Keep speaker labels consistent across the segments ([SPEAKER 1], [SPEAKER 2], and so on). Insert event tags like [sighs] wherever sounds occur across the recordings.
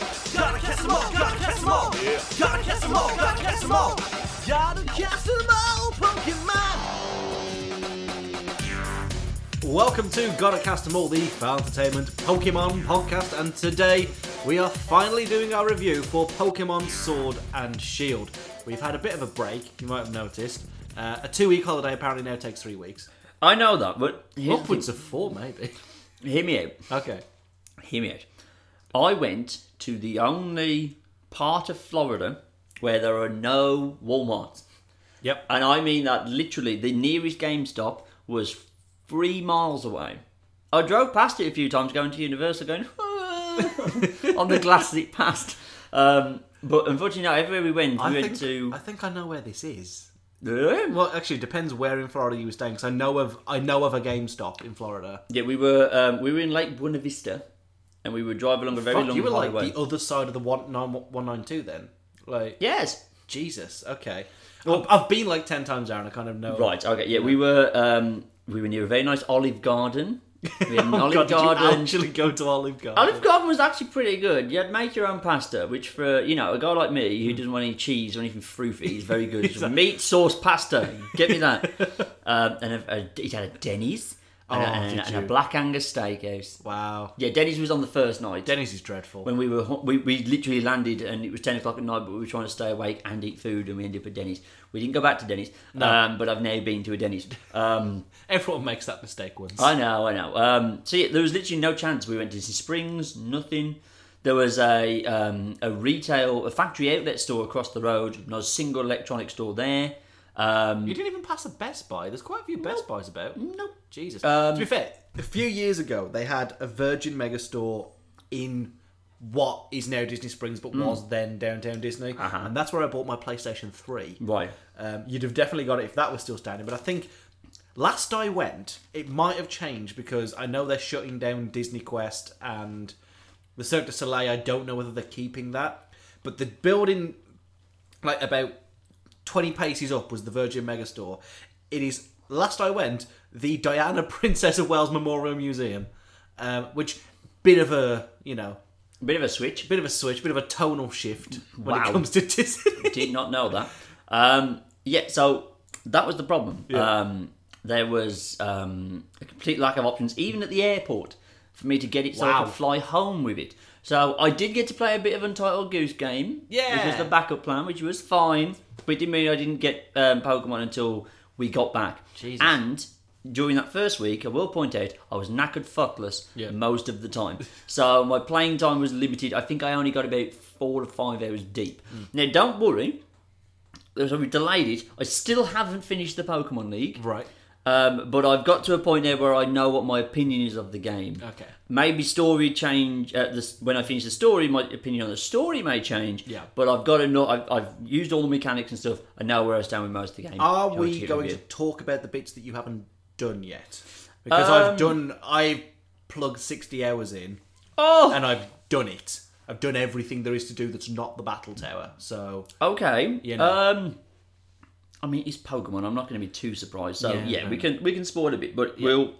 [SPEAKER 1] catch them all, gotta catch them all. Gotta catch them all, gotta catch them all. Gotta catch them all, Pokemon. Welcome to Gotta Cast 'em All, the Fan Entertainment Pokemon podcast, and today we are finally doing our review for Pokemon Sword and Shield. We've had a bit of a break, you might have noticed. Uh, a two week holiday apparently now takes three weeks.
[SPEAKER 2] I know that, but here's the
[SPEAKER 1] Upwards of four, maybe.
[SPEAKER 2] thing. hear me out.
[SPEAKER 1] Okay.
[SPEAKER 2] Hear me out. I went to the only part of Florida where there are no Walmarts.
[SPEAKER 1] Yep.
[SPEAKER 2] And I mean that literally the nearest GameStop was three miles away. I drove past it a few times going to Universal going "Ah," [laughs] on the glass as it passed. Um, but unfortunately, no, everywhere we went, we
[SPEAKER 1] I
[SPEAKER 2] went
[SPEAKER 1] think,
[SPEAKER 2] to.
[SPEAKER 1] I think I know where this is.
[SPEAKER 2] Yeah.
[SPEAKER 1] Well, actually, it depends where in Florida you were staying. Because I know of I know of a GameStop in Florida.
[SPEAKER 2] Yeah, we were um, we were in Lake Buena Vista, and we were driving along a very
[SPEAKER 1] Fuck,
[SPEAKER 2] long
[SPEAKER 1] you were like
[SPEAKER 2] highway.
[SPEAKER 1] the other side of the one nine one nine two. Then, like
[SPEAKER 2] yes,
[SPEAKER 1] Jesus. Okay. Well, I've been like ten times there, and I kind of know. [laughs]
[SPEAKER 2] Right. Okay. Yeah, we were um, we were near a very nice olive garden. We had
[SPEAKER 1] [laughs]
[SPEAKER 2] an
[SPEAKER 1] Oh,
[SPEAKER 2] olive
[SPEAKER 1] God, Did you
[SPEAKER 2] garden.
[SPEAKER 1] actually go to Olive Garden?
[SPEAKER 2] Olive garden was actually pretty good. You had make your own pasta, which for you know a guy like me
[SPEAKER 1] Hmm.
[SPEAKER 2] who doesn't want any cheese or anything fruity is
[SPEAKER 1] [laughs]
[SPEAKER 2] very good. It's meat sauce pasta. Get me that. um, and a, a, it had a Denny's and, a,
[SPEAKER 1] Oh,
[SPEAKER 2] and, a,
[SPEAKER 1] did
[SPEAKER 2] and a
[SPEAKER 1] you?
[SPEAKER 2] Black Angus steakhouse.
[SPEAKER 1] Wow.
[SPEAKER 2] Yeah, Denny's was on the first night.
[SPEAKER 1] Denny's is dreadful.
[SPEAKER 2] when we were ho- we, we literally landed and it was 10 o'clock at night but we were trying to stay awake and eat food and we ended up at denny's we didn't go back to denny's um, but i've now been to a denny's um,
[SPEAKER 1] Everyone makes that mistake once.
[SPEAKER 2] i know i know um, so yeah, there was literally no chance we went to disney springs nothing there was a um, a retail a factory outlet store across the road not a single electronic store there um,
[SPEAKER 1] You didn't even pass a Best Buy. There's quite a few Best Buys about.
[SPEAKER 2] nope.
[SPEAKER 1] Jesus.
[SPEAKER 2] Um,
[SPEAKER 1] to be fair, a few years ago they had a Virgin Megastore in what is now Disney Springs, but was then downtown Disney, and that's where I bought my PlayStation Three.
[SPEAKER 2] right
[SPEAKER 1] Um, you'd have definitely got it if that was still standing, but I think last I went, it might have changed because I know they're shutting down Disney Quest and the Cirque du Soleil. I don't know whether they're keeping that, but the building, like about 20 paces up was the Virgin Megastore. It is, last I went, the Diana [laughs] Princess of Wales Memorial Museum, um, which bit of a, you know,
[SPEAKER 2] bit of a switch
[SPEAKER 1] bit of a switch, bit of a tonal shift when
[SPEAKER 2] Wow.
[SPEAKER 1] it comes to Disney. [laughs]
[SPEAKER 2] did not know that. Um, yeah, so that was the problem. Um, there was um, a complete lack of options, even at the airport, for me to get it so I
[SPEAKER 1] Wow.
[SPEAKER 2] could fly home with it. So I did get to play a bit of Untitled Goose Game, which was
[SPEAKER 1] Yeah.
[SPEAKER 2] the backup plan, which was fine, but it didn't mean I didn't get um, Pokemon until we got back.
[SPEAKER 1] Jesus.
[SPEAKER 2] And during that first week, I will point out, I was knackered fuckless
[SPEAKER 1] Yeah.
[SPEAKER 2] most of the
[SPEAKER 1] [laughs]
[SPEAKER 2] time. so my playing time was limited. I think I only got about four or five hours deep.
[SPEAKER 1] Hmm.
[SPEAKER 2] Now, don't worry, so we delayed it. I still haven't finished the Pokemon League,
[SPEAKER 1] right.
[SPEAKER 2] um, but I've got to a point now where I know what my opinion is of the game.
[SPEAKER 1] Okay.
[SPEAKER 2] Maybe story change uh, this, when I finish the story. My opinion on the story may change.
[SPEAKER 1] Yeah.
[SPEAKER 2] But I've got to know. I've, I've used all the mechanics and stuff. I know where I stand with most of the game.
[SPEAKER 1] Are
[SPEAKER 2] So I
[SPEAKER 1] we
[SPEAKER 2] should
[SPEAKER 1] going to
[SPEAKER 2] review.
[SPEAKER 1] talk about the bits that you haven't done yet? Because I've done, I've plugged 60 hours in
[SPEAKER 2] Oh.
[SPEAKER 1] and I've done it. I've done everything there is to do that's not the Battle Tower. So,
[SPEAKER 2] Okay.
[SPEAKER 1] You know.
[SPEAKER 2] Um I mean it's Pokemon, I'm not gonna be too surprised. So
[SPEAKER 1] Yeah,
[SPEAKER 2] yeah,
[SPEAKER 1] fair
[SPEAKER 2] we can we can spoil a bit, but we'll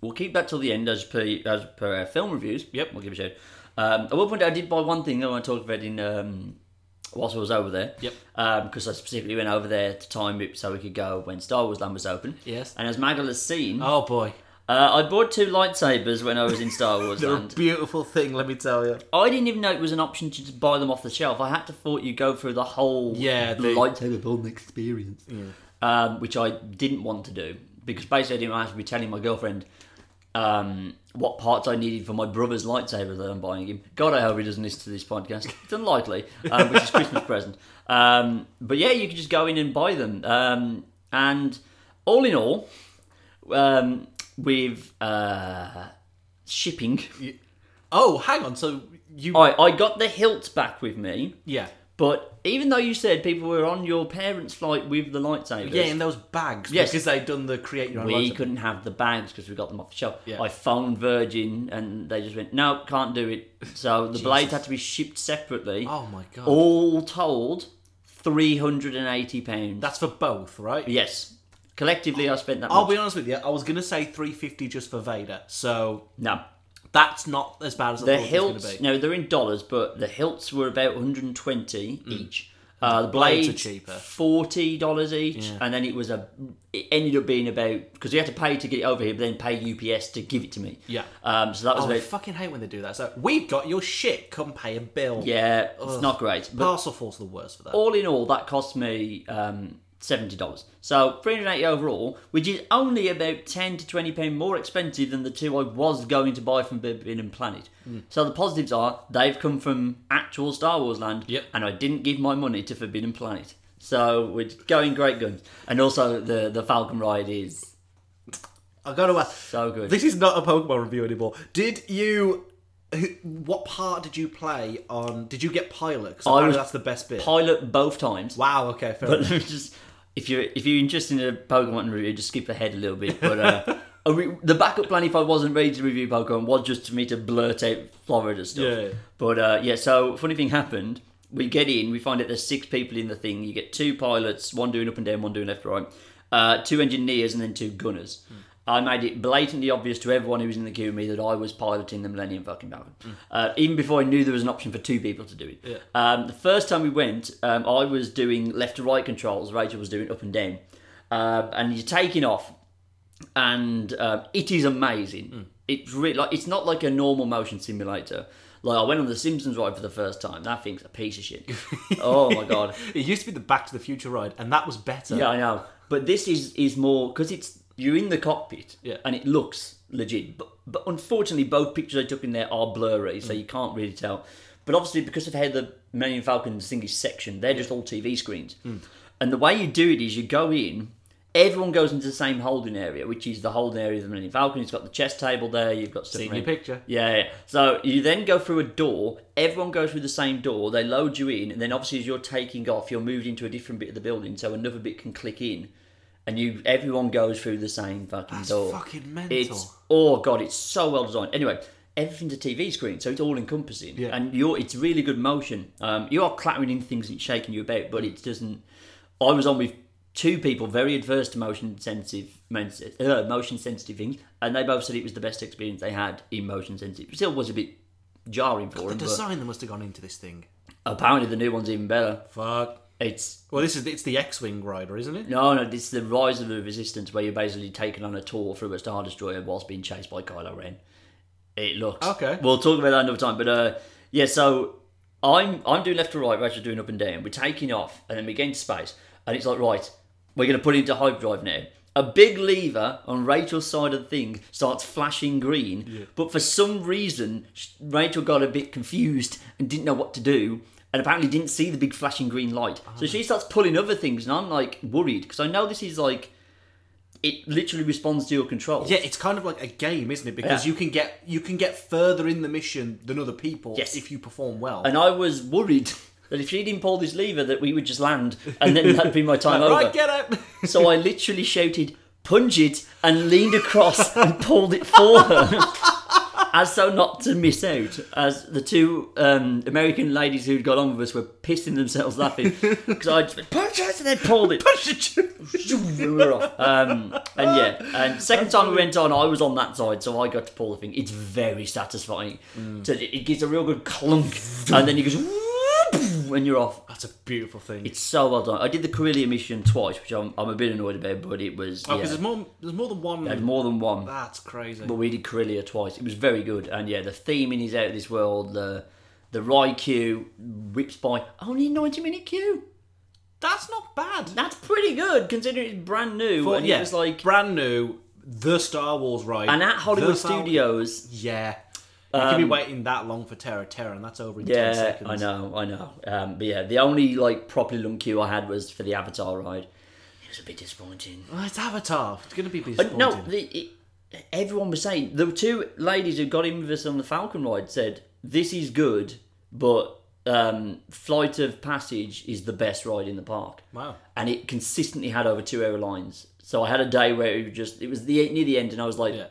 [SPEAKER 2] we'll keep that till the end as per as per our film reviews.
[SPEAKER 1] Yep.
[SPEAKER 2] We'll give a shout. Um I will point out I did buy one thing I want to talk about in um whilst I was over there.
[SPEAKER 1] Yep.
[SPEAKER 2] because I specifically went over there to time it so we could go when Star Wars Land was open.
[SPEAKER 1] Yes.
[SPEAKER 2] And as Magal has seen,
[SPEAKER 1] oh boy.
[SPEAKER 2] uh, I bought two lightsabers when I was in Star
[SPEAKER 1] [laughs]
[SPEAKER 2] Wars
[SPEAKER 1] They're
[SPEAKER 2] Land.
[SPEAKER 1] a beautiful thing, let me tell you.
[SPEAKER 2] I didn't even know it was an option to just buy them off the shelf. I had to thought you go through the whole
[SPEAKER 1] Yeah, the-
[SPEAKER 2] lightsaber building experience, um, which I didn't want to do because basically I didn't want to be telling my girlfriend um, what parts I needed for my brother's lightsaber that I'm buying him. God, I hope he doesn't listen to this podcast. It's unlikely, um, which is Christmas [laughs] present. Um, but yeah, you can just go in and buy them. Um, and all in all, um, with uh, shipping,
[SPEAKER 1] Oh, hang on. So, you.
[SPEAKER 2] I, I got the hilt back with me.
[SPEAKER 1] yeah.
[SPEAKER 2] But even though you said people were on your parents' flight with the lightsabers,
[SPEAKER 1] Yeah, in those bags.
[SPEAKER 2] Yes.
[SPEAKER 1] Because they'd done the create your own
[SPEAKER 2] we
[SPEAKER 1] lightsaber.
[SPEAKER 2] couldn't have the bags because we got them off the shelf.
[SPEAKER 1] Yeah.
[SPEAKER 2] I phoned Virgin and they just went, no, can't do it.
[SPEAKER 1] [laughs]
[SPEAKER 2] So the blades had to be shipped separately.
[SPEAKER 1] Oh my god.
[SPEAKER 2] All told, three hundred and eighty pounds.
[SPEAKER 1] That's for both, right?
[SPEAKER 2] yes. Collectively, I spent that.
[SPEAKER 1] I'll
[SPEAKER 2] much.
[SPEAKER 1] be honest with you. I was going to say 350 just for Vader. So,
[SPEAKER 2] No,
[SPEAKER 1] That's not as bad as I
[SPEAKER 2] The
[SPEAKER 1] thought it was
[SPEAKER 2] hilts,
[SPEAKER 1] going to be.
[SPEAKER 2] no, they're in dollars, but the hilts were about 120 each. Uh, the
[SPEAKER 1] Hmm. blades
[SPEAKER 2] blades,
[SPEAKER 1] are cheaper.
[SPEAKER 2] forty dollars each,
[SPEAKER 1] Yeah.
[SPEAKER 2] and then it was a. It ended up being about because we had to pay to get it over here, but then pay UPS to give it to me.
[SPEAKER 1] Yeah.
[SPEAKER 2] Um, so that was
[SPEAKER 1] Oh, I
[SPEAKER 2] about
[SPEAKER 1] fucking hate when they do that. So we've got your shit. Come pay a bill.
[SPEAKER 2] yeah, it's not great. But Oh,
[SPEAKER 1] Parcel Force are the worst for that.
[SPEAKER 2] all in all, that cost me um, seventy dollars. So three hundred eighty overall, which is only about ten to twenty pound more expensive than the two I was going to buy from Forbidden Planet. So the positives are they've come from actual Star Wars land,
[SPEAKER 1] Yep.
[SPEAKER 2] and I didn't give my money to Forbidden Planet. So we're going great guns, and also the the Falcon ride is
[SPEAKER 1] I gotta ask.
[SPEAKER 2] so good.
[SPEAKER 1] This is not a Pokemon review anymore. Did you? who- What part did you play on? Did you get Pilot? Because
[SPEAKER 2] was
[SPEAKER 1] that's the best bit.
[SPEAKER 2] Pilot both times.
[SPEAKER 1] wow. Okay. Fair
[SPEAKER 2] But [laughs]
[SPEAKER 1] enough.
[SPEAKER 2] just if you're if you're interested in a Pokemon review, just skip ahead a little bit. But uh, I re- the backup plan, if I wasn't ready to review Pokemon, was just for me to blurt out Florida stuff.
[SPEAKER 1] Yeah.
[SPEAKER 2] But uh, yeah, so funny thing happened. We get in, we find out there's six people in the thing. You get two pilots, one doing up and down, one doing left right, uh, two engineers, and then two gunners. I made it blatantly obvious to everyone who was in the queue with me that I was piloting the Millennium fucking Falcon, uh, even before I knew there was an option for two people to do it.
[SPEAKER 1] Yeah.
[SPEAKER 2] Um, the first time we went, um, I was doing left to right controls. Rachel was doing up and down, uh, and you're taking off and um, it is amazing. It's really like it's not like a normal motion simulator. Like I went on the Simpsons ride for the first time. That thing's a piece of shit. oh my god.
[SPEAKER 1] It used to be the Back to the Future ride, and that was better.
[SPEAKER 2] Yeah, I know. But this is is more because it's you're in the cockpit,
[SPEAKER 1] Yeah.
[SPEAKER 2] and it looks legit. But but unfortunately, both pictures I took in there are blurry, so you can't really tell. But obviously, because of how the Millennium Falcon thing is sectioned, they're just all TV screens. And the way you do it is you go in. Everyone goes into the same holding area, which is the holding area of the Millennium Falcon. It's got the chess table there. You've got stuff
[SPEAKER 1] Seen
[SPEAKER 2] around-
[SPEAKER 1] your picture.
[SPEAKER 2] yeah, yeah. So you then go through a door. Everyone goes through the same door. They load you in, and then obviously as you're taking off, you're moved into a different bit of the building, so another bit can click in, and you everyone goes through the same fucking
[SPEAKER 1] That's
[SPEAKER 2] door.
[SPEAKER 1] fucking mental.
[SPEAKER 2] It's oh god, it's so well designed. Anyway, everything's a TV screen, so it's all encompassing,
[SPEAKER 1] Yeah.
[SPEAKER 2] and you're it's really good motion. Um, you are clattering in things and it's shaking you about, but it doesn't. I was on with two people very adverse to motion sensitive men- uh, motion sensitive things, and they both said it was the best experience they had in motion sensitive. Still was a bit jarring for
[SPEAKER 1] the
[SPEAKER 2] them, but
[SPEAKER 1] design that must have gone into this thing.
[SPEAKER 2] apparently the new one's even better.
[SPEAKER 1] Fuck.
[SPEAKER 2] It's
[SPEAKER 1] Well, this is it's the X-wing rider, isn't it?
[SPEAKER 2] No, no, this is the Rise of the Resistance, where you're basically taken on a tour through a Star Destroyer whilst being chased by Kylo Ren. It looks
[SPEAKER 1] Okay.
[SPEAKER 2] We'll talk about that another time, but uh, yeah. So I'm I'm doing left to right, Rachel's doing up and down. We're taking off, and then we get into space, and it's like right, we're going to put it into hyperdrive now. A big lever on Rachel's side of the thing starts flashing green, but for some reason sh- Rachel got a bit confused and didn't know what to do, and apparently didn't see the big flashing green light.
[SPEAKER 1] Ah.
[SPEAKER 2] So she starts pulling other things, and I'm like worried because I know this is like it literally responds to your control.
[SPEAKER 1] Yeah, it's kind of like a game, isn't it? Because
[SPEAKER 2] Yeah.
[SPEAKER 1] you can get you can get further in the mission than other people
[SPEAKER 2] Yes.
[SPEAKER 1] if you perform well.
[SPEAKER 2] and I was worried [laughs] that if she didn't pull this lever, that we would just land, and then
[SPEAKER 1] [laughs]
[SPEAKER 2] that'd be my time over.
[SPEAKER 1] right, get out.
[SPEAKER 2] so I literally shouted, "Punch it!" and leaned across and pulled it for her, as so not to miss out. As the two um, American ladies who'd got on with us were pissing themselves laughing because I just went, punch it and then pulled it. we were off. Um, and yeah, and second time we went on, I was on that side, so I got to pull the thing. It's very satisfying. So it, it gives a real good clunk, and then you go, and you're off.
[SPEAKER 1] [laughs] That's a beautiful thing.
[SPEAKER 2] It's so well done. I did the Corellia mission twice, which I'm, I'm a bit annoyed about, but it was
[SPEAKER 1] Oh,
[SPEAKER 2] yeah,
[SPEAKER 1] because there's more. There's more than one.
[SPEAKER 2] I had more than one.
[SPEAKER 1] That's crazy.
[SPEAKER 2] But we did Corellia twice. It was very good, and yeah, the theming is out of this world. The the Raikou whips by only a 90 minute queue.
[SPEAKER 1] That's not bad.
[SPEAKER 2] That's pretty good considering it's brand new.
[SPEAKER 1] But
[SPEAKER 2] and
[SPEAKER 1] yeah,
[SPEAKER 2] it was like
[SPEAKER 1] brand new. The Star Wars ride
[SPEAKER 2] and at Hollywood
[SPEAKER 1] the Fal-
[SPEAKER 2] Studios.
[SPEAKER 1] Yeah, you can be waiting that long for Terra Terra, and that's over in ten
[SPEAKER 2] Yeah,
[SPEAKER 1] seconds.
[SPEAKER 2] I know, I know. Um, but yeah, the only like properly long queue I had was for the Avatar ride. It was a bit disappointing.
[SPEAKER 1] Well, it's Avatar. It's going to be
[SPEAKER 2] Uh,
[SPEAKER 1] disappointing.
[SPEAKER 2] no, the, it, everyone was saying the two ladies who got in with us on the Falcon ride said this is good, but um, Flight of Passage is the best ride in the park.
[SPEAKER 1] Wow.
[SPEAKER 2] And it consistently had over two hour lines. So I had a day where it was just it was the near the end, and I was like,
[SPEAKER 1] Yeah.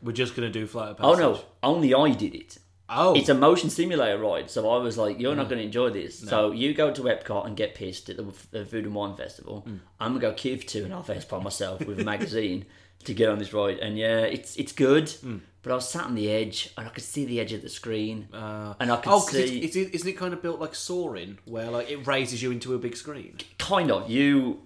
[SPEAKER 1] We're just going to do Flight of
[SPEAKER 2] oh
[SPEAKER 1] Passage.
[SPEAKER 2] no, only I did it.
[SPEAKER 1] Oh,
[SPEAKER 2] It's a motion simulator ride, so I was like, "You're
[SPEAKER 1] Mm.
[SPEAKER 2] not going to enjoy this." So you go to Epcot and get
[SPEAKER 1] Mm.
[SPEAKER 2] pissed at the, the Food and Wine Festival. I'm gonna go queue for two and a half hours by myself with a magazine [laughs] to get on this ride, and yeah, it's it's good.
[SPEAKER 1] Mm.
[SPEAKER 2] But I was sat on the edge, and I could see the edge of the screen,
[SPEAKER 1] Uh,
[SPEAKER 2] and I could
[SPEAKER 1] Oh, 'cause
[SPEAKER 2] see
[SPEAKER 1] it's, it's, isn't it kind of built like Soarin', where like it raises you into a big screen?
[SPEAKER 2] [laughs] kind of you.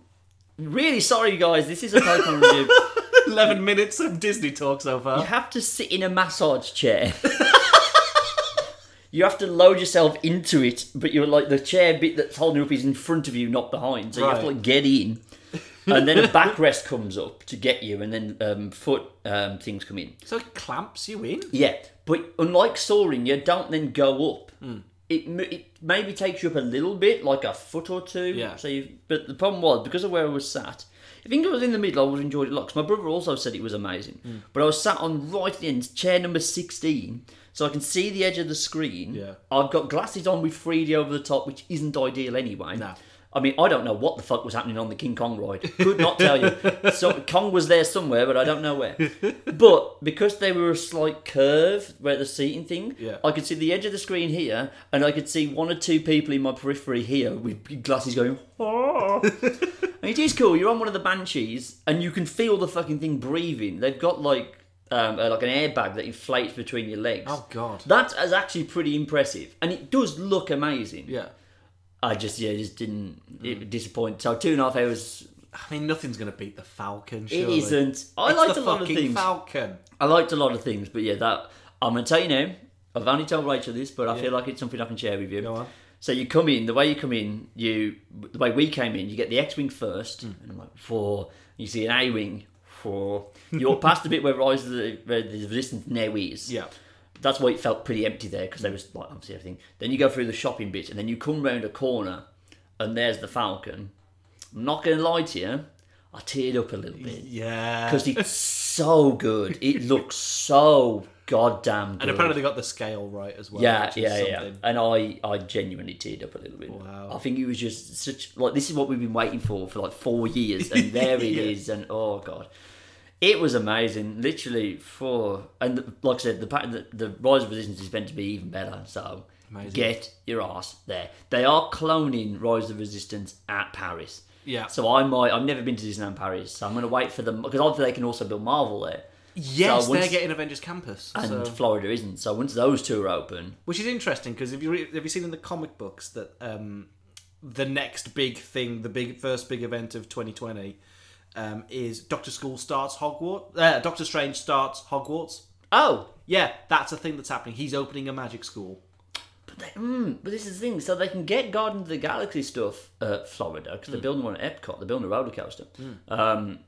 [SPEAKER 2] Really sorry, guys. This is a Pokemon review.
[SPEAKER 1] [laughs] Eleven minutes of Disney talk so
[SPEAKER 2] You
[SPEAKER 1] far.
[SPEAKER 2] have to sit in a massage chair. [laughs] you have to load yourself into it, but you're like the chair bit that's holding you up is in front of you, not behind. So you have to
[SPEAKER 1] Right.
[SPEAKER 2] like get in, and then a backrest comes up to get you, and then um, foot um, things come in.
[SPEAKER 1] So it clamps you in.
[SPEAKER 2] Yeah, but unlike soaring, you don't then go up.
[SPEAKER 1] Hmm.
[SPEAKER 2] It, m- it maybe takes you up a little bit, like a foot or two.
[SPEAKER 1] Yeah.
[SPEAKER 2] So, you, but the problem was because of where I was sat. I think I was in the middle. I would have enjoyed it a lot 'cause my brother also said it was amazing.
[SPEAKER 1] Hmm.
[SPEAKER 2] But I was sat on right at the end, chair number sixteen, so I can see the edge of the screen.
[SPEAKER 1] Yeah.
[SPEAKER 2] I've got glasses on with 3D over the top, which isn't ideal anyway.
[SPEAKER 1] No.
[SPEAKER 2] I mean, I don't know what the fuck was happening on the King Kong ride. Could not tell
[SPEAKER 1] [laughs]
[SPEAKER 2] you. So Kong was there somewhere, but I don't know where. But because they were a slight curve where the seating thing,
[SPEAKER 1] Yeah.
[SPEAKER 2] I could see the edge of the screen here, and I could see one or two people in my periphery here with big glasses going.
[SPEAKER 1] [laughs]
[SPEAKER 2] "Ah." and it is cool. You're on one of the banshees, and you can feel the fucking thing breathing. They've got like um, uh, like an airbag that inflates between your legs.
[SPEAKER 1] Oh god.
[SPEAKER 2] That is actually pretty impressive, and it does look amazing.
[SPEAKER 1] Yeah.
[SPEAKER 2] I just yeah, just didn't it disappoint. So two and a half hours.
[SPEAKER 1] I mean, nothing's gonna beat the Falcon.
[SPEAKER 2] It
[SPEAKER 1] Surely.
[SPEAKER 2] not I
[SPEAKER 1] It's
[SPEAKER 2] liked
[SPEAKER 1] the
[SPEAKER 2] a lot of
[SPEAKER 1] fucking
[SPEAKER 2] things.
[SPEAKER 1] Falcon.
[SPEAKER 2] I liked a lot of things, but yeah, that I'm gonna tell you now. I've only told Rachel this, but I feel like it's something I can share with you.
[SPEAKER 1] Go on.
[SPEAKER 2] So you come in the way you come in. You the way we came in. You get the X-wing first,
[SPEAKER 1] Hmm.
[SPEAKER 2] and I'm like four. You see an A-wing four. You're past the bit where Rise of the, where the Resistance now is.
[SPEAKER 1] Yeah.
[SPEAKER 2] that's why it felt pretty empty there because there was like obviously everything. Then you go through the shopping bit, and then you come round a corner, and there's the Falcon. I'm not going to lie to you, I teared up a little bit
[SPEAKER 1] Yeah.
[SPEAKER 2] because it's so good.
[SPEAKER 1] [laughs]
[SPEAKER 2] It looks so goddamn good.
[SPEAKER 1] and apparently they got the scale right as well.
[SPEAKER 2] yeah,
[SPEAKER 1] which is
[SPEAKER 2] yeah, yeah.
[SPEAKER 1] something.
[SPEAKER 2] And I, I genuinely teared up a little bit.
[SPEAKER 1] Wow.
[SPEAKER 2] I think it was just such like this is what we've been waiting for for like four years,
[SPEAKER 1] [laughs]
[SPEAKER 2] and there it is,
[SPEAKER 1] Yeah.
[SPEAKER 2] and oh god. It was amazing, literally. For and the, like I said, the, pa- the the rise of resistance is meant to be even better. So
[SPEAKER 1] Amazing.
[SPEAKER 2] get your ass there. They are cloning Rise of Resistance at Paris.
[SPEAKER 1] Yeah.
[SPEAKER 2] So I might. I've never been to Disneyland Paris, so I'm going to wait for them because obviously they can also build Marvel there,
[SPEAKER 1] Yes,
[SPEAKER 2] So once-
[SPEAKER 1] they're getting Avengers Campus,
[SPEAKER 2] and
[SPEAKER 1] so-
[SPEAKER 2] Florida isn't. So once those two are open,
[SPEAKER 1] which is interesting because have you re- have you seen in the comic books that um, the next big thing, the big first big event of 2020, um, is Doctor School starts Hogwarts. Uh, Doctor Strange starts Hogwarts.
[SPEAKER 2] oh,
[SPEAKER 1] Yeah, that's a thing that's happening. He's opening a magic school.
[SPEAKER 2] They- mm, but this is the thing. So they can get Garden of the Galaxy stuff at Florida because they're
[SPEAKER 1] Hmm.
[SPEAKER 2] building one at Epcot. They're building a roller coaster. Um,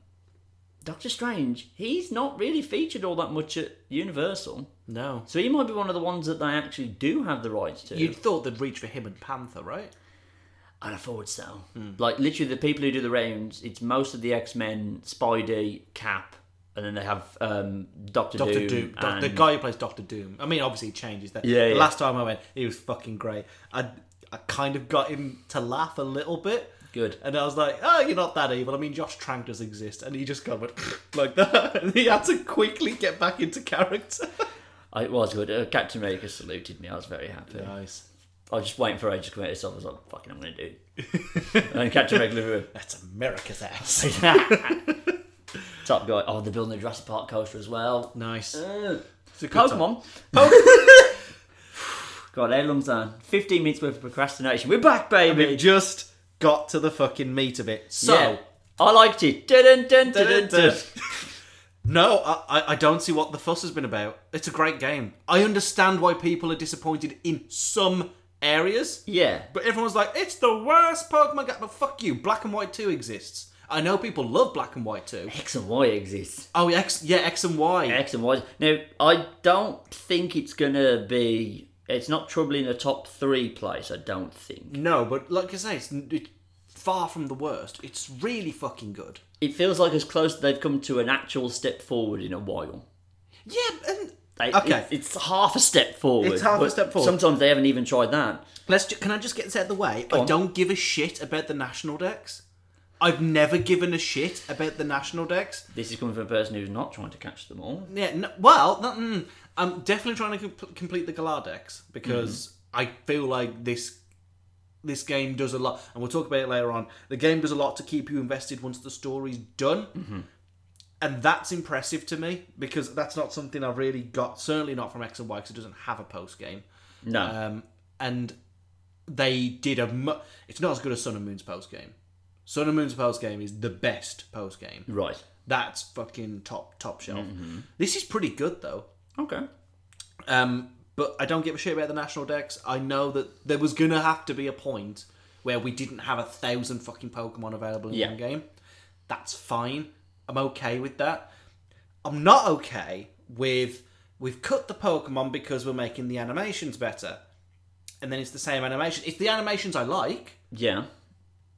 [SPEAKER 2] Doctor Strange, he's not really featured all that much at Universal,
[SPEAKER 1] No,
[SPEAKER 2] so he might be one of the ones that they actually do have the rights to.
[SPEAKER 1] you'd thought they'd reach for him and Panther, right?
[SPEAKER 2] And I thought so.
[SPEAKER 1] Hmm.
[SPEAKER 2] Like literally, the people who do the rounds, it's most of the X Men, Spidey, Cap, and then they have um, Doctor,
[SPEAKER 1] Doctor
[SPEAKER 2] Doom.
[SPEAKER 1] Doom, Doc- the
[SPEAKER 2] and-
[SPEAKER 1] guy who plays Doctor Doom. I mean, obviously he changes that.
[SPEAKER 2] Yeah,
[SPEAKER 1] the
[SPEAKER 2] yeah.
[SPEAKER 1] Last time I went, he was fucking great. I I kind of got him to laugh a little bit.
[SPEAKER 2] Good.
[SPEAKER 1] And I was like, oh, you're not that evil. I mean, Josh Trank does exist. And he just kind of went [laughs] like that. And he had to quickly get back into character. [laughs]
[SPEAKER 2] I- It was good. Uh, Captain America saluted me. I was very happy.
[SPEAKER 1] Nice.
[SPEAKER 2] I was just waiting for Age to commit itself. I was like, fucking, I'm going to do it. and then Captain America Liverpool.
[SPEAKER 1] That's America's ass.
[SPEAKER 2] [laughs] Top guy. Oh, they're building a Jurassic Park coaster as well.
[SPEAKER 1] nice.
[SPEAKER 2] Ugh.
[SPEAKER 1] It's a good time.
[SPEAKER 2] Pokemon. [laughs] God, how long's that? 15 minutes worth of procrastination. We're back, baby.
[SPEAKER 1] We just got to the fucking meat of it. So,
[SPEAKER 2] Yeah. I liked it. Dun, dun, dun, dun, dun, dun.
[SPEAKER 1] no, I, I- I don't see what the fuss has been about. It's a great game. I understand why people are disappointed in some areas.
[SPEAKER 2] Yeah.
[SPEAKER 1] But everyone's like, it's the worst Pokemon game. But fuck you, Black and White 2 exists. I know people love Black and White 2.
[SPEAKER 2] X and Y exists.
[SPEAKER 1] Oh, X, yeah, X and Y.
[SPEAKER 2] X and Y. Now, I don't think it's going to be. It's not troubling a top three place, I don't think.
[SPEAKER 1] No, but like I say, it's, it's far from the worst. It's really fucking good.
[SPEAKER 2] It feels like as close they've come to an actual step forward in a while.
[SPEAKER 1] Yeah, and
[SPEAKER 2] Like,
[SPEAKER 1] Okay.
[SPEAKER 2] it's, it's half a step forward.
[SPEAKER 1] It's half a
[SPEAKER 2] but
[SPEAKER 1] step forward.
[SPEAKER 2] Sometimes they haven't even tried that.
[SPEAKER 1] let's. Ju- can I just get this out of the way? I
[SPEAKER 2] on.
[SPEAKER 1] don't give a shit about the national decks. I've never given a shit about the national decks.
[SPEAKER 2] This is coming from a person who's not trying to catch them all.
[SPEAKER 1] Yeah, no, well, no, mm, I'm definitely trying to com- complete the Galar decks because I feel like this this game does a lot, and we'll talk about it later on. The game does a lot to keep you invested once the story's done. and that's impressive to me because that's not something I've really got. Certainly not from X and Y because it doesn't have a post game.
[SPEAKER 2] No.
[SPEAKER 1] Um, and they did a. Mu- it's not as good as Sun and Moon's post game. Sun and Moon's post game is the best post game.
[SPEAKER 2] right.
[SPEAKER 1] That's fucking top top shelf. This is pretty good though.
[SPEAKER 2] Okay.
[SPEAKER 1] Um, but I don't give a shit about the national decks. I know that there was gonna have to be a point where we didn't have a thousand fucking Pokemon available in
[SPEAKER 2] Yeah.
[SPEAKER 1] one game. That's fine. I'm okay with that. I'm not okay with we've cut the Pokemon because we're making the animations better. And then it's the same animation. It's the animations I like,
[SPEAKER 2] Yeah.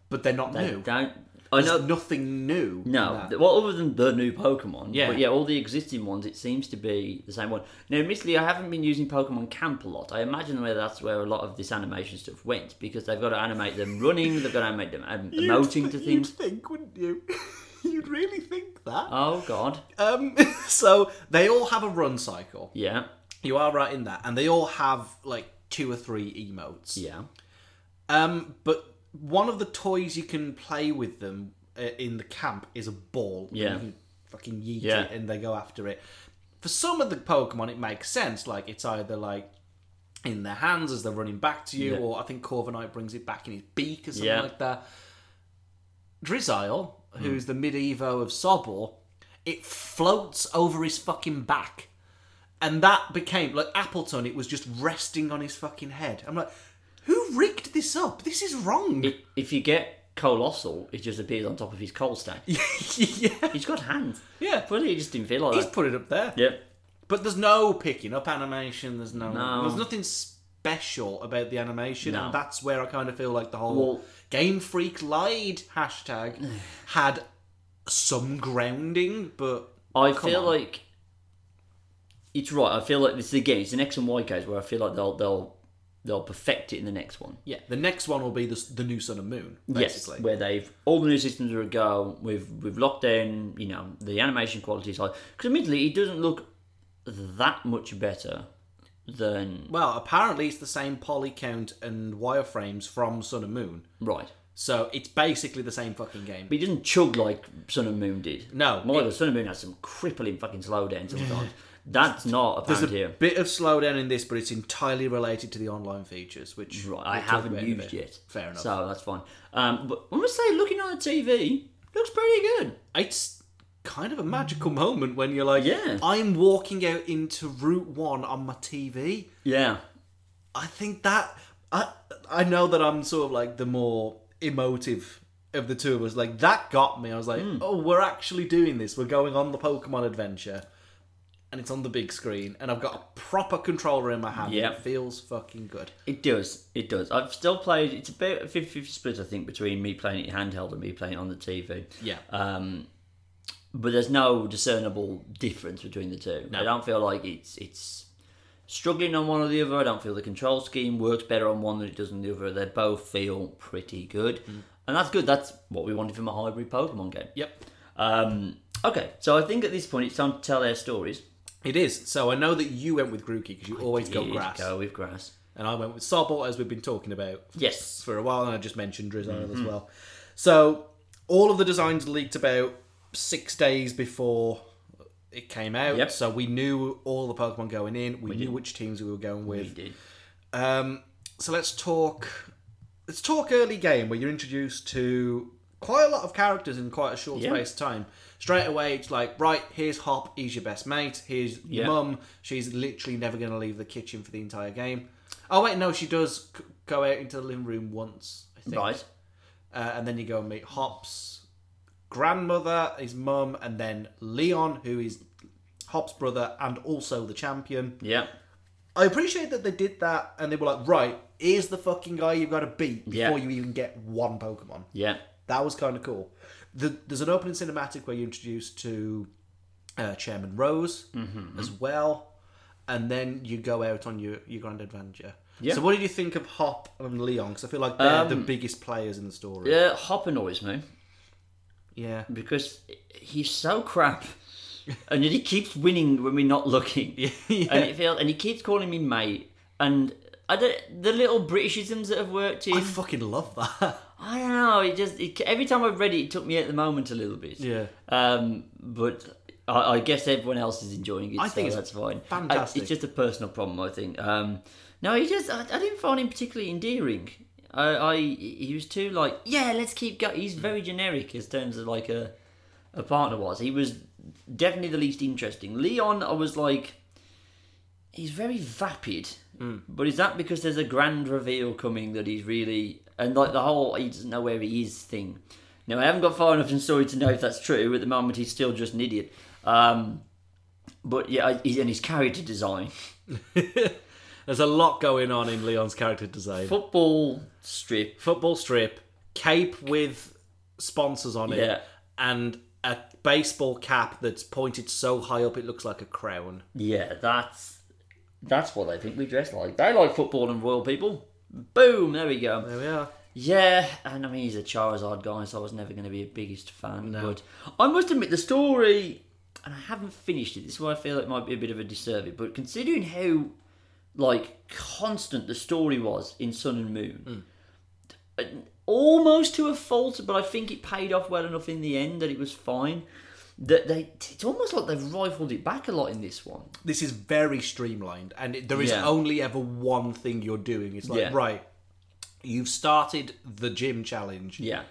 [SPEAKER 1] but they're not new.
[SPEAKER 2] Don't. I know.
[SPEAKER 1] There's nothing new. in
[SPEAKER 2] No,
[SPEAKER 1] that.
[SPEAKER 2] th- well, other than the new Pokemon,
[SPEAKER 1] Yeah.
[SPEAKER 2] but yeah, all the existing ones, it seems to be the same one. Now, admittedly, I haven't been using Pokemon Camp a lot. I imagine where that's where a lot of this animation stuff went because they've got to animate them running, they've got to animate them um, emoting to
[SPEAKER 1] You'd
[SPEAKER 2] things.
[SPEAKER 1] think, wouldn't you? [laughs] You'd really think that.
[SPEAKER 2] Oh God,
[SPEAKER 1] Um, [laughs] so they all have a run cycle.
[SPEAKER 2] yeah,
[SPEAKER 1] You are right in that, and they all have like two or three emotes.
[SPEAKER 2] yeah,
[SPEAKER 1] Um, but one of the toys you can play with them uh, in the camp is a ball.
[SPEAKER 2] Yeah.
[SPEAKER 1] You can fucking yeet
[SPEAKER 2] Yeah.
[SPEAKER 1] it, and they go after it. For some of the Pokemon, it makes sense. Like it's either like in their hands as they're running back to you,
[SPEAKER 2] Yeah.
[SPEAKER 1] or I think Corviknight brings it back in his beak or something
[SPEAKER 2] Yeah. Hmm.
[SPEAKER 1] like that. Drizzile, who's the mid-evo of Sobble, it floats over his fucking back. And that became like Appleton, it was just resting on his fucking head. I'm like, who rigged this up? This is wrong. [laughs]
[SPEAKER 2] I- If you get Colossal, it just appears on top of his coal stack.
[SPEAKER 1] yeah.
[SPEAKER 2] He's got hands.
[SPEAKER 1] Yeah.
[SPEAKER 2] but he just didn't feel like
[SPEAKER 1] He's
[SPEAKER 2] that.
[SPEAKER 1] put it up there.
[SPEAKER 2] Yeah,
[SPEAKER 1] But there's no picking up animation, there's no,
[SPEAKER 2] No.
[SPEAKER 1] there's nothing special about the animation,
[SPEAKER 2] No.
[SPEAKER 1] and that's where I kind of feel like the whole
[SPEAKER 2] Well-
[SPEAKER 1] Game Freak lied hashtag [sighs] had some grounding, but
[SPEAKER 2] I
[SPEAKER 1] Come
[SPEAKER 2] feel
[SPEAKER 1] on.
[SPEAKER 2] like it's right. I feel like this again. It's an X and Y case where I feel like they'll they'll they'll perfect it in the next one.
[SPEAKER 1] yeah. The next one will be the, the new Sun and Moon, basically.
[SPEAKER 2] Yes, where they've all the new systems are a go. We've we've locked in, you know, the animation quality side. Because admittedly, it doesn't look that much better than
[SPEAKER 1] Well, apparently it's the same poly count and wireframes from Sun and Moon.
[SPEAKER 2] right.
[SPEAKER 1] So it's basically the same fucking game.
[SPEAKER 2] But it doesn't chug like Sun and Moon did.
[SPEAKER 1] No,
[SPEAKER 2] my
[SPEAKER 1] it-
[SPEAKER 2] God, Sun and Moon has some crippling fucking
[SPEAKER 1] [laughs]
[SPEAKER 2] slowdown sometimes. That's not
[SPEAKER 1] There's a
[SPEAKER 2] apparent here.
[SPEAKER 1] bit of slowdown in this, but it's entirely related to the online features, which
[SPEAKER 2] Right, I
[SPEAKER 1] we'll talk
[SPEAKER 2] haven't
[SPEAKER 1] about in a
[SPEAKER 2] used
[SPEAKER 1] bit.
[SPEAKER 2] yet.
[SPEAKER 1] Fair enough.
[SPEAKER 2] So that's fine. Um, but I must say, looking on the TV, looks pretty good.
[SPEAKER 1] It's kind of a magical moment when you're like,
[SPEAKER 2] Yeah.
[SPEAKER 1] I'm walking out into Route One on my TV.
[SPEAKER 2] Yeah.
[SPEAKER 1] I think that I I know that I'm sort of like the more emotive of the two of us. Like that got me. I was like,
[SPEAKER 2] Hmm.
[SPEAKER 1] oh, we're actually doing this. We're going on the Pokemon adventure, and it's on the big screen, and I've got a proper controller in my hand. and
[SPEAKER 2] Yep.
[SPEAKER 1] it feels fucking good.
[SPEAKER 2] It does. It does. I've still played. It's about a 50 50 split, I think, between me playing it handheld and me playing it on the TV.
[SPEAKER 1] Yeah,
[SPEAKER 2] Um, but there's no discernible difference between the two. I don't feel like it's it's struggling on one or the other. I don't feel the control scheme works better on one than it does on the other. They both feel pretty good,
[SPEAKER 1] Mm.
[SPEAKER 2] and that's good. That's what we wanted from a hybrid Pokemon game.
[SPEAKER 1] yep,
[SPEAKER 2] Um, okay, so I think at this point it's time to tell their stories.
[SPEAKER 1] it is. So I know that you went with Grookey because you always go
[SPEAKER 2] Here you
[SPEAKER 1] grass,
[SPEAKER 2] Go with grass.
[SPEAKER 1] and I went with Sobble as we've been talking about
[SPEAKER 2] Yes.
[SPEAKER 1] for a while, and I just mentioned Drizzle as
[SPEAKER 2] Mm-hmm.
[SPEAKER 1] well. So all of the designs leaked about six days before it came out.
[SPEAKER 2] Yep.
[SPEAKER 1] So we knew all the Pokemon going in. We, knew which teams we were going
[SPEAKER 2] We
[SPEAKER 1] with.
[SPEAKER 2] did.
[SPEAKER 1] Um, so let's talk. Let's talk early game where you're introduced to quite a lot of characters in quite a short
[SPEAKER 2] Yeah.
[SPEAKER 1] space of time. Straight away, it's like, right, here's Hop, he's your best mate. Here's your
[SPEAKER 2] Yeah.
[SPEAKER 1] mum. She's literally never going to leave the kitchen for the entire game. Oh wait, no, she does c- go out into the living room once, I think.
[SPEAKER 2] Right.
[SPEAKER 1] Uh, and then you go and meet Hop's grandmother, his mum, and then Leon, who is Hop's brother and also the champion.
[SPEAKER 2] Yeah.
[SPEAKER 1] I appreciate that they did that and they were like, right, here's the fucking guy you've got to beat
[SPEAKER 2] Yeah.
[SPEAKER 1] before you even get one Pokemon.
[SPEAKER 2] Yeah.
[SPEAKER 1] That was kind of cool. The, there's an opening cinematic where you're introduced to uh, Chairman Rose as well, and then you go out on your, your grand adventure.
[SPEAKER 2] Yeah.
[SPEAKER 1] So, what did you think of Hop and Leon? Because I feel like they're the biggest players in the story.
[SPEAKER 2] Yeah. Hop annoys me.
[SPEAKER 1] [laughs] Yeah.
[SPEAKER 2] because he's so
[SPEAKER 1] [laughs]
[SPEAKER 2] crap, and yet he keeps winning when we're not looking.
[SPEAKER 1] Yeah.
[SPEAKER 2] And it feels, and he keeps calling me mate, and I don't, the little Britishisms that have worked in.
[SPEAKER 1] I fucking love that.
[SPEAKER 2] I don't know. It just it, every time I read it, it took me at the moment a little
[SPEAKER 1] [laughs]
[SPEAKER 2] bit.
[SPEAKER 1] Yeah.
[SPEAKER 2] Um, but I, I guess everyone else is enjoying it.
[SPEAKER 1] I
[SPEAKER 2] so
[SPEAKER 1] think it's
[SPEAKER 2] that's fine.
[SPEAKER 1] fantastic.
[SPEAKER 2] I- it's just a personal problem, I think. Um, no, he just I, I didn't find him particularly endearing. I, I he was too like yeah, let's keep going. He's very generic in terms of like a a partner was. He was definitely the least interesting. Leon, I was like, he's very vapid. But is that because there's a grand reveal coming that he's really and like the whole he doesn't know where he is thing. Now I haven't got far enough in story to know if that's true. At the moment, he's still just an idiot. Um, but yeah, I- he's and his character design,
[SPEAKER 1] There's a lot going on in Leon's character design.
[SPEAKER 2] football strip.
[SPEAKER 1] Football strip, cape with sponsors on it,
[SPEAKER 2] Yeah.
[SPEAKER 1] and a baseball cap that's pointed so high up it looks like a crown.
[SPEAKER 2] Yeah, that's that's what I think we dress like. They like football and royal people. Boom! There we go.
[SPEAKER 1] There we are.
[SPEAKER 2] Yeah, and I mean he's a Charizard guy, so I was never going to be a biggest fan. But I must admit the story, and I haven't finished it. This is why I feel it might be a bit of a disservice. But considering how like constant the story was in Sun and Moon, and almost to a fault, but I think it paid off well enough in the end that it was fine. That they, it's almost like they've rifled it back a lot in this one.
[SPEAKER 1] This is very streamlined, and it- there is
[SPEAKER 2] Yeah.
[SPEAKER 1] only ever one thing you're doing. It's like,
[SPEAKER 2] Yeah.
[SPEAKER 1] right, you've started the gym challenge.
[SPEAKER 2] Yeah,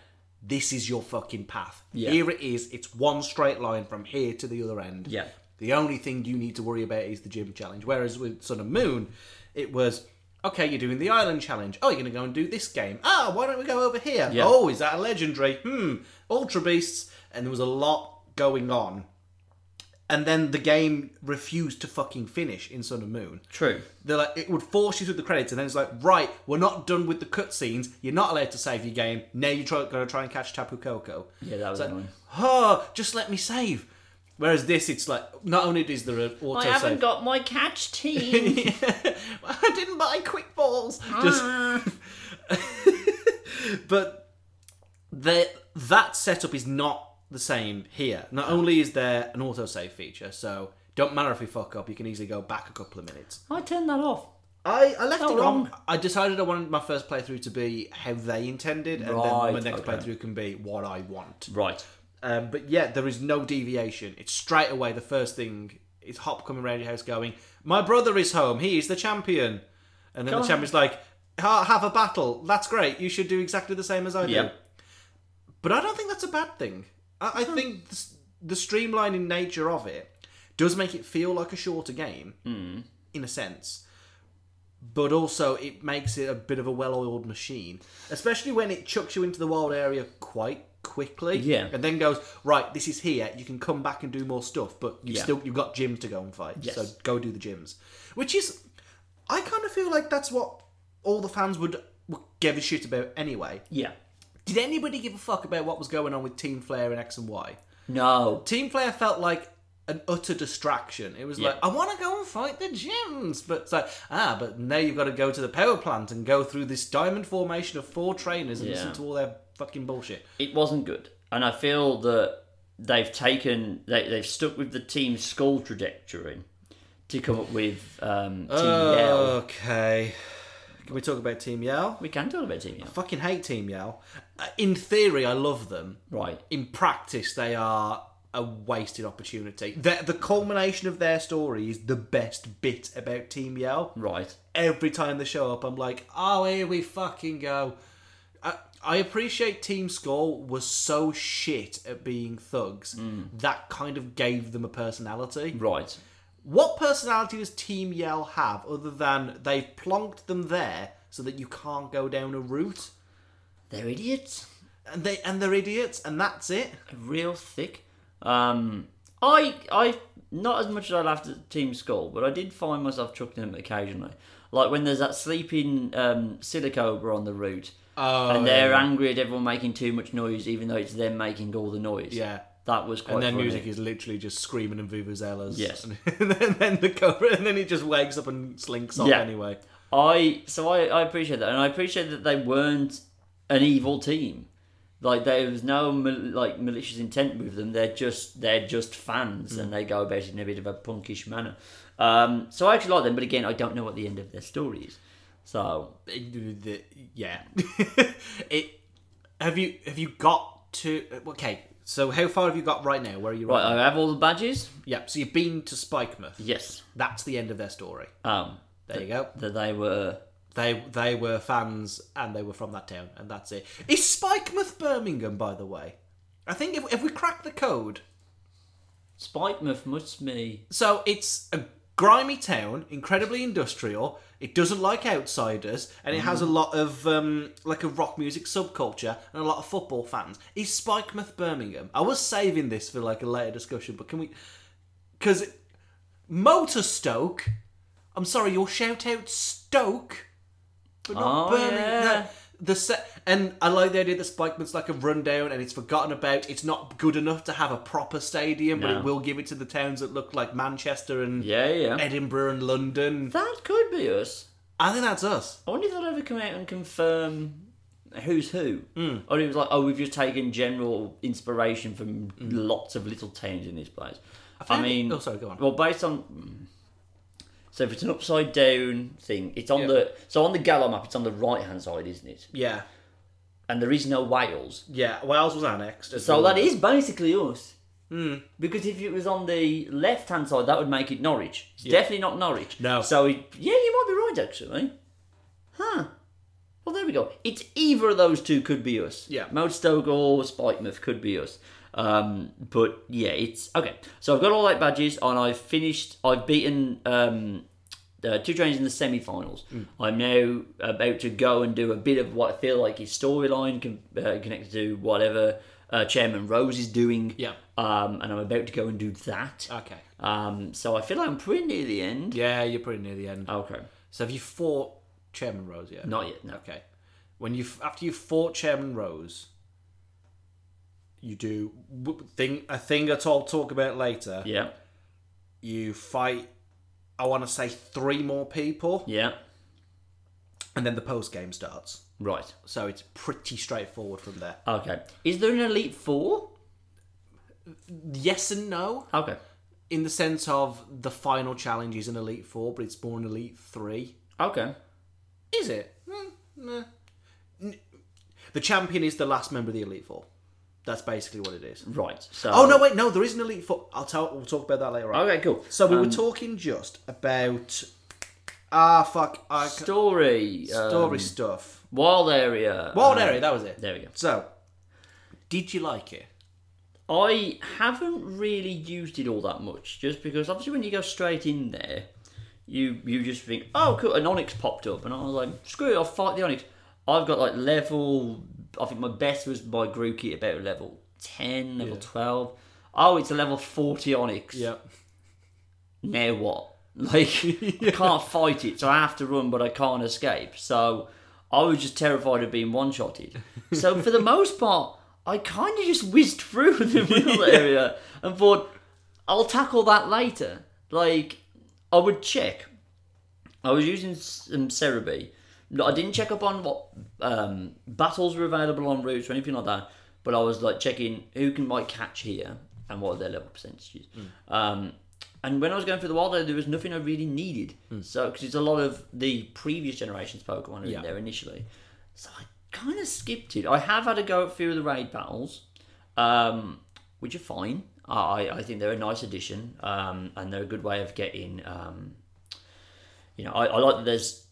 [SPEAKER 1] This is your fucking path.
[SPEAKER 2] Yeah.
[SPEAKER 1] Here it is. It's one straight line from here to the other end.
[SPEAKER 2] Yeah.
[SPEAKER 1] The only thing you need to worry about is the gym challenge. Whereas with Sun and Moon, it was okay. You're doing the island challenge. Oh, you're going to go and do this game. Ah, why don't we go over here?
[SPEAKER 2] Yeah.
[SPEAKER 1] Oh, is that a legendary? Hmm. Ultra beasts, and there was a lot going on. And then the game refused to fucking finish in Sun and Moon.
[SPEAKER 2] true.
[SPEAKER 1] They're like, it would force you through the credits, and then it's like, right, we're not done with the cutscenes. You're not allowed to save your game. Now you're try, going to try and catch Tapu Koko.
[SPEAKER 2] Yeah, that was
[SPEAKER 1] It's like,
[SPEAKER 2] annoying.
[SPEAKER 1] oh, just let me save. Whereas this, it's like, not only is there an auto
[SPEAKER 2] I haven't
[SPEAKER 1] save.
[SPEAKER 2] got my [laughs] catch team.
[SPEAKER 1] [laughs] I didn't buy quick balls.
[SPEAKER 2] Mm.
[SPEAKER 1] Just, but the that setup is not the same here. Not only is there an autosave feature, so don't matter if you fuck up, you can easily go back a couple of minutes.
[SPEAKER 2] I turned that off.
[SPEAKER 1] I, I left
[SPEAKER 2] Not
[SPEAKER 1] it
[SPEAKER 2] wrong.
[SPEAKER 1] on. I decided I wanted my first playthrough to be how they intended, and then
[SPEAKER 2] Right,
[SPEAKER 1] my next
[SPEAKER 2] okay.
[SPEAKER 1] playthrough can be what I want.
[SPEAKER 2] Right.
[SPEAKER 1] Um, but yeah, there is no deviation. It's straight away the first thing is Hop coming around your house going, My brother is home. He is the champion. And then the
[SPEAKER 2] on.
[SPEAKER 1] champion's like, "Ha- Have a battle. That's great. You should do exactly the same as I do.
[SPEAKER 2] Yeah.
[SPEAKER 1] But I don't think that's a bad thing. I, I think the, s- the streamlining nature of it does make it feel like a shorter game, in a sense. But also, it makes it a bit of a well oiled machine, especially when it chucks you into the wild area quite quickly.
[SPEAKER 2] Yeah.
[SPEAKER 1] And then goes, right, this is here. You can come back and do more stuff, but you've
[SPEAKER 2] Yeah.
[SPEAKER 1] still you've got gyms to go and fight.
[SPEAKER 2] Yes.
[SPEAKER 1] So go do the gyms. Which is, I kind of feel like that's what all the fans would, would give a shit about anyway.
[SPEAKER 2] Yeah.
[SPEAKER 1] Did anybody give a fuck about what was going on with Team Flare and X and Y?
[SPEAKER 2] No.
[SPEAKER 1] Team Flare felt like an utter distraction. It was like, I want to go and fight the gyms, but it's like, ah, but now you've got to go to the power plant and go through this diamond formation of four trainers and
[SPEAKER 2] Yeah.
[SPEAKER 1] listen to all their fucking bullshit.
[SPEAKER 2] It wasn't good. And I feel that they've taken, they, they've stuck with the team's skull trajectory to come up with um, Team
[SPEAKER 1] Uh.
[SPEAKER 2] Yell.
[SPEAKER 1] Okay. Can we talk about Team Yell?
[SPEAKER 2] We can talk about Team Yell.
[SPEAKER 1] Fucking hate Team Yell. Uh, In theory, I love them.
[SPEAKER 2] Right.
[SPEAKER 1] in practice they are a wasted opportunity. The, the culmination of their story is the best bit about Team Yell.
[SPEAKER 2] Right.
[SPEAKER 1] Every time they show up, I'm like, oh, here we fucking go. I, I appreciate Team Skull was so shit at being thugs. That kind of gave them a personality.
[SPEAKER 2] Right.
[SPEAKER 1] What personality does Team Yell have other than they've plonked them there so that you can't go down a route?
[SPEAKER 2] They're idiots.
[SPEAKER 1] And they and they're idiots, and that's it.
[SPEAKER 2] Real thick. Um, I, I, not as much as I laughed at Team Skull, but I did find myself chucking them occasionally. Like when there's that sleeping um, Silicobra on the route.
[SPEAKER 1] Oh,
[SPEAKER 2] and they're angry at everyone making too much noise, even though it's them making all the noise.
[SPEAKER 1] yeah.
[SPEAKER 2] that was quite.
[SPEAKER 1] and their
[SPEAKER 2] funny.
[SPEAKER 1] music is literally just screaming and vuvuzelas.
[SPEAKER 2] Yes.
[SPEAKER 1] [laughs] and then, then the cover, and then he just wakes up and slinks off
[SPEAKER 2] Yeah.
[SPEAKER 1] anyway.
[SPEAKER 2] I so I, I appreciate that, and I appreciate that they weren't an evil team. Like there was no mal- like malicious intent with them. They're just they're just fans,
[SPEAKER 1] Mm.
[SPEAKER 2] and they go about it in a bit of a punkish manner. Um, so I actually like them, but again, I don't know what the end of their story is. So
[SPEAKER 1] It- the- yeah. [laughs] it have you have you got to okay? So how far have you got right now? Where are you?
[SPEAKER 2] right, I have all the badges.
[SPEAKER 1] Yep. So you've been to Spikemouth.
[SPEAKER 2] Yes.
[SPEAKER 1] That's the end of their story.
[SPEAKER 2] Um,
[SPEAKER 1] There you go.
[SPEAKER 2] that they were.
[SPEAKER 1] They they were fans and they were from that town and that's it. Is Spikemouth Birmingham by the way? I think if if we crack the code,
[SPEAKER 2] Spikemouth must be.
[SPEAKER 1] so it's a grimy town, incredibly industrial. It doesn't like outsiders, and it has a lot of um, like a rock music subculture and a lot of football fans. Is Spikemouth Birmingham? I was saving this for like a later discussion, but can we? Because Motor Stoke. I'm sorry, your shout out Stoke, but not
[SPEAKER 2] Oh,
[SPEAKER 1] Birmingham.
[SPEAKER 2] yeah.
[SPEAKER 1] The, the se- and I like the idea that Spikeman's like a rundown and it's forgotten about. It's not good enough to have a proper stadium, but
[SPEAKER 2] No.
[SPEAKER 1] it will give it to the towns that look like Manchester and
[SPEAKER 2] Yeah, yeah.
[SPEAKER 1] Edinburgh and London.
[SPEAKER 2] That could be us.
[SPEAKER 1] I think that's us.
[SPEAKER 2] I wonder if they'll ever come out and confirm who's who.
[SPEAKER 1] Hmm.
[SPEAKER 2] Mm. Or it was like, oh, we've just taken general inspiration from lots of little towns in this place. I,
[SPEAKER 1] Hmm. found it-
[SPEAKER 2] mean,
[SPEAKER 1] oh, sorry, go on.
[SPEAKER 2] Well, based on. So if it's an upside down thing, it's on
[SPEAKER 1] Yeah.
[SPEAKER 2] the so on the Gallo map, it's on the right hand side, isn't it?
[SPEAKER 1] Yeah,
[SPEAKER 2] And there is no Wales.
[SPEAKER 1] yeah. Wales was annexed. as
[SPEAKER 2] So
[SPEAKER 1] well.
[SPEAKER 2] that is basically us. Hmm. Because if it was on the left hand side, that would make it Norwich. It's definitely not Norwich.
[SPEAKER 1] No.
[SPEAKER 2] So it, yeah, you might be right actually. Huh. Well, there we go. It's either of those two could be us.
[SPEAKER 1] Yeah.
[SPEAKER 2] Modestoke or Spikemouth could be us. Um, but yeah, it's okay. So I've got all eight badges, and I've finished. I've beaten um, uh, two trains in the semi-finals.
[SPEAKER 1] Hmm.
[SPEAKER 2] I'm now about to go and do a bit of what I feel like is storyline con- uh, connected to whatever uh, Chairman Rose is doing.
[SPEAKER 1] Yeah.
[SPEAKER 2] Um, and I'm about to go and do that.
[SPEAKER 1] Okay.
[SPEAKER 2] Um, so I feel like I'm pretty near the end. Oh,
[SPEAKER 1] Yeah, you're pretty near the end.
[SPEAKER 2] Okay.
[SPEAKER 1] So have you fought Chairman Rose yet?
[SPEAKER 2] Not yet. Uh, No.
[SPEAKER 1] Okay. When you after you fought Chairman Rose, you do w- thing a thing that I'll talk about later.
[SPEAKER 2] Yeah.
[SPEAKER 1] You fight. I want to say three more people,
[SPEAKER 2] Yeah.
[SPEAKER 1] and then the post game starts.
[SPEAKER 2] Right.
[SPEAKER 1] So it's pretty straightforward from there.
[SPEAKER 2] Okay. Is there an Elite Four?
[SPEAKER 1] Yes and no,
[SPEAKER 2] Okay.
[SPEAKER 1] in the sense of the final challenge is an elite four, but it's more an elite three.
[SPEAKER 2] Okay.
[SPEAKER 1] Is it? Mm, nah. N- The champion is the last member of the elite four. That's basically what it is.
[SPEAKER 2] Right. So.
[SPEAKER 1] Oh no, wait, no, there is an elite four. I'll tell. We'll talk about that later on.
[SPEAKER 2] Okay. Um, Cool.
[SPEAKER 1] So we were talking just about ah fuck I ca-
[SPEAKER 2] Story. um,
[SPEAKER 1] story stuff.
[SPEAKER 2] wild area.
[SPEAKER 1] Wild
[SPEAKER 2] um,
[SPEAKER 1] area, that was it.
[SPEAKER 2] There we go.
[SPEAKER 1] So, did you like it?
[SPEAKER 2] I haven't really used it all that much, just because obviously when you go straight in there, you you just think, oh cool, an onyx popped up, and I was like, screw it, I'll fight the onyx. I've got like level, I think my best was by Grookey about level ten, level twelve. Oh, it's a level forty onyx. Now what? [laughs] Like I can't fight it, so I have to run, but I can't escape. So I was just terrified of being one shotted. So for the most part, I kind of just whizzed through [laughs] the middle area and thought, I'll tackle that later. Like I would check. I was using some Cerebi. No, I didn't check up on what um, battles were available on routes or anything like that, but I was like checking who can like catch here and what are their level percentages. Um, and when I was going through the wild, area, there was nothing I really needed. So because it's a lot of the previous generations Pokemon are
[SPEAKER 1] Yeah.
[SPEAKER 2] in there initially, so I kind of skipped it. I have had a go at a few of the raid battles, um, which are fine. I, I think they're a nice addition, um, and they're a good way of getting. Um, you know, I, I like that there's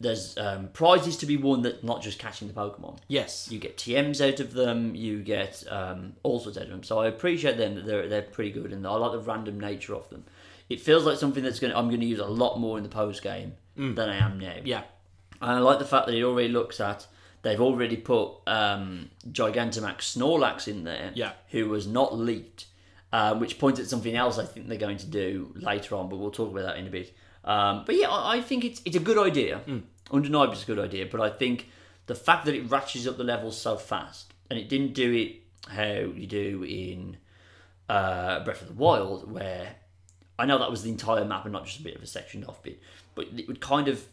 [SPEAKER 2] there's um, prizes to be won that not just catching the Pokemon.
[SPEAKER 1] Yes.
[SPEAKER 2] You get TMs out of them. You get um, all sorts out of them. So I appreciate them. That they're they're pretty good, and I like the random nature of them. It feels like something that's going. to I'm going to use a lot more in the post game than I am now.
[SPEAKER 1] yeah.
[SPEAKER 2] And I like the fact that it already looks at. They've already put um, Gigantamax Snorlax in there,
[SPEAKER 1] Yeah.
[SPEAKER 2] who was not leaked, uh, which points at something else I think they're going to do later on, but we'll talk about that in a bit. Um, but yeah, I, I think it's it's a good idea. Undeniably, it's a good idea, but I think the fact that it ratchets up the levels so fast, and it didn't do it how you do in uh, Breath of the Wild, where I know that was the entire map and not just a bit of a sectioned off bit, but it would kind of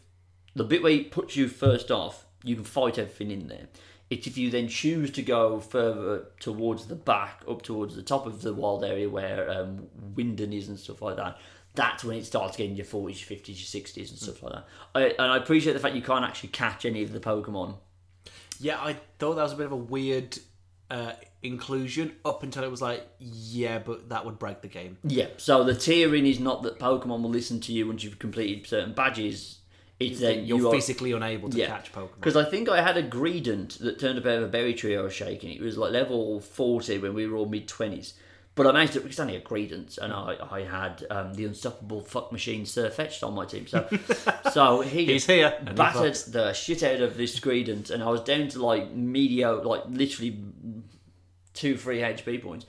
[SPEAKER 2] the bit where it puts you first off, you can fight everything in there. It's if you then choose to go further towards the back, up towards the top of the wild area where um, Winden is and stuff like that, that's when it starts getting your 40s, your 50s, your 60s, and stuff like that. I, and I appreciate the fact you can't actually catch any of the Pokemon.
[SPEAKER 1] Yeah, I thought that was a bit of a weird uh, inclusion up until it was like, yeah, but that would break the game.
[SPEAKER 2] Yeah, so the tiering is not that Pokemon will listen to you once you've completed certain badges. It's that
[SPEAKER 1] You're
[SPEAKER 2] you are
[SPEAKER 1] physically unable to
[SPEAKER 2] Yeah.
[SPEAKER 1] catch Pokemon.
[SPEAKER 2] Because I think I had a Greedent that turned up out of a berry tree I was shaking. It was like level 40 when we were all mid 20s. But I managed to, it's only a Greedent, and I, I had um, the unstoppable fuck machine Sir Fetched on my team. So, so he
[SPEAKER 1] He's here. and he
[SPEAKER 2] battered
[SPEAKER 1] fucks.
[SPEAKER 2] the shit out of this Greedent, and I was down to like medio, like literally two, three HP points.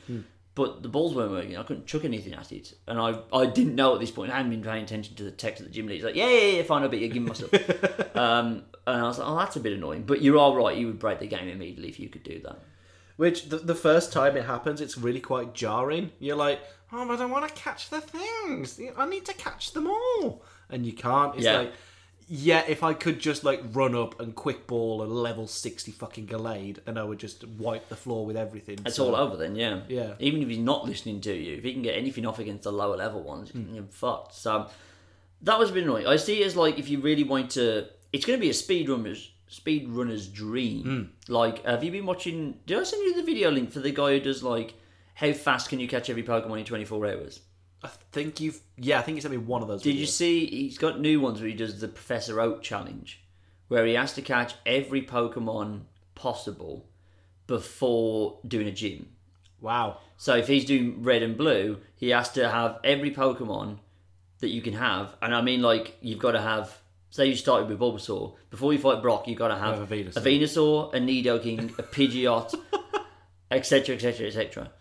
[SPEAKER 2] But the balls weren't working. I couldn't chuck anything at it, and I I didn't know at this point. I hadn't been paying attention to the text of the gym leader. He's like, yeah, yeah, yeah, fine, I'll beat you. Give me
[SPEAKER 1] [laughs]
[SPEAKER 2] my stuff." um, and I was like, oh, that's a bit annoying. But you are right. You would break the game immediately if you could do that.
[SPEAKER 1] Which the, the first time it happens, it's really quite jarring. You're like, oh, but I want to catch the things. I need to catch them all, and you can't. It's
[SPEAKER 2] Yeah.
[SPEAKER 1] like, yeah, if I could just like run up and quick ball a level sixty fucking Gallade, and I would just wipe the floor with everything.
[SPEAKER 2] It's
[SPEAKER 1] So-
[SPEAKER 2] all over then, yeah.
[SPEAKER 1] Yeah.
[SPEAKER 2] Even if he's not listening to you, if he can get anything off against the lower level ones,
[SPEAKER 1] Hmm.
[SPEAKER 2] you're fucked. So that was a bit annoying. I see it as like if you really want to, it's going to be a speedrunner's speedrunner's dream.
[SPEAKER 1] Hmm.
[SPEAKER 2] Like, have you been watching? Did I send you the video link for the guy who does like how fast can you catch every Pokemon in 24 hours?
[SPEAKER 1] I think you've. Yeah, I think you sent me one of those.
[SPEAKER 2] Did you
[SPEAKER 1] videos.
[SPEAKER 2] see? He's got new ones where he does the Professor Oak challenge, where he has to catch every Pokemon possible before doing a gym.
[SPEAKER 1] Wow.
[SPEAKER 2] So if he's doing red and blue, he has to have every Pokemon that you can have. And I mean, like, you've got to have. Say you started with Bulbasaur. Before you fight Brock, you've got to have,
[SPEAKER 1] Have a Venusaur.
[SPEAKER 2] a Venusaur, a Nidoking, a Pidgeot, [laughs] etc., etc., etc.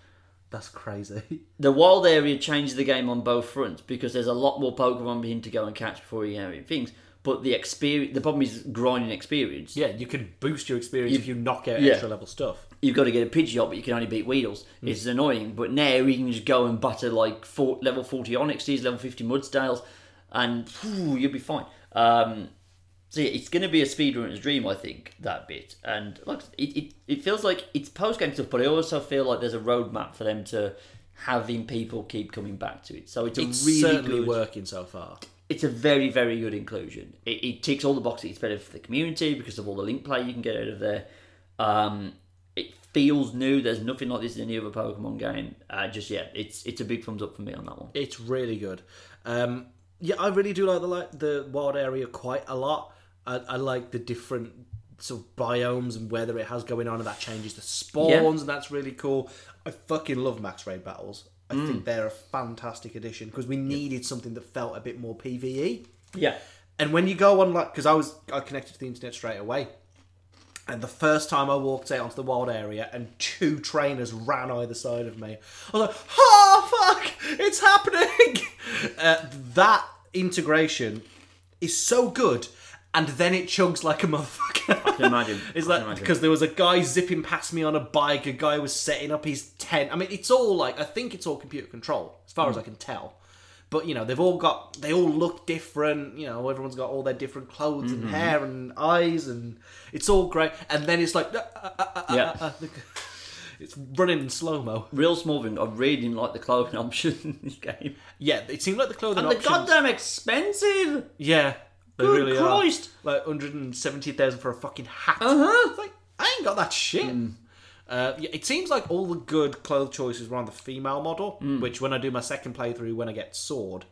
[SPEAKER 1] That's crazy. [laughs]
[SPEAKER 2] The wild area changes the game on both fronts because there's a lot more Pokemon for him to go and catch before he can things. But the experience, the problem is grinding experience.
[SPEAKER 1] Yeah, you can boost your experience if you knock out
[SPEAKER 2] Yeah.
[SPEAKER 1] extra level stuff.
[SPEAKER 2] you've got to get a Pidgeot, but you can only beat Weedles.
[SPEAKER 1] Hmm.
[SPEAKER 2] It's annoying. But now you can just go and butter like four, level 40 Onyxes, level 50 Mudsdales, and phew, you'll be fine. Um, so yeah, it's going to be a speedrunner's dream, I think, that bit. And like it, it, it feels like it's post-game stuff, but I also feel like there's a roadmap for them to having people keep coming back to it. So it's a
[SPEAKER 1] It's
[SPEAKER 2] really
[SPEAKER 1] certainly
[SPEAKER 2] good
[SPEAKER 1] working so far.
[SPEAKER 2] it's a very very good inclusion it, it ticks all the boxes it's better for the community because of all the link play you can get out of there um, it feels new there's nothing like this in any other pokemon game uh, just yet it's it's a big thumbs up for me on that one
[SPEAKER 1] It's really good. Um, yeah, I really do like the like the wild area quite a lot. I, I like the different sort of biomes and weather it has going on, and that changes the spawns,
[SPEAKER 2] Yeah.
[SPEAKER 1] and that's really cool. I fucking love max raid battles. I think they're a fantastic addition because we needed something that felt a bit more E. PVE.
[SPEAKER 2] yeah
[SPEAKER 1] And when you go on, like, because I was I connected to the internet straight away, and the first time I walked out onto the wild area, and two trainers ran either side of me. I was like, "Oh fuck, it's happening!" [laughs] Uh, that integration is so good, and then it chugs like a motherfucker. [laughs] I
[SPEAKER 2] can imagine.
[SPEAKER 1] it's
[SPEAKER 2] I can
[SPEAKER 1] like
[SPEAKER 2] imagine.
[SPEAKER 1] because there was a guy zipping past me on a bike. A guy was setting up his tent. I mean, it's all like I think it's all computer control, as far as
[SPEAKER 2] Hmm.
[SPEAKER 1] I can tell. But you know, they've all got they all look different. You know, everyone's got all their different clothes
[SPEAKER 2] Mm-hmm.
[SPEAKER 1] and hair and eyes, and it's all great. And then it's like, uh, uh, uh, uh,
[SPEAKER 2] Yeah.
[SPEAKER 1] uh, uh, it's running in slow mo.
[SPEAKER 2] real small thing i really didn't like the clothing [laughs] option in this game
[SPEAKER 1] Yeah, it seemed like the clothing
[SPEAKER 2] and
[SPEAKER 1] options.
[SPEAKER 2] the goddamn expensive
[SPEAKER 1] yeah, they
[SPEAKER 2] Good
[SPEAKER 1] really
[SPEAKER 2] Christ.
[SPEAKER 1] are. Like hundred and seventy thousand for a fucking hat.
[SPEAKER 2] uh-huh Hmm.
[SPEAKER 1] It's like I ain't got that shit. Uh, yeah, it seems like all the good clothes choices were on the female model,
[SPEAKER 2] Hmm.
[SPEAKER 1] which when I do my second playthrough, when I get sword,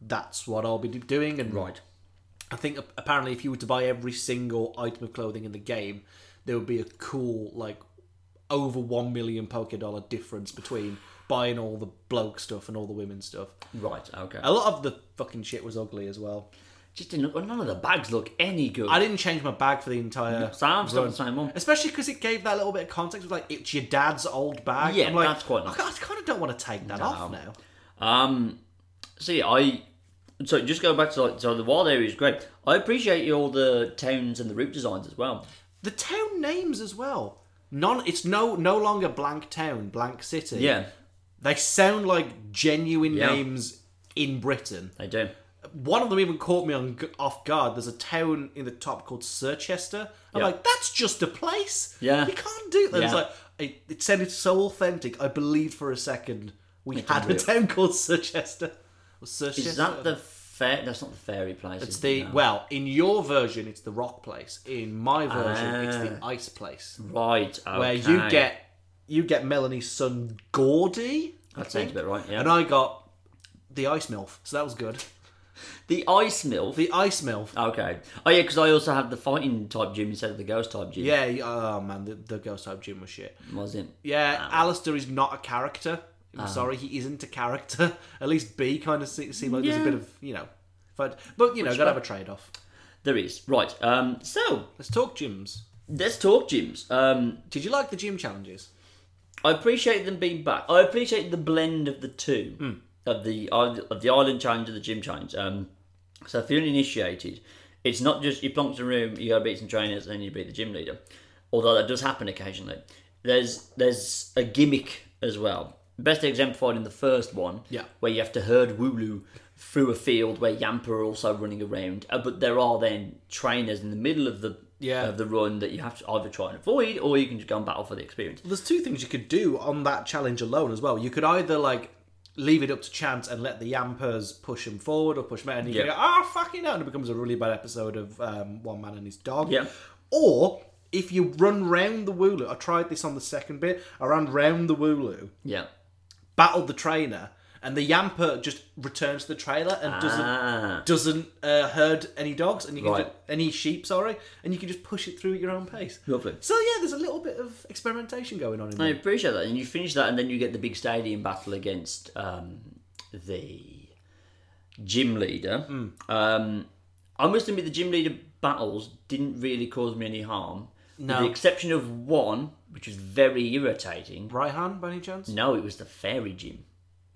[SPEAKER 1] that's what I'll be do- doing. And
[SPEAKER 2] right
[SPEAKER 1] I think ap- apparently, if you were to buy every single item of clothing in the game, there would be a cool like over one million poker dollar difference between buying all the bloke stuff and all the women stuff.
[SPEAKER 2] right okay
[SPEAKER 1] A lot of the fucking shit was ugly as well.
[SPEAKER 2] just didn't look none of the bags look any good
[SPEAKER 1] I didn't change my bag for the entire.
[SPEAKER 2] so i'm still
[SPEAKER 1] run.
[SPEAKER 2] the same one
[SPEAKER 1] Especially because it gave that little bit of context. It was like it's your dad's old bag.
[SPEAKER 2] Yeah,
[SPEAKER 1] I'm like,
[SPEAKER 2] that's quite nice.
[SPEAKER 1] I, kind of don't want to take that off now.
[SPEAKER 2] Um, see, I so just go back to like so the wild area is great. I appreciate all the towns and the route designs as well.
[SPEAKER 1] The town names as well. Non, it's no no longer blank town, blank city.
[SPEAKER 2] Yeah,
[SPEAKER 1] they sound like genuine
[SPEAKER 2] Yeah.
[SPEAKER 1] names in Britain.
[SPEAKER 2] they do.
[SPEAKER 1] One of them even caught me on off guard. There's a town in the top called Surchester. I'm
[SPEAKER 2] Yeah.
[SPEAKER 1] like, that's just a place.
[SPEAKER 2] Yeah.
[SPEAKER 1] you can't do that. It's
[SPEAKER 2] Yeah.
[SPEAKER 1] like it, it sounded so authentic. I believed for a second we had a
[SPEAKER 2] unreal.
[SPEAKER 1] town called Surchester. Was Sir
[SPEAKER 2] Is that the fair? That's not the fairy place.
[SPEAKER 1] It's
[SPEAKER 2] is
[SPEAKER 1] the
[SPEAKER 2] it? No.
[SPEAKER 1] well in your version. It's the rock place. In my version, it's the ice place
[SPEAKER 2] right Ah. okay.
[SPEAKER 1] where you get you get Melanie's son Gordy. I
[SPEAKER 2] That sounds
[SPEAKER 1] think.
[SPEAKER 2] about right, yeah.
[SPEAKER 1] And I got the ice milf, so that was good.
[SPEAKER 2] the ice milk.
[SPEAKER 1] The ice milf.
[SPEAKER 2] Okay. Oh yeah, because I also had the fighting type gym instead of the ghost type gym.
[SPEAKER 1] Yeah. you- Oh man, the, the ghost type gym was shit.
[SPEAKER 2] Was Oh. it?
[SPEAKER 1] Yeah, Alistair is not a character. I'm sorry, he isn't a character. [laughs] At least B kind of se- seemed like there's
[SPEAKER 2] Yeah.
[SPEAKER 1] a bit of you know, but but you know, gotta have a trade off.
[SPEAKER 2] There is. Right. Um. So
[SPEAKER 1] Let's talk gyms.
[SPEAKER 2] let's talk gyms. Um.
[SPEAKER 1] Did you like the gym challenges?
[SPEAKER 2] I appreciate them being back. I appreciate the blend of the two
[SPEAKER 1] Hmm.
[SPEAKER 2] of the of the island challenge and the gym challenge. Um, so if you're uninitiated, it's not just you plonk to a room, you go beat some trainers, and then you beat the gym leader. Although that does happen occasionally. There's there's a gimmick as well. Best exemplified in the first one,
[SPEAKER 1] Yeah.
[SPEAKER 2] where you have to herd Wooloo through a field where Yamper are also running around. Uh, but there are then trainers in the middle of the
[SPEAKER 1] Yeah.
[SPEAKER 2] of the run that you have to either try and avoid, or you can just go and battle for the experience.
[SPEAKER 1] There's two things you could do on that challenge alone as well. You could either like leave it up to chance and let the Yampers push him forward or push him out, and you
[SPEAKER 2] Yeah.
[SPEAKER 1] go, ah, fucking hell, and it becomes a really bad episode of um, One Man and His Dog.
[SPEAKER 2] Yeah.
[SPEAKER 1] Or if you run round the Wooloo, I tried this on the second bit, I ran round the Wooloo,
[SPEAKER 2] Yeah.
[SPEAKER 1] battled the trainer, and the Yamper just returns to the trailer and doesn't.
[SPEAKER 2] Ah.
[SPEAKER 1] Doesn't uh, herd any dogs, and you can
[SPEAKER 2] Right.
[SPEAKER 1] ju- any sheep, sorry, and you can just push it through at your own pace.
[SPEAKER 2] Lovely.
[SPEAKER 1] So yeah, there's a little bit of experimentation going on in
[SPEAKER 2] I
[SPEAKER 1] there.
[SPEAKER 2] appreciate that. And you finish that, and then you get the big stadium battle against um, the gym leader.
[SPEAKER 1] Hmm.
[SPEAKER 2] Um, I must admit, the gym leader battles didn't really cause me any harm.
[SPEAKER 1] No.
[SPEAKER 2] With the exception of one, which was very irritating.
[SPEAKER 1] Raihan, by any chance?
[SPEAKER 2] No, it was the fairy gym.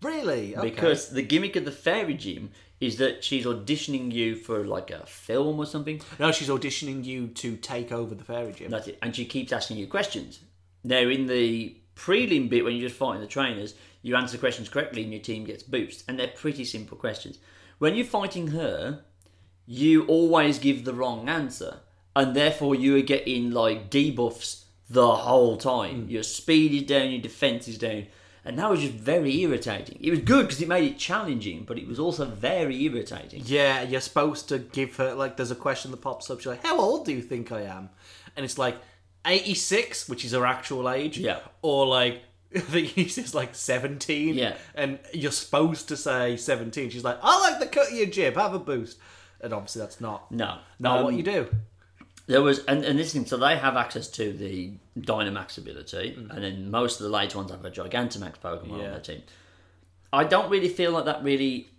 [SPEAKER 1] Really? Okay.
[SPEAKER 2] Mm. Because the gimmick of the fairy gym is that she's auditioning you for like a film or something.
[SPEAKER 1] no, she's auditioning you to take over the fairy gym.
[SPEAKER 2] That's it. And she keeps asking you questions. Now, in the prelim bit, when you're just fighting the trainers, you answer questions correctly and your team gets boosts. And they're pretty simple questions. When you're fighting her, you always give the wrong answer. And therefore, you are getting like debuffs the whole time. Your speed is down, your defense is down. And that was just very irritating. It was good because it made it challenging, but it was also very irritating.
[SPEAKER 1] Yeah, you're supposed to give her like there's a question that pops up. She's like, "How old do you think I am?" And it's like 86, which is her actual age.
[SPEAKER 2] Yeah.
[SPEAKER 1] Or like [laughs] I think he says like 17.
[SPEAKER 2] Yeah.
[SPEAKER 1] And you're supposed to say 17. She's like, "I like the cut of your jib. Have a boost." And obviously that's not
[SPEAKER 2] No.
[SPEAKER 1] not
[SPEAKER 2] Um,
[SPEAKER 1] what you do.
[SPEAKER 2] There was, and, and this thing, so they have access to the Dynamax ability, and then most of the later ones have a Gigantamax Pokemon on
[SPEAKER 1] Mm. Yeah.
[SPEAKER 2] their team. I don't really feel like that really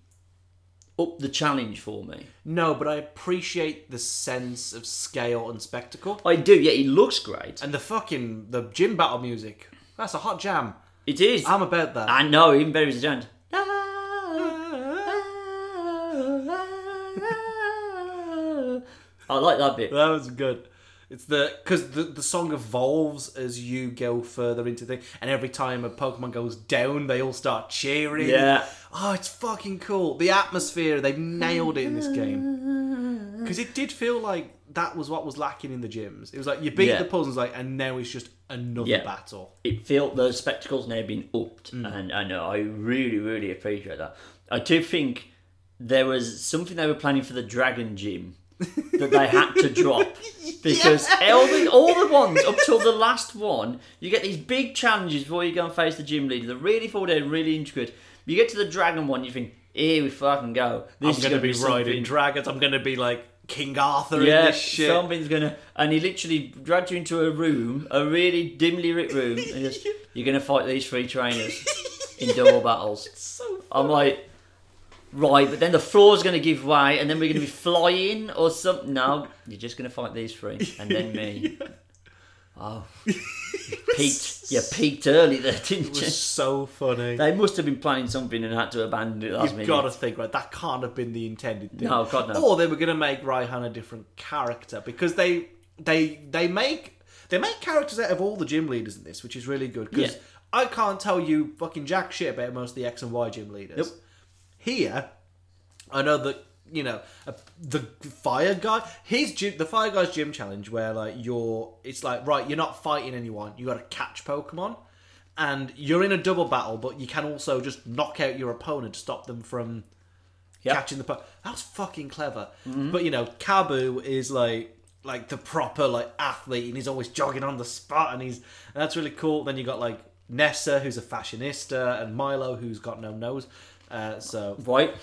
[SPEAKER 2] upped the challenge for me.
[SPEAKER 1] No, but I appreciate the sense of scale and spectacle.
[SPEAKER 2] I do, yeah, it looks great.
[SPEAKER 1] And the fucking the gym battle music. That's a hot jam.
[SPEAKER 2] It is.
[SPEAKER 1] I'm about that.
[SPEAKER 2] I know, even better is a I like that
[SPEAKER 1] [laughs]
[SPEAKER 2] bit.
[SPEAKER 1] That was good. It's the because the, the song evolves as you go further into thing, and every time a Pokemon goes down, they all start cheering.
[SPEAKER 2] Yeah.
[SPEAKER 1] Oh, it's fucking cool. The atmosphere they've nailed it in this game because it did feel like that was what was lacking in the gyms. It was like you beat
[SPEAKER 2] Yeah.
[SPEAKER 1] the puzzles, like, and now it's just another
[SPEAKER 2] Yeah.
[SPEAKER 1] battle.
[SPEAKER 2] it felt those spectacles now being upped,
[SPEAKER 1] Mm.
[SPEAKER 2] and I know I really, really appreciate that. I do think there was something they were planning for the
[SPEAKER 1] [laughs]
[SPEAKER 2] Dragon Gym that they had to drop because all, the, all the ones up till the last one, you get these big challenges before you go and face the gym leader. They're really full day, really intricate. You get to the Dragon one, you think, here we fucking go. This
[SPEAKER 1] I'm
[SPEAKER 2] is
[SPEAKER 1] gonna,
[SPEAKER 2] gonna
[SPEAKER 1] be, riding
[SPEAKER 2] something."
[SPEAKER 1] dragons. I'm gonna be like King Arthur in
[SPEAKER 2] Yeah,
[SPEAKER 1] this shit.
[SPEAKER 2] something's gonna. And he literally dragged you into a room, a really dimly lit room. And he
[SPEAKER 1] [laughs]
[SPEAKER 2] goes, You're gonna fight these three trainers in double battles.
[SPEAKER 1] so
[SPEAKER 2] I'm like, right, but then the floor's gonna give way, and then we're gonna be flying or something. No, you're just gonna fight these three, and then
[SPEAKER 1] [laughs]
[SPEAKER 2] me. Oh, peaked. You peaked early there, didn't
[SPEAKER 1] it
[SPEAKER 2] you?
[SPEAKER 1] was so funny.
[SPEAKER 2] They must have been planning something and had to abandon it last
[SPEAKER 1] You've
[SPEAKER 2] minute.
[SPEAKER 1] got to think, right? That can't have been the intended thing.
[SPEAKER 2] No, God, no.
[SPEAKER 1] Or they were going to make Raihan a different character because they they they make they make characters out of all the gym leaders in this, which is really good because
[SPEAKER 2] Yeah.
[SPEAKER 1] I can't tell you fucking jack shit about most of the X and Y gym leaders.
[SPEAKER 2] Nope.
[SPEAKER 1] Here, I know that you know a, the fire guy. His gym, the fire guy's gym challenge, where like you're, it's like right, you're not fighting anyone. You got to catch Pokemon, and you're in a double battle, but you can also just knock out your opponent, to stop them from
[SPEAKER 2] Yep.
[SPEAKER 1] catching the puck. That was fucking clever.
[SPEAKER 2] Mm-hmm.
[SPEAKER 1] But you know, Cabu is like like the proper like athlete, and he's always jogging on the spot, and he's and that's really cool. Then you got like Nessa, who's a fashionista, and Milo, who's got no nose. Uh, so
[SPEAKER 2] Right?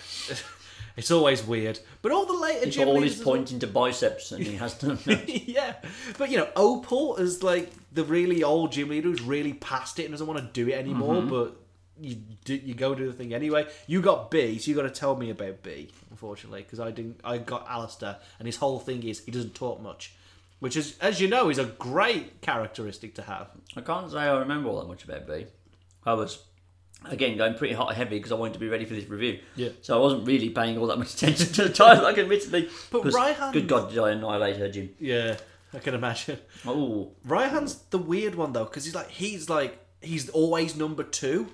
[SPEAKER 1] it's always weird. But all the later
[SPEAKER 2] He's
[SPEAKER 1] gym
[SPEAKER 2] got all
[SPEAKER 1] leaders
[SPEAKER 2] his
[SPEAKER 1] as well-
[SPEAKER 2] pointing to biceps and he has to.
[SPEAKER 1] [laughs] yeah, but you know, Opal is like the really old gym leader who's really past it and doesn't want to do it anymore. But you do, you go do the thing anyway. You got B, so you got to tell me about B. Unfortunately, because I didn't, I got Alistair, and his whole thing is he doesn't talk much, which is, as you know, is a great characteristic to have.
[SPEAKER 2] I can't say I remember all that much about B. I was, again, going pretty hot and heavy because I wanted to be ready for this review.
[SPEAKER 1] Yeah.
[SPEAKER 2] So I wasn't really paying all that much attention to the title, like, admittedly.
[SPEAKER 1] But
[SPEAKER 2] 'Cause
[SPEAKER 1] Raihan-
[SPEAKER 2] Good God, did I annihilate her, Jim?
[SPEAKER 1] Yeah, I can imagine.
[SPEAKER 2] Oh,
[SPEAKER 1] Raihan's the weird one though, because he's like he's like he's always number two,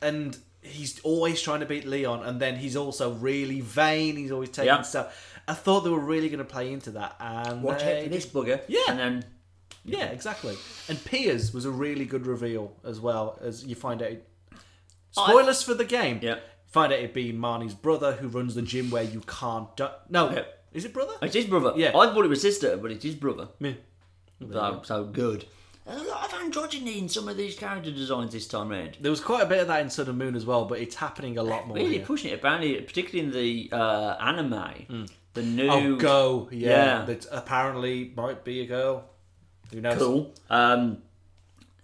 [SPEAKER 1] and he's always trying to beat Leon, and then he's also really vain. He's always taking
[SPEAKER 2] Yeah.
[SPEAKER 1] stuff. I thought they were really going to play into that, and
[SPEAKER 2] watch
[SPEAKER 1] they-
[SPEAKER 2] out for this bugger.
[SPEAKER 1] Uh, Yeah.
[SPEAKER 2] And then
[SPEAKER 1] Yeah, exactly. And Piers was a really good reveal as well, as you find out. Spoilers for the game.
[SPEAKER 2] Yeah.
[SPEAKER 1] Find out it being Marnie's brother who runs the gym where you can't. Du- no,
[SPEAKER 2] Yeah.
[SPEAKER 1] is it brother?
[SPEAKER 2] It's his brother.
[SPEAKER 1] Yeah.
[SPEAKER 2] I thought it was sister, but it's his brother.
[SPEAKER 1] Yeah.
[SPEAKER 2] So, so good. There's a lot of androgyny in some of these character designs this time round.
[SPEAKER 1] There was quite a bit of that in Sun and Moon as well, but it's happening a lot more.
[SPEAKER 2] Really
[SPEAKER 1] here.
[SPEAKER 2] pushing it, apparently, particularly in the uh, anime. The
[SPEAKER 1] Oh,
[SPEAKER 2] new
[SPEAKER 1] go. Yeah.
[SPEAKER 2] Yeah.
[SPEAKER 1] That apparently might be a girl. Who knows?
[SPEAKER 2] cool. Um,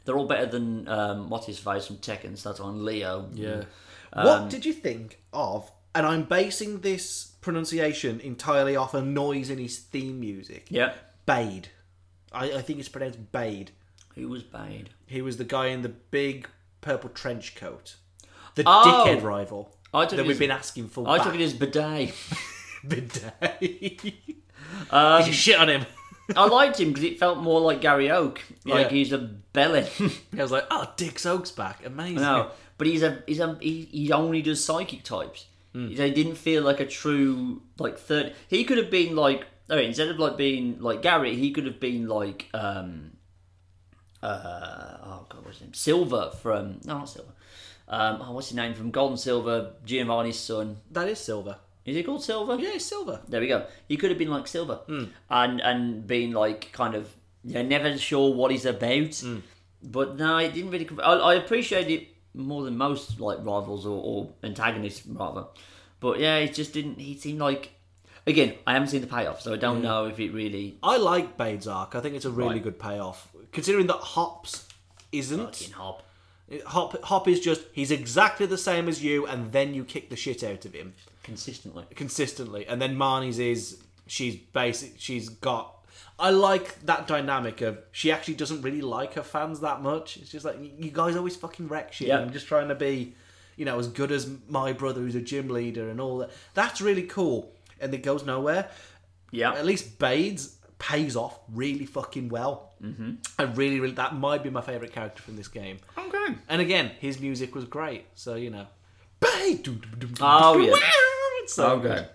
[SPEAKER 2] they're all better than um, what's his face from Tekken. So that's on Leo.
[SPEAKER 1] Yeah.
[SPEAKER 2] Um,
[SPEAKER 1] what did you think of, and I'm basing this pronunciation entirely off a noise in his theme music,
[SPEAKER 2] Yeah.
[SPEAKER 1] Bade. I, I think it's pronounced Bade.
[SPEAKER 2] Who was Bade?
[SPEAKER 1] He was the guy in the big purple trench coat. The
[SPEAKER 2] Oh.
[SPEAKER 1] dickhead rival
[SPEAKER 2] I took
[SPEAKER 1] that
[SPEAKER 2] it
[SPEAKER 1] we've
[SPEAKER 2] as,
[SPEAKER 1] been asking for
[SPEAKER 2] I
[SPEAKER 1] back [laughs]
[SPEAKER 2] took it as Bidet. [laughs]
[SPEAKER 1] midday.
[SPEAKER 2] Um,
[SPEAKER 1] Just shit on him. [laughs]
[SPEAKER 2] I liked him because it felt more like Gary Oak. Like
[SPEAKER 1] Yeah.
[SPEAKER 2] he's a bellend. [laughs]
[SPEAKER 1] I was like, oh, Dick Soak's back. Amazing. [laughs]
[SPEAKER 2] No, but he's a he's a he, he only does psychic types. They didn't feel like a true like third. He could have been like all right, instead of like being like Gary, he could have been like um uh oh god, what's his name? Silver from no not Silver. Um, oh, what's his name from Golden Silver? Giovanni's son.
[SPEAKER 1] That is silver.
[SPEAKER 2] Is he called Silver?
[SPEAKER 1] Yeah, it's silver.
[SPEAKER 2] There we go. He could have been like Silver,
[SPEAKER 1] Hmm.
[SPEAKER 2] and and been like kind of yeah, never sure what he's about.
[SPEAKER 1] Hmm.
[SPEAKER 2] But no, it didn't really. conv- I, I appreciate it more than most like rivals or, or antagonists rather. But yeah, it just didn't. He seemed like again. I haven't seen the payoff, so I
[SPEAKER 1] Hmm.
[SPEAKER 2] don't know if it really.
[SPEAKER 1] I like Bade's arc. I think it's a really
[SPEAKER 2] Right.
[SPEAKER 1] good payoff, considering that Hops
[SPEAKER 2] Fucking
[SPEAKER 1] isn't.
[SPEAKER 2] hop.
[SPEAKER 1] Hop Hop is just he's exactly the same as you, and then you kick the shit out of him
[SPEAKER 2] consistently.
[SPEAKER 1] consistently. And then Marnie's is she's basic. She's got. I like that dynamic of she actually doesn't really like her fans that much. It's just like "Y- you guys always fucking wreck shit.
[SPEAKER 2] Yeah.
[SPEAKER 1] I'm just trying to be, you know, as good as my brother who's a gym leader and all that. That's really cool, and it goes nowhere
[SPEAKER 2] Yeah,
[SPEAKER 1] at least Bade's pays off really fucking well. Mm-hmm. I really, really that might be my favorite character from this game.
[SPEAKER 2] okay.
[SPEAKER 1] And again, his music was great, so you know, Bade. doo, doo, doo, doo,
[SPEAKER 2] Oh,
[SPEAKER 1] doo,
[SPEAKER 2] yeah.
[SPEAKER 1] wow, it's so good.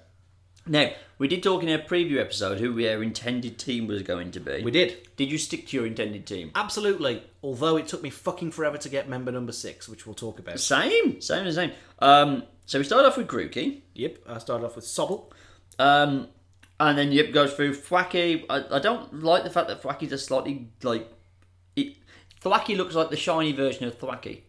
[SPEAKER 2] Now we did talk in our preview episode who our intended team was going to be.
[SPEAKER 1] We did
[SPEAKER 2] Did you stick to your intended team?
[SPEAKER 1] absolutely. Although it took me fucking forever to get member number six, which we'll talk about.
[SPEAKER 2] Same, same as same. Um, so we start off with Grookey,
[SPEAKER 1] Yep, I started off with Sobble. [laughs]
[SPEAKER 2] um, and then Yip goes through Thwacky. I, I don't like the fact that Thwacky's a slightly like it, Thwacky looks like the shiny version of Thwacky.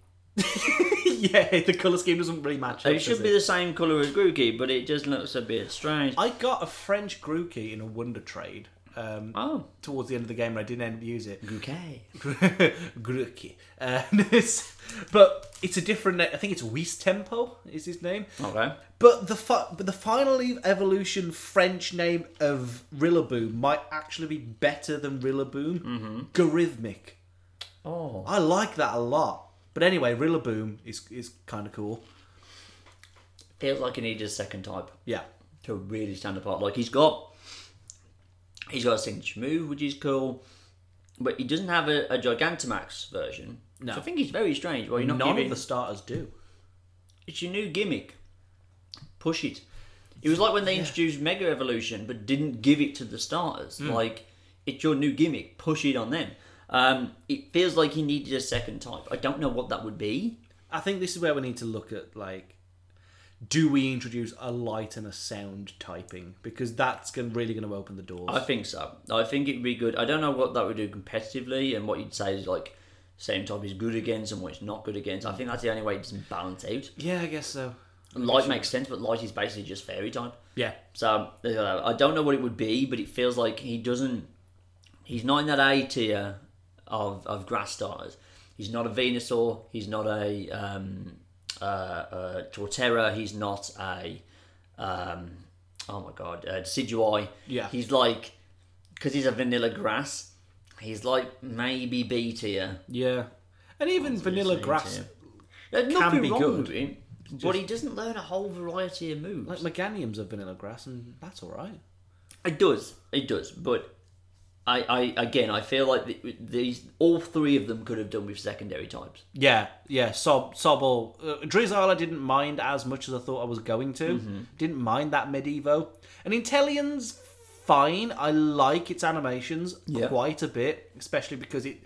[SPEAKER 1] yeah, the color scheme doesn't really match. up,
[SPEAKER 2] It
[SPEAKER 1] does
[SPEAKER 2] should be the same colour as Grookey, but it just looks a bit strange.
[SPEAKER 1] I got a French Grookey in a Wonder Trade um,
[SPEAKER 2] oh,
[SPEAKER 1] towards the end of the game, and I didn't end up using it.
[SPEAKER 2] Grookey.
[SPEAKER 1] [laughs] Gruki. Uh, [laughs] it's- but it's a different. na- I think it's Weiss Tempo is his name.
[SPEAKER 2] Okay.
[SPEAKER 1] But the fi- but the final e- evolution French name of Rillaboom might actually be better than Rillaboom. Mm-hmm. Gorhythmic.
[SPEAKER 2] Oh,
[SPEAKER 1] I like that a lot. But anyway, Rillaboom is is kind of cool.
[SPEAKER 2] feels like he needs a second type
[SPEAKER 1] Yeah.
[SPEAKER 2] to really stand apart. Like he's got, he's got a signature move, which is cool, but he doesn't have a, a Gigantamax version. No. I think he's very strange. Well, you're not
[SPEAKER 1] None
[SPEAKER 2] giving-
[SPEAKER 1] of the starters do.
[SPEAKER 2] It's your new gimmick. Push it. It was like when they introduced Mega Evolution, but didn't give it to the starters.
[SPEAKER 1] Hmm.
[SPEAKER 2] Like, it's your new gimmick. Push it on them. Um, it feels like he needed a second type. I don't know what that would be.
[SPEAKER 1] I think this is where we need to look at like do we introduce a light and a sound typing because that's going really going to open the doors.
[SPEAKER 2] I think so. I think it'd be good. I don't know what that would do competitively and what you'd say is like sound type is good against and what it's not good against. I think that's the only way it doesn't balance out.
[SPEAKER 1] yeah, I guess so.
[SPEAKER 2] And light makes sense, but light is basically just fairy time.
[SPEAKER 1] Yeah,
[SPEAKER 2] So uh, I don't know what it would be, but it feels like he doesn't. He's not in that A tier of of grass starters. He's not a Venusaur. He's not a um, uh, uh, Torterra. He's not a um, oh my god uh, Decidueye.
[SPEAKER 1] Yeah.
[SPEAKER 2] He's like because he's a vanilla grass. He's like maybe B tier.
[SPEAKER 1] yeah, and even vanilla
[SPEAKER 2] B
[SPEAKER 1] grass
[SPEAKER 2] tier. There's nothing
[SPEAKER 1] be
[SPEAKER 2] wrong
[SPEAKER 1] good.
[SPEAKER 2] with him, but he doesn't learn a whole variety of moves.
[SPEAKER 1] like meganiums of vanilla grass, and that's all right.
[SPEAKER 2] It does. It does. But I, I again, I feel like th- these all three of them could have done with secondary types.
[SPEAKER 1] Yeah, yeah. Sob, Sobble, uh, Drizzle. I didn't mind as much as I thought I was going to. Didn't mind that Medievo. And Intellion's fine. I like its animations
[SPEAKER 2] Yeah.
[SPEAKER 1] quite a bit, especially because it,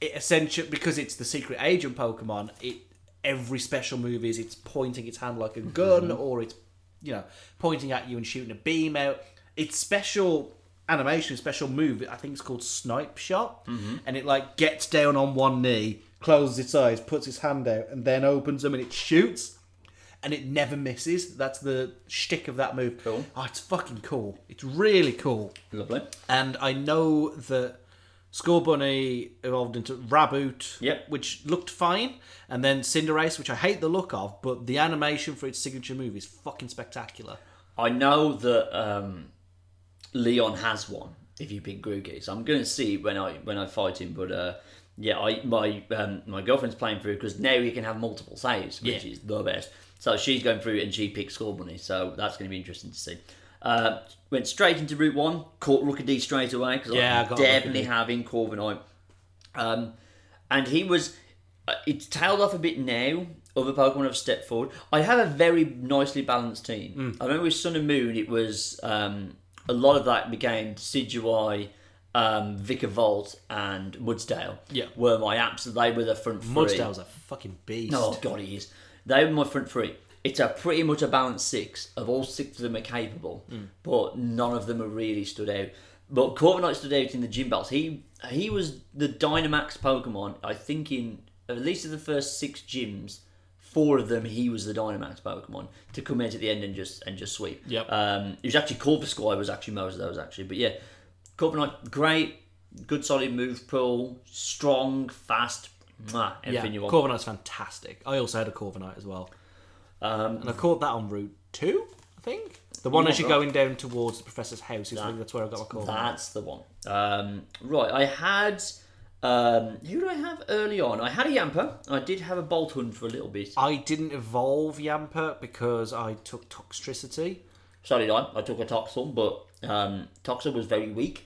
[SPEAKER 1] it essentially because it's the secret agent Pokemon. It every special move is it's pointing its hand like a gun or it's you know pointing at you and shooting a beam out. Its special animation, special move, I think it's called Snipe Shot, and it like gets down on one knee, closes its eyes, puts its hand out, and then opens them and it shoots. And it never misses. That's the shtick of that move.
[SPEAKER 2] Cool.
[SPEAKER 1] Oh, it's fucking cool. It's really cool.
[SPEAKER 2] Lovely.
[SPEAKER 1] And I know that Score Bunny evolved into Raboot,
[SPEAKER 2] Yep.
[SPEAKER 1] which looked fine, and then Cinderace, which I hate the look of, but the animation for its signature move is fucking spectacular.
[SPEAKER 2] I know that um, Leon has one. If you pick Grookey, so I'm going to see when I when I fight him. But uh, yeah, I my um, my girlfriend's playing through because now he can have multiple saves, which
[SPEAKER 1] Yeah.
[SPEAKER 2] is the best. So she's going through it and she picks Score Bunny. So that's going to be interesting to see. Uh, went straight into Route One, caught Rookidee straight away because
[SPEAKER 1] Yeah, I
[SPEAKER 2] I'm
[SPEAKER 1] got
[SPEAKER 2] definitely
[SPEAKER 1] Rookidee.
[SPEAKER 2] having Corviknight. Um, and he was uh, it's tailed off a bit now other pokemon have stepped forward i have a very nicely balanced team
[SPEAKER 1] Hmm.
[SPEAKER 2] i remember with sun and moon it was um, a lot of that became Decidueye, um, Vicar Volt and Mudsdale
[SPEAKER 1] Yeah.
[SPEAKER 2] were my apps. They were the front three.
[SPEAKER 1] Mudsdale's a fucking beast.
[SPEAKER 2] Oh god, he is. They were my front three. It's a pretty much a balanced six. Of all six of them are capable,
[SPEAKER 1] Hmm.
[SPEAKER 2] but none of them have really stood out. But Corviknight stood out in the gym battles. He he was the Dynamax Pokemon. I think in at least of the first six gyms, four of them he was the Dynamax Pokemon to come out at the end and just and just sweep.
[SPEAKER 1] Yep.
[SPEAKER 2] Um, it was actually Corviknight was actually most of those actually, but yeah, Corviknight great, good solid move pool, strong, fast, mwah,
[SPEAKER 1] yeah.
[SPEAKER 2] everything you want.
[SPEAKER 1] Corviknight's fantastic. I also had a Corviknight as well. Um, and I caught that on Route 2, I think. The one as you're going down towards the Professor's house, is I think that's where I got my Corviknight.
[SPEAKER 2] That's the one. Um, right, I had. Um, who did I have early on? I had a Yamper. I did have a Bolt Hunt for a little bit.
[SPEAKER 1] I didn't evolve Yamper because I took Toxtricity.
[SPEAKER 2] So did I. I took a Toxel, but um, Toxel was very weak.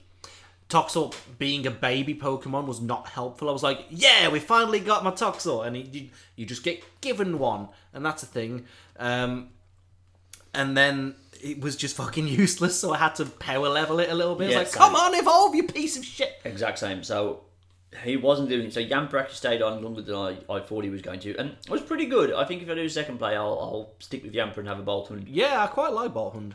[SPEAKER 1] Toxel being a baby Pokemon was not helpful. I was like, yeah, we finally got my Toxel, and it, you, you just get given one, and that's a thing. Um, and then it was just fucking [laughs] useless, so I had to power level it a little bit.
[SPEAKER 2] Yeah,
[SPEAKER 1] It's
[SPEAKER 2] same.
[SPEAKER 1] like, come on, evolve, you piece of shit.
[SPEAKER 2] Exact same. So he wasn't doing So Yamper actually stayed on longer than I, I thought he was going to. And it was pretty good. I think if I do a second play, I'll, I'll stick with Yamper and have a Bolt Hunt.
[SPEAKER 1] Yeah, I quite like Bolhund.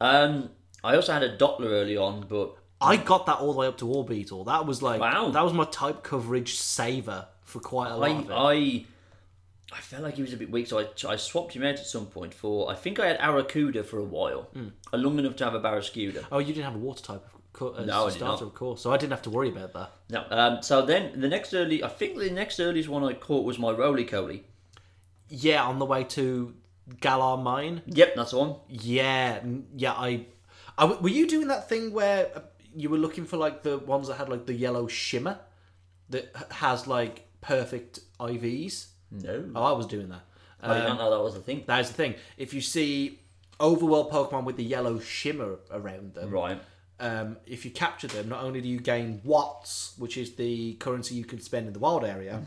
[SPEAKER 2] Um, I also had a Doppler early on, but
[SPEAKER 1] I got that all the way up to Orbeetle. That was like,
[SPEAKER 2] Wow.
[SPEAKER 1] that was my type coverage saver for quite a lot
[SPEAKER 2] I,
[SPEAKER 1] of it.
[SPEAKER 2] I I felt like he was a bit weak, so I, I swapped him out at some point for I think I had Aracuda for a while,
[SPEAKER 1] Hmm.
[SPEAKER 2] uh, long enough to have a Barrascuda.
[SPEAKER 1] oh, you didn't have a water type of co- as
[SPEAKER 2] No, I
[SPEAKER 1] a
[SPEAKER 2] did
[SPEAKER 1] starter,
[SPEAKER 2] not.
[SPEAKER 1] of course, so I didn't have to worry about that.
[SPEAKER 2] No, um, so then the next early, I think the next earliest one I caught was my Roly Coly.
[SPEAKER 1] Yeah, on the way to Galar Mine.
[SPEAKER 2] Yep, that's the one.
[SPEAKER 1] Yeah, n- yeah. I, I w- were you doing that thing where uh, you were looking for like the ones that had like the yellow shimmer that h- has like perfect IVs?
[SPEAKER 2] No,
[SPEAKER 1] Oh, I was doing that.
[SPEAKER 2] I did not know Um, that was a thing.
[SPEAKER 1] That is the thing. If you see overworld Pokemon with the yellow shimmer around them,
[SPEAKER 2] Right.
[SPEAKER 1] um, if you capture them, not only do you gain watts, which is the currency you can spend in the wild area,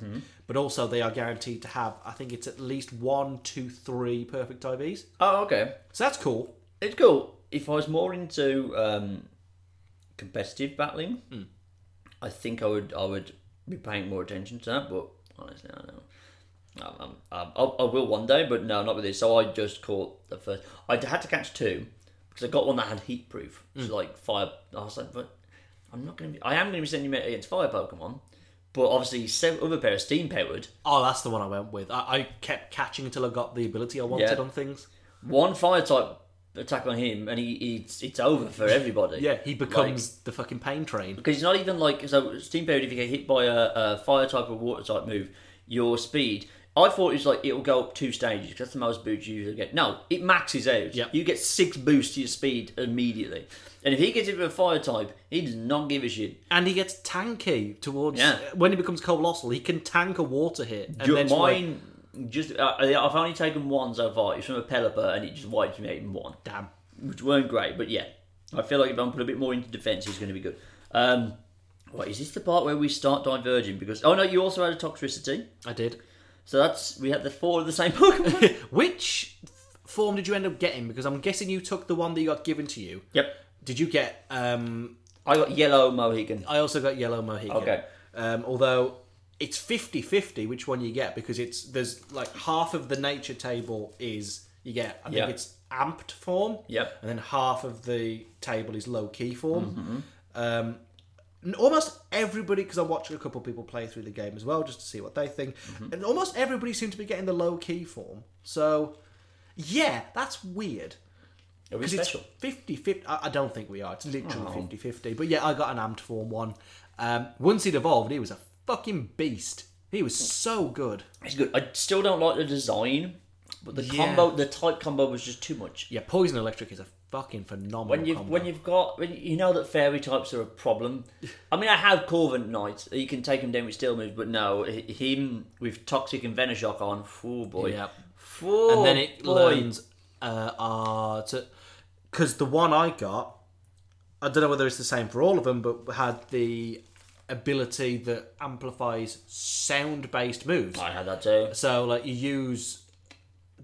[SPEAKER 1] but also they are guaranteed to have, I think it's at least one, two, three perfect IVs.
[SPEAKER 2] Oh, okay.
[SPEAKER 1] So that's cool.
[SPEAKER 2] It's cool. If I was more into um, competitive battling,
[SPEAKER 1] Hmm.
[SPEAKER 2] I think I would I would be paying more attention to that. But honestly, I don't know. Um, um, um, I'll, I will one day, but no, not with this. So I just caught the first. I d- had to catch two because I got one that had heat proof, so
[SPEAKER 1] Hmm.
[SPEAKER 2] like fire. I was like, but I'm not gonna be. I am gonna be sending you against fire Pokemon, but obviously seven other pair of steam powered.
[SPEAKER 1] Oh, that's the one I went with. I, I kept catching until I got the ability I wanted
[SPEAKER 2] Yeah.
[SPEAKER 1] on things.
[SPEAKER 2] One fire type attack on him, and he, he it's, it's over for everybody.
[SPEAKER 1] Yeah, he becomes the fucking pain train.
[SPEAKER 2] because it's not even like so steam powered. If you get hit by a, a fire type or water type move, your speed. I thought it was like it'll go up two stages. 'cause That's the most boost you usually get. No, it maxes out.
[SPEAKER 1] Yep.
[SPEAKER 2] You get six boosts to your speed immediately. And if he gets it with a fire type, he does not give a shit.
[SPEAKER 1] And he gets tanky towards.
[SPEAKER 2] Yeah.
[SPEAKER 1] When he becomes colossal, he can tank a water hit. And
[SPEAKER 2] Ju-
[SPEAKER 1] then it's like,
[SPEAKER 2] mine just uh, I've only taken one so far. It's from a Pelipper, and it just wiped me out in one.
[SPEAKER 1] damn.
[SPEAKER 2] which weren't great, but yeah, I feel like if I'm put a bit more into defence, it's going to be good. Um, what is this the part where we start diverging? Because oh no, you also had a toxicity,
[SPEAKER 1] I did.
[SPEAKER 2] so that's we had the four of the same [laughs] Pokemon.
[SPEAKER 1] Which th- form did you end up getting? Because I'm guessing you took the one that you got given to you.
[SPEAKER 2] yep,
[SPEAKER 1] Did you get? Um,
[SPEAKER 2] I got yellow Mohican.
[SPEAKER 1] I also got yellow Mohican.
[SPEAKER 2] Okay.
[SPEAKER 1] Um, although it's 50-50 which one you get because it's there's like half of the nature table is you get I think
[SPEAKER 2] Yeah.
[SPEAKER 1] it's amped form.
[SPEAKER 2] Yep.
[SPEAKER 1] And then half of the table is low key form.
[SPEAKER 2] Mm-hmm.
[SPEAKER 1] Um, and almost everybody because I'm watching a couple of people play through the game as well just to see what they think,
[SPEAKER 2] Mm-hmm.
[SPEAKER 1] and almost everybody seemed to be getting the low key form. So yeah, that's weird.
[SPEAKER 2] Are we
[SPEAKER 1] Because
[SPEAKER 2] special? Oh.
[SPEAKER 1] it's 50 50. I I don't think we are. It's literally 50 50. But yeah, I got an amped form one. Um, once he'd evolved, he was a fucking beast. He was so good.
[SPEAKER 2] It's good. I still don't like the design, but the
[SPEAKER 1] Yeah.
[SPEAKER 2] combo, the type combo was just too much.
[SPEAKER 1] Yeah, Poison Electric is a fucking phenomenal
[SPEAKER 2] When you've
[SPEAKER 1] combo.
[SPEAKER 2] when you've got when you know that fairy types are a [laughs] problem. I mean, I have Corvant Knight. You can take him down with steel moves, but no, h- him with Toxic and Venoshock on. Oh boy.
[SPEAKER 1] Yep.
[SPEAKER 2] Four
[SPEAKER 1] and then it
[SPEAKER 2] Oh, boy.
[SPEAKER 1] learns uh, uh to because the one I got, I don't know whether it's the same for all of them, but had the ability that amplifies sound based moves.
[SPEAKER 2] I had that too.
[SPEAKER 1] So like you use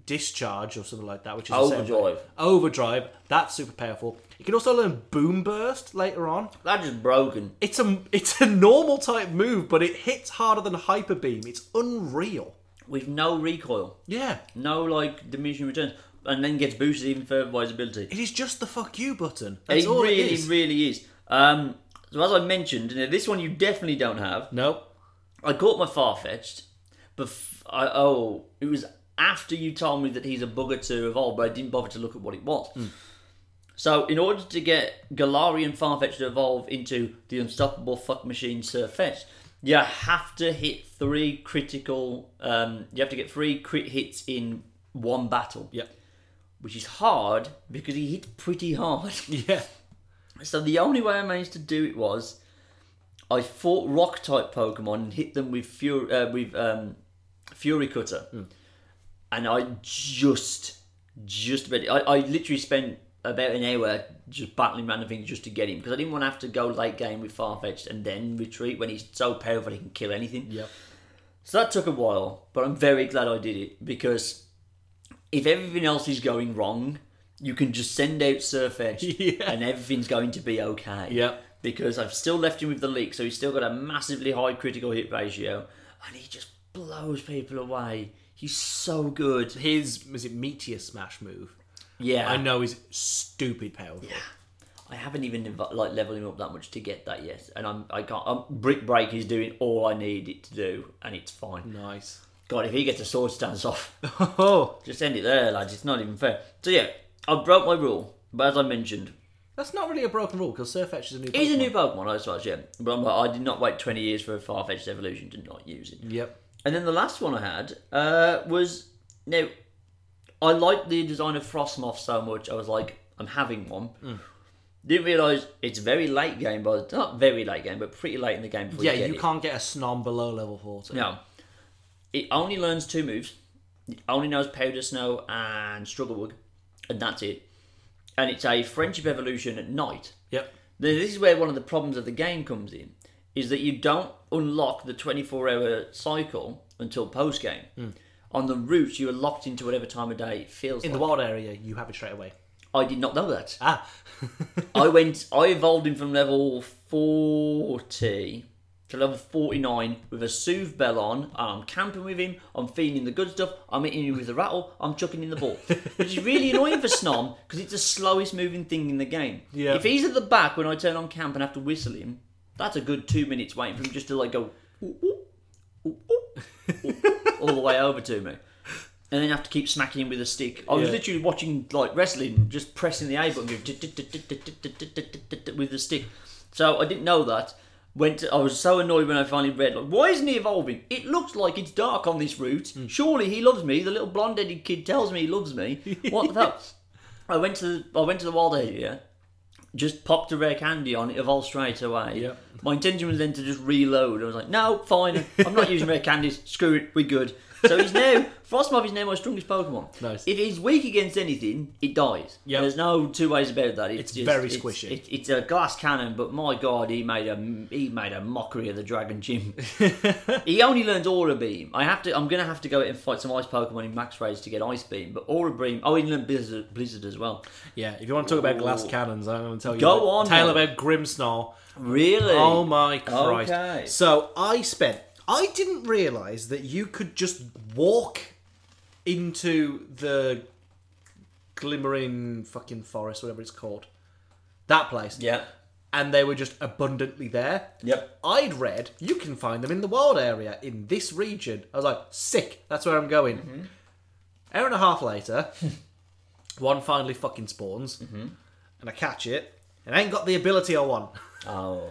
[SPEAKER 1] discharge or something like that, which is
[SPEAKER 2] Oh,
[SPEAKER 1] the same-
[SPEAKER 2] Overdrive.
[SPEAKER 1] Overdrive. That's super powerful. You can also learn Boom Burst later on.
[SPEAKER 2] That is broken.
[SPEAKER 1] It's a [laughs] it's a normal type move, but it hits harder than Hyper Beam. It's unreal.
[SPEAKER 2] With no recoil.
[SPEAKER 1] Yeah,
[SPEAKER 2] No like diminishing returns. And then gets boosted even further by his ability.
[SPEAKER 1] it is just the fuck you button. That's
[SPEAKER 2] It
[SPEAKER 1] all
[SPEAKER 2] really,
[SPEAKER 1] it is.
[SPEAKER 2] really is. Um so as I mentioned, now this one you definitely don't have.
[SPEAKER 1] nope.
[SPEAKER 2] I caught my Farfetch'd, but f- I, oh, it was after you told me that he's a bugger to evolve, but I didn't bother to look at what it was.
[SPEAKER 1] Hmm.
[SPEAKER 2] So, in order to get Galarian Farfetch'd to evolve into the unstoppable fuck machine Surfetch'd, you have to hit three critical. Um, you have to get three crit hits in one battle,
[SPEAKER 1] Yep.
[SPEAKER 2] which is hard because he hits pretty hard.
[SPEAKER 1] [laughs]
[SPEAKER 2] [laughs]
[SPEAKER 1] Yeah.
[SPEAKER 2] So the only way I managed to do it was I fought rock type Pokemon and hit them with Fury uh, with um, Fury Cutter, and I just just about I, I literally spent about an hour just battling random things just to get him because I didn't want to have to go late game with Farfetch'd and then retreat when he's so powerful he can kill anything.
[SPEAKER 1] Yep.
[SPEAKER 2] So that took a while, but I'm very glad I did it because if everything else is going wrong, you can just send out Surfetch
[SPEAKER 1] [laughs] Yeah.
[SPEAKER 2] and everything's going to be okay.
[SPEAKER 1] Yep.
[SPEAKER 2] Because I've still left him with the leak, so he's still got a massively high critical hit ratio and he just blows people away. He's so good.
[SPEAKER 1] His was it Meteor Smash move?
[SPEAKER 2] Yeah.
[SPEAKER 1] I know is stupid powerful.
[SPEAKER 2] I haven't even inv- like leveled him up that much to get that yet, and I'm I can't. I'm, Brick Break is doing all I need it to do, and it's fine.
[SPEAKER 1] Nice.
[SPEAKER 2] God, if he gets a sword stance off,
[SPEAKER 1] Oh,
[SPEAKER 2] Just end it there, lads. It's not even fair. So yeah, I broke my rule, but as I mentioned,
[SPEAKER 1] that's not really a broken rule because Surfetch is a new.
[SPEAKER 2] it is a
[SPEAKER 1] Pokemon.
[SPEAKER 2] new Pokemon, I suppose. Yeah, but I'm like, I did not wait 20 years for a far-fetched evolution to not use it.
[SPEAKER 1] Yep.
[SPEAKER 2] And then the last one I had uh, was now. I liked the design of Frostmoth so much. I was like, I'm having one.
[SPEAKER 1] Mm.
[SPEAKER 2] Didn't realise it's very late game, but not very late game, but pretty late in the game. Before
[SPEAKER 1] Yeah,
[SPEAKER 2] you, get
[SPEAKER 1] you
[SPEAKER 2] it.
[SPEAKER 1] can't get a snom below level forty.
[SPEAKER 2] No. It only learns two moves. It only knows Powder Snow and Struggle Bug, and that's it. And it's a friendship evolution at night.
[SPEAKER 1] Yep.
[SPEAKER 2] Now, this is where one of the problems of the game comes in, is that you don't unlock the 24-hour cycle until post-game.
[SPEAKER 1] Hmm.
[SPEAKER 2] On the route, you are locked into whatever time of day it feels
[SPEAKER 1] In the
[SPEAKER 2] like.
[SPEAKER 1] wild area, you have it straight away.
[SPEAKER 2] I did not know that.
[SPEAKER 1] Ah.
[SPEAKER 2] I went. I evolved him from level forty to level 49 with a soothe bell on, and I'm camping with him, I'm feeding him the good stuff, I'm hitting him with the rattle, I'm chucking in the ball. Which is really annoying for Snom because it's the slowest moving thing in the game.
[SPEAKER 1] Yeah.
[SPEAKER 2] If he's at the back when I turn on camp and have to whistle him, that's a good two minutes waiting for him just to like go "Oop, oop, oop, oop, oop," all the way over to me. And then you have to keep smacking him with a stick. I was
[SPEAKER 1] Yeah.
[SPEAKER 2] literally watching like wrestling, just pressing the A button go, "Dit, dit, dit, dit, dit, dit, dit, dit, dit, dit, dit," with the stick. So I didn't know that. Went. to- I was so annoyed when I finally read. Like, why isn't he evolving? It looks like it's dark on this route. Surely he loves me. The little blonde-headed kid tells me he loves me. What the hell? I went to the, I went to the wild area, just popped a rare candy on it, evolved straight away.
[SPEAKER 1] Yep.
[SPEAKER 2] My intention was then to just reload. I was like, no, fine, I'm not using rare candies. Screw it, we're good. So he's now Frostmob is now my strongest Pokemon.
[SPEAKER 1] Nice.
[SPEAKER 2] If he's weak against anything, it dies.
[SPEAKER 1] Yep.
[SPEAKER 2] There's no two ways about that. It's,
[SPEAKER 1] It's
[SPEAKER 2] just-
[SPEAKER 1] very
[SPEAKER 2] it's-
[SPEAKER 1] squishy.
[SPEAKER 2] It's, it's a glass cannon, but my god, he made a he made a mockery of the
[SPEAKER 1] [laughs]
[SPEAKER 2] Dragon Gym. He only learned Aura Beam. I have to. I'm gonna have to go out and fight some ice Pokemon in Max Rage to get Ice Beam. But Aura Beam. Oh, he learned Blizzard, Blizzard as well.
[SPEAKER 1] Yeah, if you want to talk about glass
[SPEAKER 2] Ooh.
[SPEAKER 1] cannons, I'm going to tell you.
[SPEAKER 2] Go
[SPEAKER 1] about-
[SPEAKER 2] on,
[SPEAKER 1] Tale
[SPEAKER 2] then.
[SPEAKER 1] about Grimmsnarl.
[SPEAKER 2] Really?
[SPEAKER 1] Oh my Christ!
[SPEAKER 2] Okay.
[SPEAKER 1] So I spent. I didn't realize that you could just walk into the glimmering fucking forest, whatever it's called, that place,
[SPEAKER 2] Yeah.
[SPEAKER 1] and they were just abundantly there.
[SPEAKER 2] Yep.
[SPEAKER 1] I'd read you can find them in the wild area in this region. I was like, sick. That's where I'm going. Hour and a half later, one finally fucking spawns, and I catch it, and I ain't got the ability I want.
[SPEAKER 2] Oh,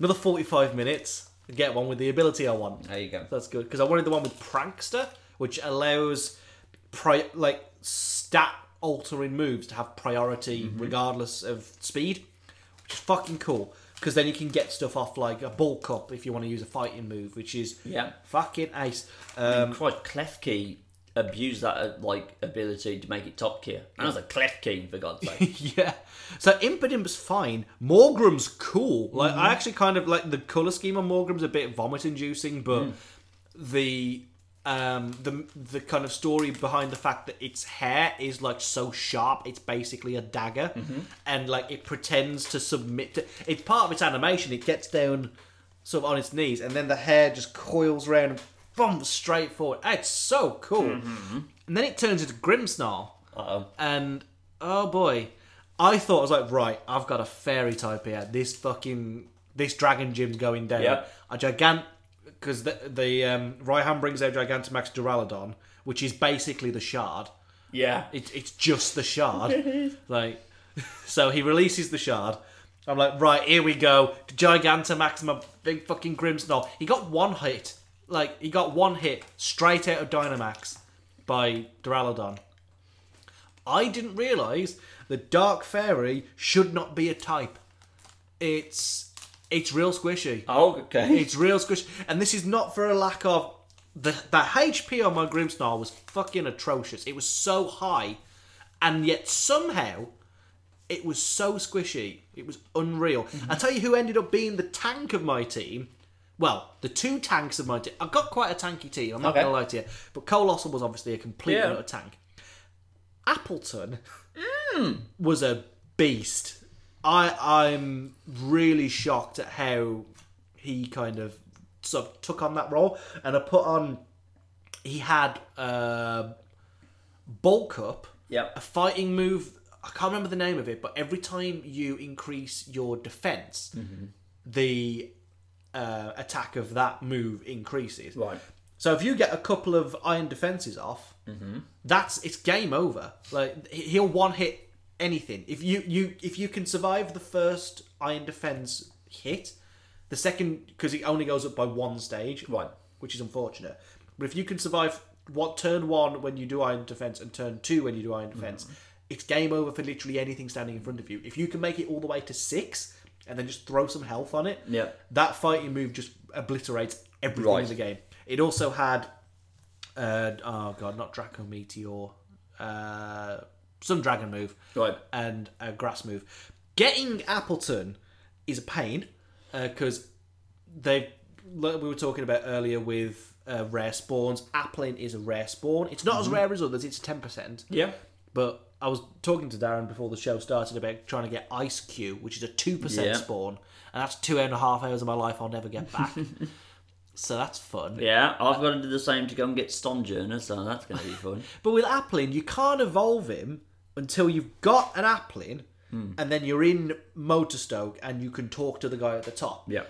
[SPEAKER 1] Another 45 minutes to get one with the ability I want.
[SPEAKER 2] there you go.
[SPEAKER 1] That's good because I wanted the one with Prankster, which allows pri- like stat altering moves to have priority regardless of speed, which is fucking cool because then you can get stuff off like a bulk up if you want to use a fighting move, which is
[SPEAKER 2] Yeah.
[SPEAKER 1] fucking ace. Um,
[SPEAKER 2] Christ, Klefki abused that uh, like ability to make it top tier. And I was a Klefki for God's
[SPEAKER 1] [laughs]
[SPEAKER 2] sake.
[SPEAKER 1] yeah. So Impidimp's fine. Morgrim's cool. Like I actually kind of like the color scheme on Morgrim's a bit vomit inducing, but the um the the kind of story behind the fact that its hair is like so sharp it's basically a dagger and like it pretends to submit to it's part of its animation it gets down sort of on its knees and then the hair just coils round and bumps straight forward it's so cool and then it turns into grimmsnarl
[SPEAKER 2] Uh-oh.
[SPEAKER 1] and oh boy, I thought I was like, right, I've got a fairy type here. This fucking this dragon gym's going down.
[SPEAKER 2] Yep.
[SPEAKER 1] A gigant because the the um, Raihan brings out Gigantamax Duraludon, which is basically the shard.
[SPEAKER 2] Yeah.
[SPEAKER 1] It, it's just the shard. like, so he releases the shard. I'm like, right, here we go. Gigantamax, my big fucking Grimmsnarl. He got one hit. Like, he got one hit straight out of Dynamax by Duraludon. I didn't realise the Dark Fairy should not be a type. It's it's real squishy.
[SPEAKER 2] Oh, okay.
[SPEAKER 1] [laughs] It's real squishy. And this is not for a lack of the the HP on my Grimmsnarl was fucking atrocious. It was so high, and yet somehow it was so squishy. It was unreal. I'll tell you who ended up being the tank of my team. Well, the two tanks of my team. I've got quite a tanky team, I'm not
[SPEAKER 2] Okay.
[SPEAKER 1] gonna lie to you. But Colossal was obviously a complete
[SPEAKER 2] Yeah.
[SPEAKER 1] and utter tank. Appleton was a beast. I I'm really shocked at how he kind of sort of took on that role, and I put on. He had uh, bulk up,
[SPEAKER 2] Yep.
[SPEAKER 1] a fighting move. I can't remember the name of it, but every time you increase your defense,
[SPEAKER 2] Mm-hmm.
[SPEAKER 1] the uh, attack of that move increases.
[SPEAKER 2] Right.
[SPEAKER 1] So if you get a couple of iron defenses off,
[SPEAKER 2] Mm-hmm.
[SPEAKER 1] that's it's game over. Like he- he'll one hit anything. If you you if you can survive the first iron defense hit, the second because it only goes up by one stage,
[SPEAKER 2] Right.
[SPEAKER 1] which is unfortunate. But if you can survive what turn one when you do iron defense and turn two when you do iron defense,
[SPEAKER 2] Mm-hmm.
[SPEAKER 1] it's game over for literally anything standing in front of you. If you can make it all the way to six and then just throw some health on it,
[SPEAKER 2] Yeah.
[SPEAKER 1] that fighting move just obliterates everything
[SPEAKER 2] Right.
[SPEAKER 1] in the game. It also had, uh, oh god, not Draco Meteor, uh, some dragon move,
[SPEAKER 2] Right.
[SPEAKER 1] and a grass move. Getting Appleton is a pain because they, like we were talking about earlier with uh, rare spawns. Applin is a rare spawn. It's not as
[SPEAKER 2] Mm-hmm.
[SPEAKER 1] rare as others. It's ten percent.
[SPEAKER 2] Yeah.
[SPEAKER 1] But I was talking to Darren before the show started about trying to get Ice Q, which is a 2%
[SPEAKER 2] Yeah.
[SPEAKER 1] spawn, and that's two and a half hours of my life I'll never
[SPEAKER 2] [laughs]
[SPEAKER 1] get back. so that's fun.
[SPEAKER 2] Yeah, I've got to do the same to go and get Stonjourner, so that's going to be fun.
[SPEAKER 1] But with Applin, you can't evolve him until you've got an Applin,
[SPEAKER 2] Hmm.
[SPEAKER 1] and then you're in Motorstoke and you can talk to the guy at the top.
[SPEAKER 2] [laughs] yeah.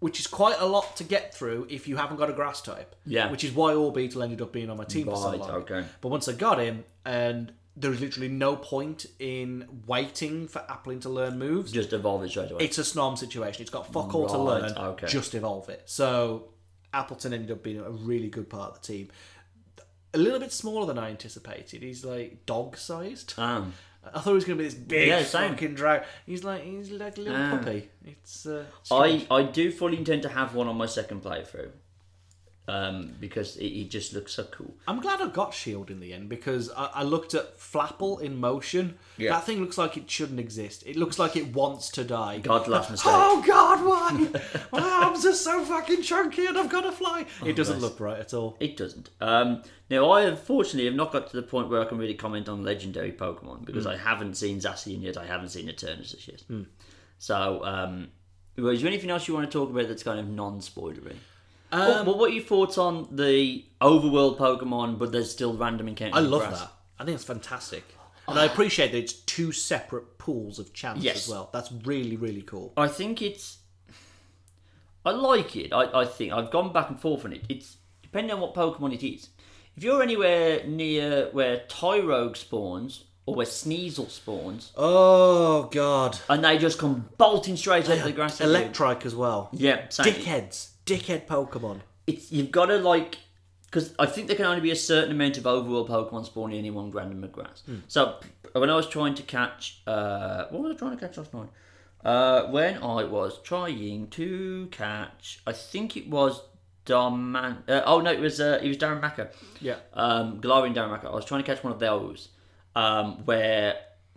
[SPEAKER 1] Which is quite a lot to get through if you haven't got a grass type.
[SPEAKER 2] Yeah.
[SPEAKER 1] Which is why Orbeetle ended up being on my team for so
[SPEAKER 2] Right,
[SPEAKER 1] long.
[SPEAKER 2] okay.
[SPEAKER 1] But once I got him, and there was literally no point in waiting for Applin to learn moves.
[SPEAKER 2] Just evolve it straight away.
[SPEAKER 1] It's a snom situation. It's got fuck all to
[SPEAKER 2] Right,
[SPEAKER 1] learn.
[SPEAKER 2] okay.
[SPEAKER 1] Just evolve it. So Appleton ended up being a really good part of the team. A little bit smaller than I anticipated. He's like dog sized.
[SPEAKER 2] um,
[SPEAKER 1] I thought he was going to be this big
[SPEAKER 2] Yeah, same.
[SPEAKER 1] fucking dragon. He's like he's like a little
[SPEAKER 2] Ah.
[SPEAKER 1] puppy. It's uh,
[SPEAKER 2] I, I do fully intend to have one on my second playthrough um, because it, it just looks so cool.
[SPEAKER 1] I'm glad I got Shield in the end because I, I looked at Flapple in motion.
[SPEAKER 2] Yeah.
[SPEAKER 1] That thing looks like it shouldn't exist. It looks like it wants to die.
[SPEAKER 2] God, [laughs] last mistake.
[SPEAKER 1] [laughs] Oh God,
[SPEAKER 2] [laughs]
[SPEAKER 1] why? My arms are so fucking chunky and I've got to fly. it doesn't
[SPEAKER 2] Oh, nice.
[SPEAKER 1] look right at all.
[SPEAKER 2] It doesn't. Um, now, I unfortunately have not got to the point where I can really comment on legendary Pokemon because
[SPEAKER 1] Hmm.
[SPEAKER 2] I haven't seen Zacian yet. I haven't seen Eternatus yet. So, um, well, is there anything else you want to talk about that's kind of non-spoilery?
[SPEAKER 1] Um,
[SPEAKER 2] well, well, what are your thoughts on the overworld Pokemon, but there's still random encounters?
[SPEAKER 1] I
[SPEAKER 2] in
[SPEAKER 1] love
[SPEAKER 2] grass?
[SPEAKER 1] that. I think it's fantastic. And I appreciate that it's two separate pools of chance
[SPEAKER 2] Yes.
[SPEAKER 1] as well. That's really, really cool.
[SPEAKER 2] I think it's. I like it. I, I think I've gone back and forth on it. It's depending on what Pokemon it is. If you're anywhere near where Tyrogue spawns or where Sneasel spawns,
[SPEAKER 1] Oh God.
[SPEAKER 2] and they just come bolting straight out of the grass. at you.
[SPEAKER 1] Electrike as well.
[SPEAKER 2] Yeah, same.
[SPEAKER 1] Dickheads. Dickhead Pokemon.
[SPEAKER 2] It's you've got to like because I think there can only be a certain amount of overworld Pokemon spawning in any one random grass. So p- when I was trying to catch, uh, what was I trying to catch last night? Uh, when I was trying to catch, I think it was Darman. Uh, oh no, it was uh, it was Darren Macker.
[SPEAKER 1] Yeah.
[SPEAKER 2] Um, Galarian and Darren Macker. I was trying to catch one of those um, where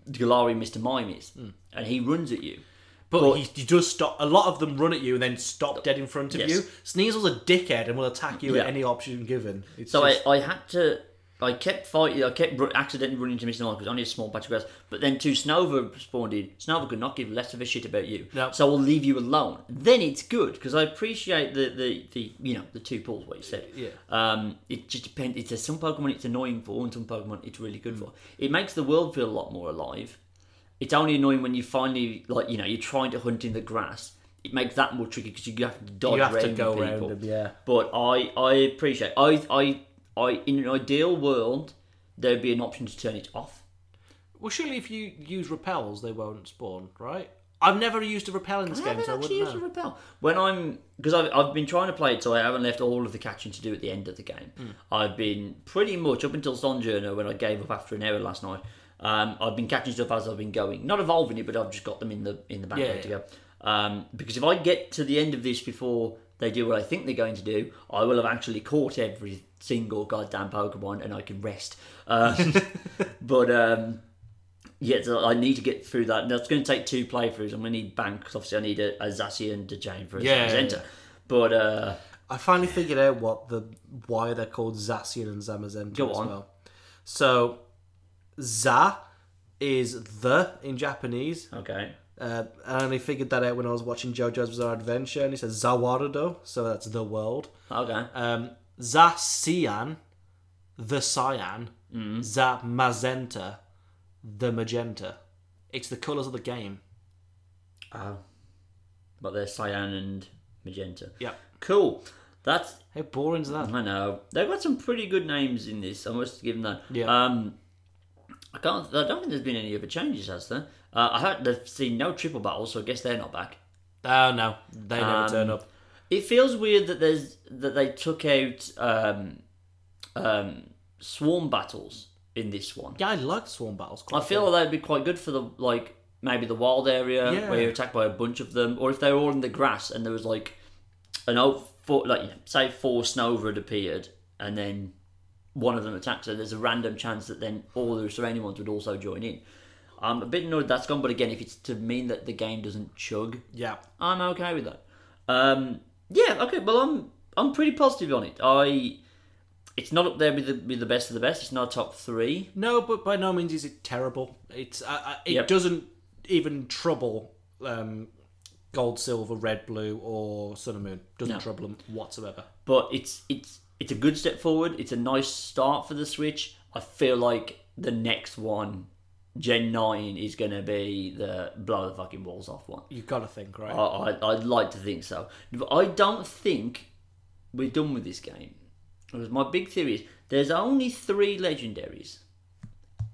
[SPEAKER 2] Galarian Mr. Mime is, and he runs at you.
[SPEAKER 1] But, he, he does stop. A lot of them run at you and then stop dead in front of
[SPEAKER 2] Yes.
[SPEAKER 1] you. Sneasel's a dickhead and will attack you
[SPEAKER 2] Yeah.
[SPEAKER 1] at any option given. It's
[SPEAKER 2] So
[SPEAKER 1] just,
[SPEAKER 2] I, I had to. I kept fighting. I kept run, accidentally running into Mr. Knight because only a small patch of grass. But then two Snova spawned in. Snova could not give less of a shit about you.
[SPEAKER 1] No.
[SPEAKER 2] So I'll leave you alone. Then it's good because I appreciate the, the, the you know the two pulls what you said.
[SPEAKER 1] Yeah.
[SPEAKER 2] Um. It just depends. It's some Pokemon it's annoying for, and some Pokemon it's really
[SPEAKER 1] Hmm.
[SPEAKER 2] good for. It makes the world feel a lot more alive. It's only annoying when you finally like you know you're trying to hunt in the grass. It makes that more tricky because you have to dodge
[SPEAKER 1] you have to
[SPEAKER 2] around
[SPEAKER 1] go
[SPEAKER 2] people.
[SPEAKER 1] around them. Yeah.
[SPEAKER 2] But I, I appreciate. I, I, I, in an ideal world, there'd be an option to turn it off.
[SPEAKER 1] Well, surely if you use repels, they won't spawn, right? I've never used a repel in this
[SPEAKER 2] I
[SPEAKER 1] game,
[SPEAKER 2] haven't
[SPEAKER 1] so I
[SPEAKER 2] actually
[SPEAKER 1] wouldn't
[SPEAKER 2] used
[SPEAKER 1] know.
[SPEAKER 2] a repel. When I'm, because I've, I've been trying to play it, so I haven't left all of the catching to do at the end of the game.
[SPEAKER 1] Hmm.
[SPEAKER 2] I've been pretty much up until Sonjourner when I gave up after an error last night. Um, I've been catching stuff as I've been going, not evolving it, but I've just got them in the in the back
[SPEAKER 1] Yeah,
[SPEAKER 2] to
[SPEAKER 1] yeah.
[SPEAKER 2] go. Um, because if I get to the end of this before they do what I think they're going to do, I will have actually caught every single goddamn Pokemon, and I can rest. Um, but um, yeah, so I need to get through that. That's going to take two playthrough. I'm going to need Bank because obviously I need a, a Zacian Dejane for a
[SPEAKER 1] Yeah,
[SPEAKER 2] presenter.
[SPEAKER 1] yeah.
[SPEAKER 2] But uh,
[SPEAKER 1] I finally figured out what the why they're called Zacian and Zamazenta
[SPEAKER 2] Go
[SPEAKER 1] as
[SPEAKER 2] on.
[SPEAKER 1] well. So, Za is the in Japanese,
[SPEAKER 2] okay,
[SPEAKER 1] uh, and I only figured that out when I was watching JoJo's Bizarre Adventure, and he says Zawarudo, so that's the world.
[SPEAKER 2] okay,
[SPEAKER 1] Um, Zacian, the cyan.
[SPEAKER 2] Mm.
[SPEAKER 1] Zamazenta, the magenta. It's the colours of the game.
[SPEAKER 2] but they're cyan and magenta.
[SPEAKER 1] Yep.
[SPEAKER 2] Cool. That's
[SPEAKER 1] How boring is that?
[SPEAKER 2] I know they've got some pretty good names in this. I must give them that.
[SPEAKER 1] Yeah.
[SPEAKER 2] Um, I can't. I don't think there's been any other changes, has there? Uh, I heard they've seen no triple battles, so I guess they're not back.
[SPEAKER 1] Oh no, they never turn
[SPEAKER 2] Um,
[SPEAKER 1] up.
[SPEAKER 2] It feels weird that there's that they took out um, um, swarm battles in this one.
[SPEAKER 1] Yeah, I like swarm battles.
[SPEAKER 2] I
[SPEAKER 1] Quite
[SPEAKER 2] feel that'd be quite good for the like maybe the wild area
[SPEAKER 1] Yeah.
[SPEAKER 2] where you're attacked by a bunch of them, or if they were all in the grass and there was like an old four, like you know, say four Snover had appeared and then one of them attacked, so there's a random chance that then all the surrounding ones would also join in. I'm a bit annoyed that's gone, but again, if it's to mean that the game doesn't chug,
[SPEAKER 1] Yeah.
[SPEAKER 2] I'm okay with that. Um, yeah, okay. Well, I'm I'm pretty positive on it. I it's not up there with the, with the best of the best. It's not top three.
[SPEAKER 1] No, but by no means is it terrible. It's uh, uh, it
[SPEAKER 2] Yep.
[SPEAKER 1] doesn't even trouble um, gold, silver, red, blue, or sun and moon. Doesn't
[SPEAKER 2] No.
[SPEAKER 1] trouble them whatsoever.
[SPEAKER 2] but it's it's it's a good step forward. It's a nice start for the Switch. I feel like the next one, Gen Nine, is gonna be the blow the fucking walls off one.
[SPEAKER 1] You've got to think, right?
[SPEAKER 2] I, I I'd like to think so, but I don't think we're done with this game. Because my big theory is there's only three legendaries,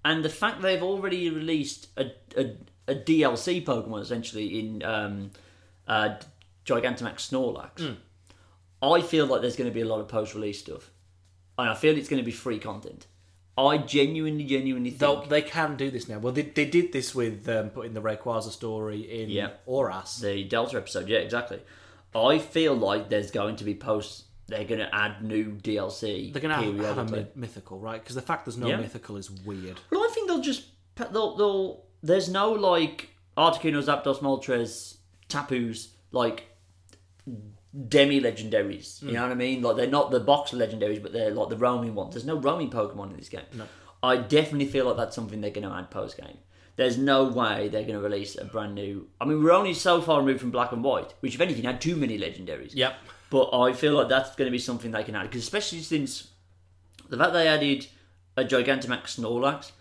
[SPEAKER 2] and the fact they've already released a a, a DLC Pokemon essentially in um, uh, Gigantamax Snorlax. I feel like there's going to be a lot of post-release stuff, and I feel it's going to be free content. I genuinely, genuinely think.
[SPEAKER 1] They'll, they can do this now. Well, they, they did this with um, putting the Rayquaza story in
[SPEAKER 2] Yeah.
[SPEAKER 1] Oras.
[SPEAKER 2] the Delta episode. Yeah, exactly. I feel like there's going to be posts. They're going to add new DLC.
[SPEAKER 1] They're going to have, have a
[SPEAKER 2] periodically.
[SPEAKER 1] myth- mythical, right? Because the fact there's no
[SPEAKER 2] Yeah.
[SPEAKER 1] mythical is weird.
[SPEAKER 2] Well, I think they'll just they'll, they'll there's no like Articuno, Zapdos, Moltres, Tapus like demi legendaries. You know what I mean? Like they're not the box legendaries, but they're like the roaming ones. There's no roaming Pokemon in this game. No. I definitely feel like that's something they're going to add post game. There's no way they're going to release a brand new. I mean, we're only so far removed from Black and White, which if anything had too many legendaries.
[SPEAKER 1] Yep.
[SPEAKER 2] But I feel like that's going to be something they can add because especially since the fact they added a Gigantamax Snorlax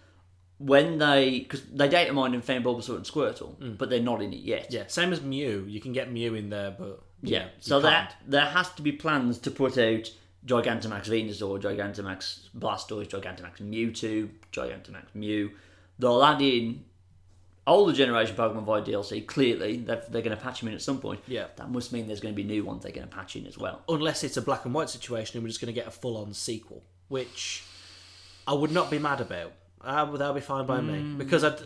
[SPEAKER 2] when they because they data mined and found Bulbasaur and Squirtle, but they're not in it yet.
[SPEAKER 1] Mm. Yeah, same as Mew. You can get Mew in there, but
[SPEAKER 2] Yeah.
[SPEAKER 1] you
[SPEAKER 2] So
[SPEAKER 1] can't.
[SPEAKER 2] that there has to be plans to put out Gigantamax Venusaur, Gigantamax Blastoise, Gigantamax Mewtwo, Gigantamax Mew. They'll add in older generation Pokemon via DLC. Clearly, they're, they're going to patch them in at some point.
[SPEAKER 1] Yeah.
[SPEAKER 2] That must mean there's going to be new ones they're going to patch in as well.
[SPEAKER 1] unless it's a black and white situation and we're just going to get a full on sequel, which I would not be mad about. Uh, that would be fine by me
[SPEAKER 2] Mm.
[SPEAKER 1] because I'd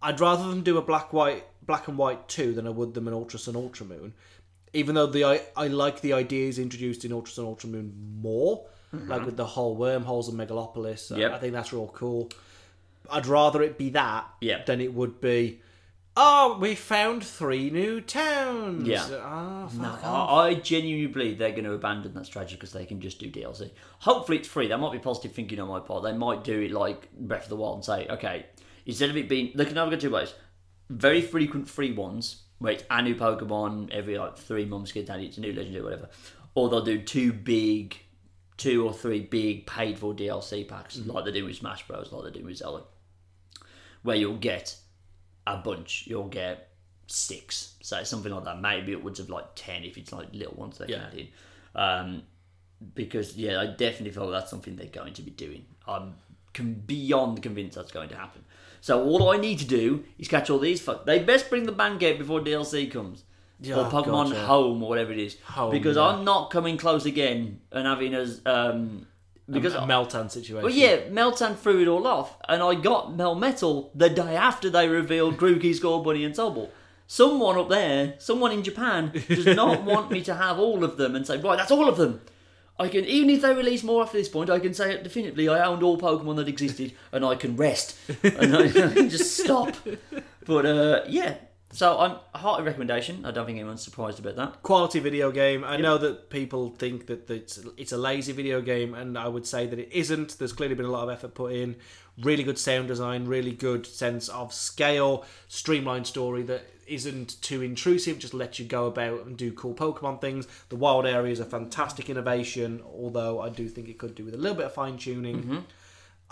[SPEAKER 1] I'd rather them do a black white black and white two than I would them an Ultra Sun Ultra Moon. Even though the I, I like the ideas introduced in Ultra Sun Ultra Moon more, like with the whole wormholes and Megalopolis. I-
[SPEAKER 2] Mm-hmm. Yep.
[SPEAKER 1] I, think that's real cool. I'd rather it be that
[SPEAKER 2] Yep.
[SPEAKER 1] than it would be. Oh, we found three new towns.
[SPEAKER 2] Yeah.
[SPEAKER 1] Ah, fuck
[SPEAKER 2] No,
[SPEAKER 1] off.
[SPEAKER 2] I, I genuinely believe they're going to abandon that strategy because they can just do DLC. Hopefully, it's free. That might be positive thinking on my part. They might do it like Breath of the Wild and say, okay, instead of it being, they can either go two ways. Very frequent free ones, where it's a new Pokemon every like three months, get added, it's a new legendary, whatever. Or they'll do two big, two or three big paid for DLC packs, like they do with Smash Bros, like they do with Zelda, where you'll get a bunch. You'll get six, so something like that. Maybe upwards of like ten if it's like little ones they
[SPEAKER 1] Yeah.
[SPEAKER 2] can add in. Um, because yeah, I definitely feel that's something they're going to be doing. I'm con beyond convinced that's going to happen. So all I need to do is catch all these. Fuck, they best bring the band out before DLC comes.
[SPEAKER 1] Yeah,
[SPEAKER 2] or Pokemon
[SPEAKER 1] God, yeah.
[SPEAKER 2] Home or whatever it is,
[SPEAKER 1] Ah, Home,
[SPEAKER 2] because
[SPEAKER 1] yeah.
[SPEAKER 2] I'm not coming close again and having as um, because
[SPEAKER 1] a Meltan situation.
[SPEAKER 2] well, yeah, Meltan threw it all off, and I got Melmetal the day after they revealed Grookey, Scorbunny, and Sobble. Someone up there, someone in Japan,
[SPEAKER 1] [laughs]
[SPEAKER 2] does not want me to have all of them and say, right, that's all of them. I can, even if they release more after this point, I can say it definitively I owned all Pokemon that existed, and I can rest and I can [laughs] just stop. But uh, yeah, so I'm hearty recommendation. I don't think anyone's surprised about that.
[SPEAKER 1] Quality video game. I know that people think that that it's, it's a lazy video game, and I would say that it isn't. There's clearly been a lot of effort put in. Really good sound design, really good sense of scale, streamlined story that isn't too intrusive, just lets you go about and do cool Pokemon things. The wild area is a fantastic innovation, although I do think it could do with a little bit of fine tuning.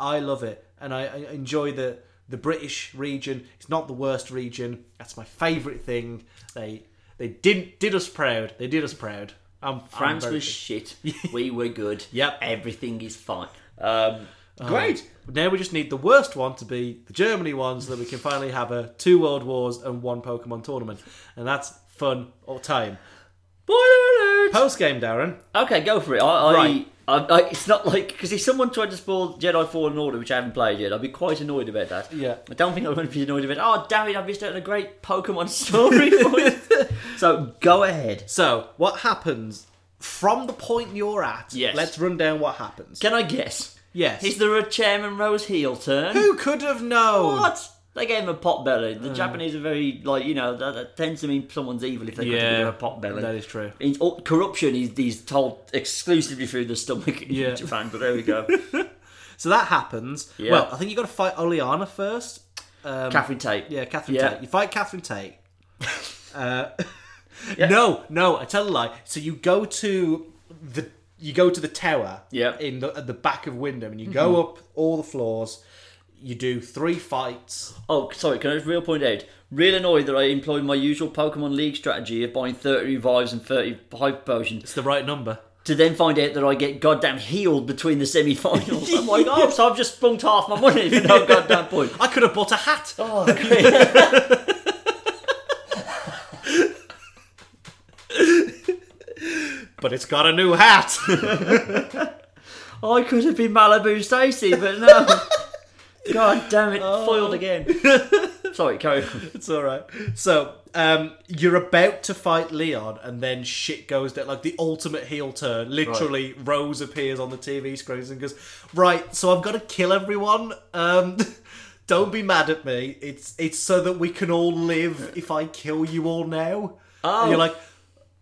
[SPEAKER 1] I love it, and I, I enjoy the the British region. It's not the worst region. That's my favourite thing. They they did did us proud. They did us proud. I'm
[SPEAKER 2] France
[SPEAKER 1] I'm very- [laughs]
[SPEAKER 2] was shit. we were good.
[SPEAKER 1] Yep. Uh,
[SPEAKER 2] Everything is fine. Um, great.
[SPEAKER 1] Now we just need the worst one to be the Germany one, so that we can finally have a two world wars and one Pokemon tournament, and that's fun all time.
[SPEAKER 2] Spoiler alert!
[SPEAKER 1] Post game, Darren.
[SPEAKER 2] Okay, go for it. I, I,
[SPEAKER 1] Right.
[SPEAKER 2] I, I it's not like because if someone tried to spoil Jedi Fallen Order, which I haven't played yet, I'd be quite annoyed about that.
[SPEAKER 1] Yeah.
[SPEAKER 2] I don't think I would be annoyed about. Oh, damn it! I missed out on a great
[SPEAKER 1] [laughs]
[SPEAKER 2] Pokemon story. for it." so go ahead.
[SPEAKER 1] So what happens from the point you're at?
[SPEAKER 2] Yes.
[SPEAKER 1] Let's run down what happens.
[SPEAKER 2] Can I guess?
[SPEAKER 1] Yes.
[SPEAKER 2] Is there a Chairman Rose heel turn?
[SPEAKER 1] Who Uh. could have known?
[SPEAKER 2] What? They gave him a pot belly. The Japanese are very like you know that, that tends to mean someone's evil if they got
[SPEAKER 1] Yeah,
[SPEAKER 2] to give him a pot belly.
[SPEAKER 1] that is true.
[SPEAKER 2] He's- oh, corruption is he's told exclusively through the stomach in
[SPEAKER 1] Yeah.
[SPEAKER 2] Japan. But there
[SPEAKER 1] [laughs]
[SPEAKER 2] we go.
[SPEAKER 1] So that happens.
[SPEAKER 2] Yeah.
[SPEAKER 1] Well, I think you got to fight Oleana first.
[SPEAKER 2] Catherine Tate.
[SPEAKER 1] Um, Yeah, Catherine [laughs]
[SPEAKER 2] Yeah.
[SPEAKER 1] Tate. You fight Catherine Tate. Uh, No, no, I tell a lie. So you go to the you go to the tower
[SPEAKER 2] Yep.
[SPEAKER 1] in the at the back of Wyndham, and you go up all the floors. You do three fights.
[SPEAKER 2] Oh, sorry, can I just real point out? Real annoyed that I employed my usual Pokemon League strategy of buying 30 revives and 30 hype potions
[SPEAKER 1] It's the right number.
[SPEAKER 2] to then find out that I get goddamn healed between the semi finals. I'm like, oh, so I've just spunked half my money for no goddamn point.
[SPEAKER 1] I could have bought a hat.
[SPEAKER 2] Oh,
[SPEAKER 1] [laughs]
[SPEAKER 2] okay.
[SPEAKER 1] but it's got a new hat.
[SPEAKER 2] I could have been Malibu Stacy, but no. God damn it, foiled again. Sorry, carry on.
[SPEAKER 1] it's all right. So um, you're about to fight Leon, and then shit goes down. Like the ultimate heel turn. Literally, Rose appears on the TV screens and goes, "Right, so I've got to kill everyone. Um, [laughs] don't be mad at me. It's it's so that we can all live. If I kill you all now,
[SPEAKER 2] Oh.
[SPEAKER 1] and you're like."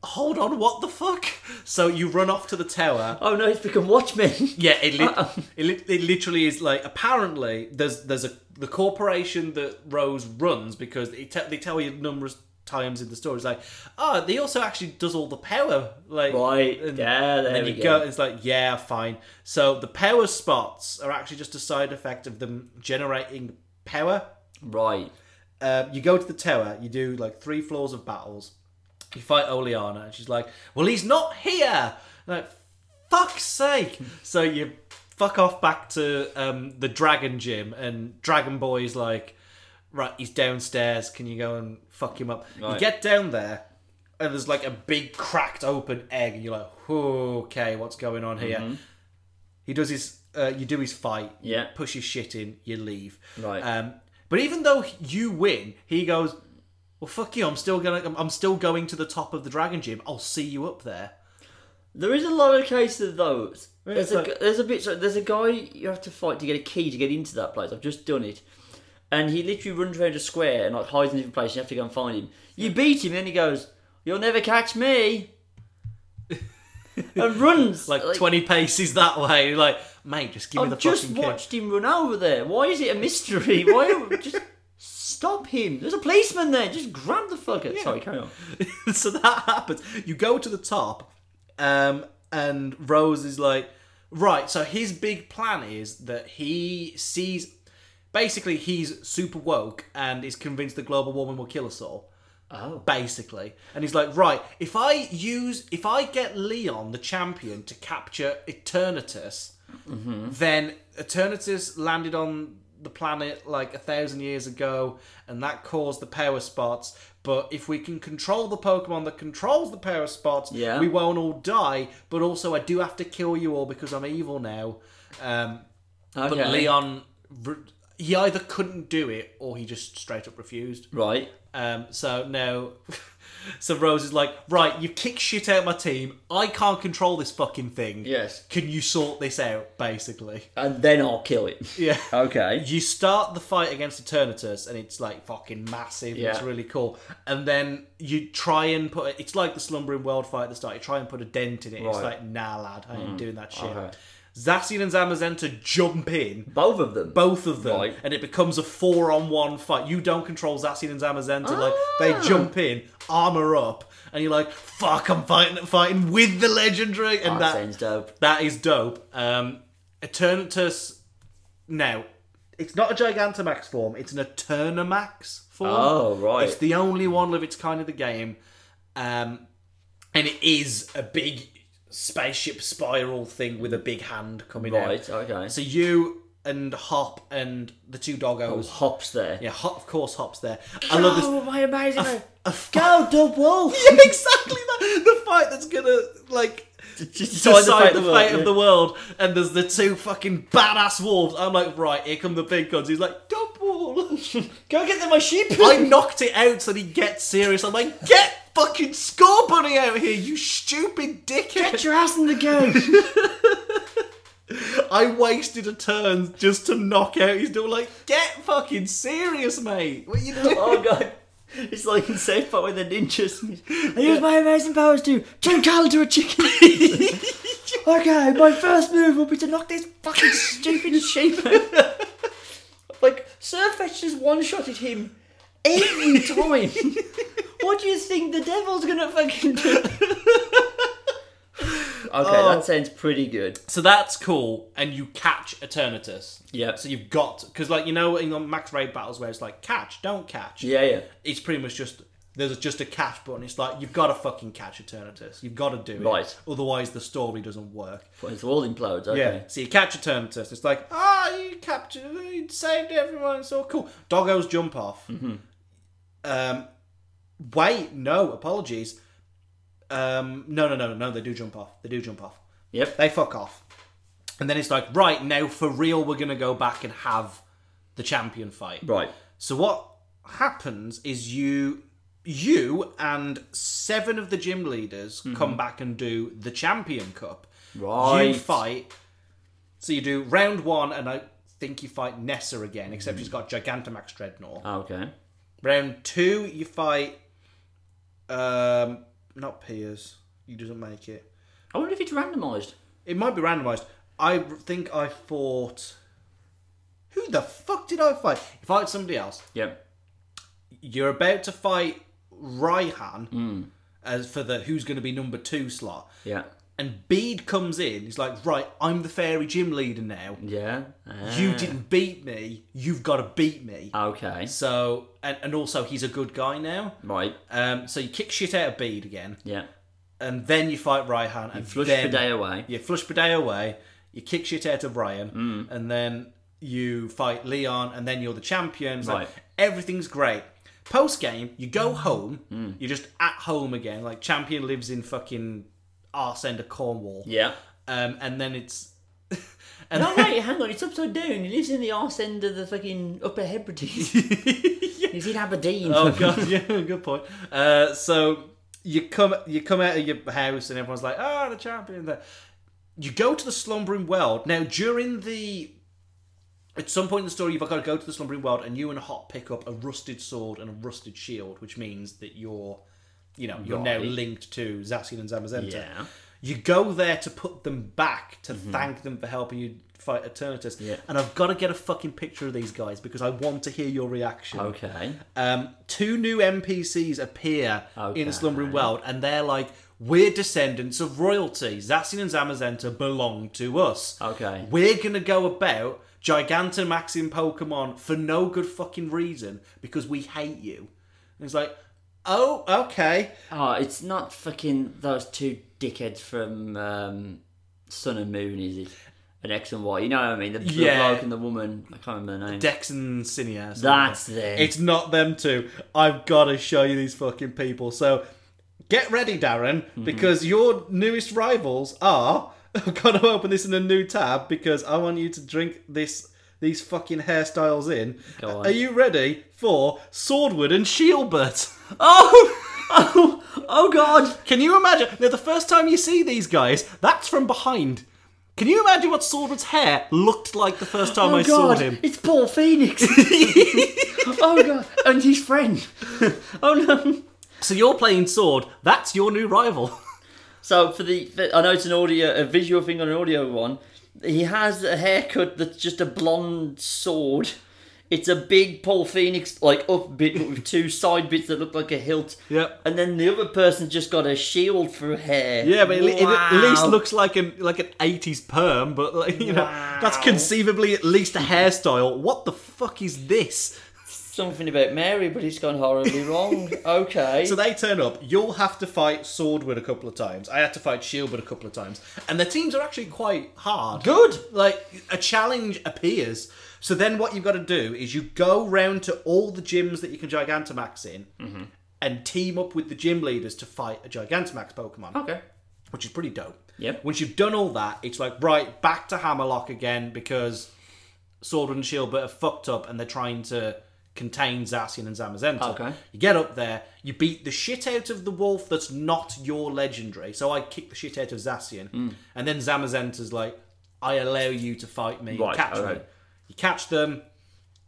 [SPEAKER 1] Hold on, what the fuck? So you run off to the tower.
[SPEAKER 2] Oh no, it's become Watchmen. [laughs]
[SPEAKER 1] Yeah, it, lit it, lit it literally is like apparently there's there's a the corporation that Rose runs because it te- they tell you numerous times in the story it's like oh they also actually does all the power like
[SPEAKER 2] Right,
[SPEAKER 1] and,
[SPEAKER 2] yeah, there
[SPEAKER 1] and then
[SPEAKER 2] we
[SPEAKER 1] you
[SPEAKER 2] go.
[SPEAKER 1] go it's like yeah fine so the power spots are actually just a side effect of them generating power
[SPEAKER 2] Right.
[SPEAKER 1] um, you go to the tower, you do like three floors of battles, you fight Oleana, and she's like, Well, he's not here! And I'm like, fuck's
[SPEAKER 2] [laughs]
[SPEAKER 1] sake! so you fuck off back to um, the dragon gym, and Dragon Boy's like, Right, he's downstairs, can you go and fuck him up?
[SPEAKER 2] Right.
[SPEAKER 1] You get down there, and there's like a big cracked open egg, and you're like, "Whoa, okay, what's going on here? He does his, uh, you do his fight, you
[SPEAKER 2] Mm-hmm. Yeah.
[SPEAKER 1] push his shit in, you leave.
[SPEAKER 2] Right.
[SPEAKER 1] Um, but even though you win, he goes, "Well, fuck you! I'm still going. I'm, I'm still going to the top of the dragon gym. I'll see you up there."
[SPEAKER 2] There is a lot of cases of those. There's a,
[SPEAKER 1] it's like-
[SPEAKER 2] there's a bit. So there's a guy you have to fight to get a key to get into that place. I've just done it, and he literally runs around a square and like hides in a different place. You have to go and find him. You beat him, then he goes, "You'll never catch me," [laughs] and runs
[SPEAKER 1] Like, twenty paces that way. You're Like, mate, just give me the
[SPEAKER 2] I've just
[SPEAKER 1] fucking key.
[SPEAKER 2] watched him run over there. Why is it a mystery? Why just stop him? There's a policeman there. Just grab the fucker. Sorry, carry on.
[SPEAKER 1] [laughs] so that happens. You go to the top, um, and Rose is like, right. So his big plan is that he sees, basically, he's super woke and is convinced that global warming will kill us all.
[SPEAKER 2] Oh.
[SPEAKER 1] basically. And he's like, right, if I use, if I get Leon the champion to capture Eternatus,
[SPEAKER 2] Mm-hmm.
[SPEAKER 1] then Eternatus landed on the planet like a thousand years ago, and that caused the power spots. But if we can control the Pokemon that controls the power spots,
[SPEAKER 2] Yeah.
[SPEAKER 1] we won't all die. But also, I do have to kill you all because I'm evil now. Um, but
[SPEAKER 2] Okay.
[SPEAKER 1] Leon, re- he either couldn't do it or he just straight up refused.
[SPEAKER 2] Right.
[SPEAKER 1] Um, so no. [laughs] so Rose is like, right, you've kicked shit out of my team. I can't control this fucking thing.
[SPEAKER 2] Yes.
[SPEAKER 1] Can you sort this out, basically? [laughs]
[SPEAKER 2] And then I'll kill him.
[SPEAKER 1] Yeah.
[SPEAKER 2] Okay.
[SPEAKER 1] You start the fight against Eternatus, and it's like fucking massive. It's
[SPEAKER 2] Yeah.
[SPEAKER 1] really cool. And then you try and put it's like the Slumbering World fight at the start. You try and put a dent in it. It's
[SPEAKER 2] Right. Mm-hmm.
[SPEAKER 1] like, nah, lad, I ain't doing that shit.
[SPEAKER 2] okay.
[SPEAKER 1] Zacian and Zamazenta jump in,
[SPEAKER 2] Both of them.
[SPEAKER 1] both of them,
[SPEAKER 2] Right.
[SPEAKER 1] and it becomes a four-on-one fight. You don't control Zacian and Zamazenta. Like they jump in, armor up, and you're like, "Fuck, I'm fighting, fighting with the legendary." And that
[SPEAKER 2] that, sounds dope.
[SPEAKER 1] that is dope. Um, Eternatus. Now, it's not a Gigantamax form. It's an Eternamax form.
[SPEAKER 2] Oh, right.
[SPEAKER 1] It's the only one of its kind of the game, um, and it is a big spaceship spiral thing with a big hand coming
[SPEAKER 2] Right,
[SPEAKER 1] out.
[SPEAKER 2] okay.
[SPEAKER 1] So you and Hop and the two doggos.
[SPEAKER 2] Hops there.
[SPEAKER 1] Yeah, Hop, of course, Hop's there. I love this.
[SPEAKER 2] Oh, my amazing.
[SPEAKER 1] A f-
[SPEAKER 2] Go, the wolf!
[SPEAKER 1] [laughs] yeah, exactly that. The fight that's gonna like decide, the, fate of the world. And there's the two fucking badass wolves. I'm like, right, here come the big guns. He's like, [laughs] double.
[SPEAKER 2] Go get
[SPEAKER 1] [laughs]
[SPEAKER 2] them, my sheep!
[SPEAKER 1] I
[SPEAKER 2] [laughs]
[SPEAKER 1] knocked it out so that he gets serious. I'm like, get fucking score bunny out here, you stupid dickhead.
[SPEAKER 2] your ass in the game!
[SPEAKER 1] [laughs] I wasted a turn just to knock out his double. Like, get fucking serious, mate. [laughs] What you doing?
[SPEAKER 2] [laughs] oh god. It's like in Safe Park with the ninjas. [laughs] I use my amazing powers to turn Carl to a chicken. [laughs] okay, my first move will be to knock this fucking [laughs] stupid sheep out. like, Sir Fetch just one shotted him [laughs] every time. what do you think the devil's gonna fucking [laughs] do? Oh. okay, that sounds pretty good.
[SPEAKER 1] So that's cool, and you catch Eternatus.
[SPEAKER 2] Yep.
[SPEAKER 1] So you've got because like you know in the max raid battles where it's like catch, don't catch.
[SPEAKER 2] Yeah, yeah.
[SPEAKER 1] It's pretty much just there's just a catch button. It's like you've got to fucking catch Eternatus. You've got to do it.
[SPEAKER 2] Right.
[SPEAKER 1] Otherwise the story doesn't work.
[SPEAKER 2] Well, It's all implodes. Okay.
[SPEAKER 1] So you catch Eternatus. It's like ah, you captured, you saved everyone. It's all cool. Doggos jump off.
[SPEAKER 2] Mm-hmm.
[SPEAKER 1] Um, wait, no, apologies. Um, no, no, no, no. They do jump off. They do jump off.
[SPEAKER 2] Yep.
[SPEAKER 1] They fuck off. And then it's like, right, now for real, we're going to go back and have the champion fight.
[SPEAKER 2] Right.
[SPEAKER 1] So what happens is you you and seven of the gym leaders come back and do the champion cup. You
[SPEAKER 2] Right.
[SPEAKER 1] fight. So you do round one, and I think you fight Nessa again, except she's got Gigantamax Dreadnought.
[SPEAKER 2] Ah, Okay.
[SPEAKER 1] Round two, you fight. Um, not Piers. He doesn't make it.
[SPEAKER 2] I wonder if it's randomised.
[SPEAKER 1] It might be randomized. I think I fought. Who the fuck did I fight? You fight somebody else.
[SPEAKER 2] Yep.
[SPEAKER 1] You're about to fight Raihan
[SPEAKER 2] Hmm.
[SPEAKER 1] as for the who's going to be number two slot.
[SPEAKER 2] Yeah.
[SPEAKER 1] And Bede comes in. He's like, right, I'm the fairy gym leader now.
[SPEAKER 2] Yeah.
[SPEAKER 1] You
[SPEAKER 2] Ah.
[SPEAKER 1] didn't beat me. You've got to beat me.
[SPEAKER 2] Okay.
[SPEAKER 1] So, and, and also he's a good guy now.
[SPEAKER 2] Right.
[SPEAKER 1] Um, so you kick shit out of Bede again,
[SPEAKER 2] Yeah.
[SPEAKER 1] and then you fight Raihan and
[SPEAKER 2] Flush
[SPEAKER 1] then,
[SPEAKER 2] the day away.
[SPEAKER 1] you flush Bidet away, you kick shit out of Ryan,
[SPEAKER 2] Mm.
[SPEAKER 1] and then you fight Leon, and then you're the champion. So
[SPEAKER 2] Right. Mm.
[SPEAKER 1] Everything's great. Post game, you go home, you're just at home again. Like, champion lives in fucking arse end of Cornwall.
[SPEAKER 2] Yeah. [laughs]
[SPEAKER 1] Um, and then it's. [laughs] and
[SPEAKER 2] No, wait, hang on, it's upside down. He lives in the arse end of the fucking
[SPEAKER 1] [laughs]
[SPEAKER 2] Upper Hebrides. He's in Aberdeen. [laughs]
[SPEAKER 1] Oh god, yeah, good point. Uh, so you come you come out of your house and everyone's like, "Ah, the champion!" There, you go to the slumbering world. Now, during the at some point in the story, you've got to go to the slumbering world, and you and Hot pick up a rusted sword and a rusted shield, which means that you're, you know, you're now
[SPEAKER 2] Right.
[SPEAKER 1] linked to Zacian and Zamazenta.
[SPEAKER 2] Yeah. Mm-hmm.
[SPEAKER 1] You go there to put them back to thank them for helping you fight Eternatus.
[SPEAKER 2] Yeah.
[SPEAKER 1] And I've got to get a fucking picture of these guys because I want to hear your reaction.
[SPEAKER 2] Okay.
[SPEAKER 1] Um, two new NPCs appear in
[SPEAKER 2] Okay.
[SPEAKER 1] the Slumbering World, and they're like, "We're descendants of royalty. Zacian and Zamazenta belong to us.
[SPEAKER 2] Okay.
[SPEAKER 1] We're gonna go about Gigantamaxing Pokemon for no good fucking reason because we hate you." And it's like, "Oh, okay."
[SPEAKER 2] Oh, it's not fucking those two dickheads from um, Sun and Moon, is it? An X and Y. You know what I mean? The, the
[SPEAKER 1] Yeah.
[SPEAKER 2] bloke and the woman. I can't remember their name.
[SPEAKER 1] Dex and Cineas.
[SPEAKER 2] That's them.
[SPEAKER 1] It's not them two. I've got to show you these fucking people. So get ready, Darren,
[SPEAKER 2] Mhm.
[SPEAKER 1] because your newest rivals are. [laughs] I've got to open this in a new tab because I want you to drink this these fucking hairstyles in.
[SPEAKER 2] Go on.
[SPEAKER 1] Are you ready for Swordwood and Shieldbert?
[SPEAKER 2] [laughs] Oh! Oh! Oh, God!
[SPEAKER 1] Can you imagine? Now, the first time you see these guys, that's from behind. Can you imagine what Swordwood's hair looked like the first time
[SPEAKER 2] Oh,
[SPEAKER 1] I
[SPEAKER 2] God!
[SPEAKER 1] saw him?
[SPEAKER 2] It's Paul [laughs] Phoenix! oh, God! And his friend. [laughs] oh, no.
[SPEAKER 1] So you're playing Sword. That's your new rival.
[SPEAKER 2] So for the, for, I know it's an audio, a visual thing on an audio one. He has a haircut that's just a blonde sword. It's a big Paul Phoenix like up bit with two side bits that look like a hilt.
[SPEAKER 1] Yep.
[SPEAKER 2] And then the other person's just got a shield for
[SPEAKER 1] [laughs]
[SPEAKER 2] hair.
[SPEAKER 1] Yeah, but it, it at least
[SPEAKER 2] Wow.
[SPEAKER 1] looks like an like an eighties perm, but like you know that's
[SPEAKER 2] Wow.
[SPEAKER 1] conceivably at least a hairstyle. What the fuck is this?
[SPEAKER 2] something about Mary, but it's gone horribly [laughs] wrong. Okay.
[SPEAKER 1] So they turn up. You'll have to fight Swordwood a couple of times. I had to fight Shieldwood a couple of times, and the teams are actually quite hard.
[SPEAKER 2] Good.
[SPEAKER 1] Like a challenge appears. So then what you've got to do is you go round to all the gyms that you can Gigantamax in,
[SPEAKER 2] Mm-hmm.
[SPEAKER 1] and team up with the gym leaders to fight a Gigantamax Pokemon.
[SPEAKER 2] okay.
[SPEAKER 1] which is pretty dope.
[SPEAKER 2] Yep.
[SPEAKER 1] Once you've done all that, it's like right back to Hammerlock again because Sword and Shield but are fucked up and they're trying to contain Zacian and Zamazenta.
[SPEAKER 2] Okay.
[SPEAKER 1] You get up there, you beat the shit out of the wolf that's not your legendary. So I kick the shit out of Zacian,
[SPEAKER 2] Hmm.
[SPEAKER 1] and then Zamazenta's like, "I allow you to fight me,
[SPEAKER 2] Right,
[SPEAKER 1] catch me."
[SPEAKER 2] okay.
[SPEAKER 1] You catch them,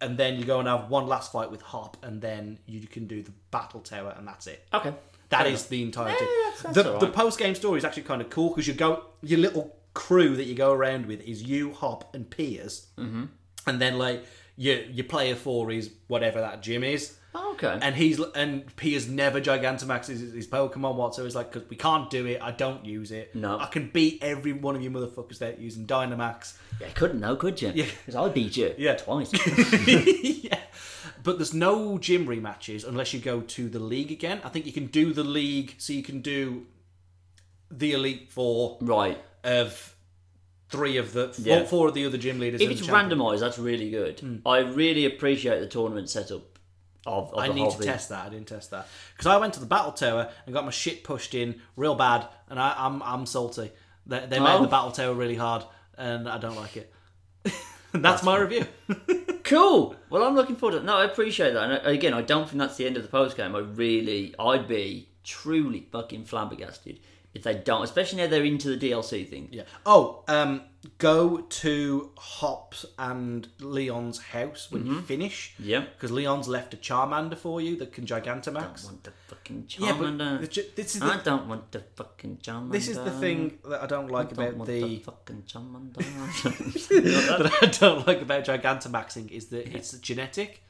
[SPEAKER 1] and then you go and have one last fight with Hop, and then you can do the battle tower, and that's it.
[SPEAKER 2] Okay.
[SPEAKER 1] That is the entirety.
[SPEAKER 2] that's- that's
[SPEAKER 1] the
[SPEAKER 2] all right.
[SPEAKER 1] the post game story is actually kind of cool because you go your little crew that you go around with is you, Hop, and Piers, mm-hmm. and then like your your player four is whatever that gym is.
[SPEAKER 2] Oh, okay.
[SPEAKER 1] and he's and Piers never Gigantamax his, his Pokemon whatsoever. He's like, because we can't do it. I don't use it.
[SPEAKER 2] No.
[SPEAKER 1] I can beat every one of you motherfuckers that using Dynamax.
[SPEAKER 2] yeah, couldn't know, could you? Yeah, because I beat you.
[SPEAKER 1] Yeah. [laughs]
[SPEAKER 2] twice. [laughs]
[SPEAKER 1] yeah. But there's no gym rematches unless you go to the league again. I think you can do the league, so you can do the Elite Four
[SPEAKER 2] right.
[SPEAKER 1] of three of the four,
[SPEAKER 2] Yeah.
[SPEAKER 1] four of the other gym leaders.
[SPEAKER 2] If
[SPEAKER 1] and
[SPEAKER 2] it's
[SPEAKER 1] the champion.
[SPEAKER 2] randomised, that's really good.
[SPEAKER 1] Hmm.
[SPEAKER 2] I really appreciate the tournament setup of, of
[SPEAKER 1] I
[SPEAKER 2] the
[SPEAKER 1] need
[SPEAKER 2] whole
[SPEAKER 1] to
[SPEAKER 2] thing.
[SPEAKER 1] test that. I didn't test that because I went to the battle tower and got my shit pushed in real bad, and I, I'm I'm salty. They, they made
[SPEAKER 2] Oh.
[SPEAKER 1] the battle tower really hard, and I don't like it. [laughs] And that's, my review. [laughs]
[SPEAKER 2] Cool. Well, I'm looking forward to it. No, I appreciate that. And I- again, I don't think that's the end of the post game. I really, I'd be truly fucking flabbergasted if they don't, especially now they're into the DLC thing.
[SPEAKER 1] yeah. Oh, um, go to Hops and Leon's house when you finish.
[SPEAKER 2] Mm-hmm. Yeah.
[SPEAKER 1] Because Leon's left a Charmander for you that can Gigantamax.
[SPEAKER 2] I want the fucking
[SPEAKER 1] yeah, but
[SPEAKER 2] Charmander.
[SPEAKER 1] the ch- this is the,
[SPEAKER 2] I don't want the fucking Charmander.
[SPEAKER 1] this is the thing that I don't like
[SPEAKER 2] I don't
[SPEAKER 1] about
[SPEAKER 2] want
[SPEAKER 1] the [laughs]
[SPEAKER 2] fucking Charmander. [laughs]
[SPEAKER 1] that I don't like about Gigantamaxing is that it's genetic.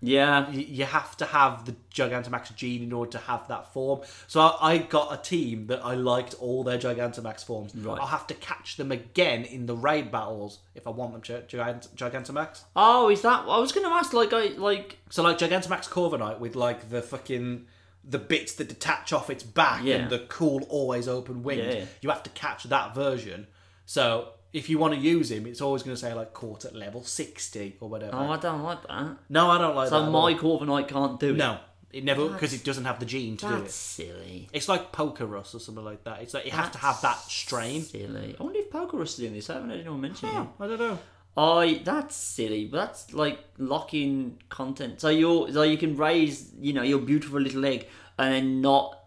[SPEAKER 2] yeah.
[SPEAKER 1] y- you have to have the Gigantamax gene in order to have that form. So I, I got a team that I liked all their Gigantamax forms.
[SPEAKER 2] Right.
[SPEAKER 1] I'll have to catch them again in the raid battles if I want them to Gigant, Gigantamax.
[SPEAKER 2] Oh, is that? I was going to ask. Like, I like.
[SPEAKER 1] So like Gigantamax Corviknight with like the fucking the bits that detach off its back
[SPEAKER 2] Yeah.
[SPEAKER 1] and the cool always open wing.
[SPEAKER 2] Yeah, yeah.
[SPEAKER 1] You have to catch that version. So if you want to use him, it's always going to say like caught at level sixty or whatever.
[SPEAKER 2] Oh, I don't like that.
[SPEAKER 1] no, I don't like that.
[SPEAKER 2] So
[SPEAKER 1] at
[SPEAKER 2] my
[SPEAKER 1] all.
[SPEAKER 2] Corviknight can't do it.
[SPEAKER 1] no, it never because it doesn't have the gene to do it.
[SPEAKER 2] That's silly.
[SPEAKER 1] It's like poker rust or something like that. It's like you have to have that strain.
[SPEAKER 2] Silly. I wonder if Pokerus is doing this. Oh, I haven't heard anyone mention it.
[SPEAKER 1] I don't know.
[SPEAKER 2] I that's silly, but that's like locking content. So you're so you can raise, you know, your beautiful little egg and then not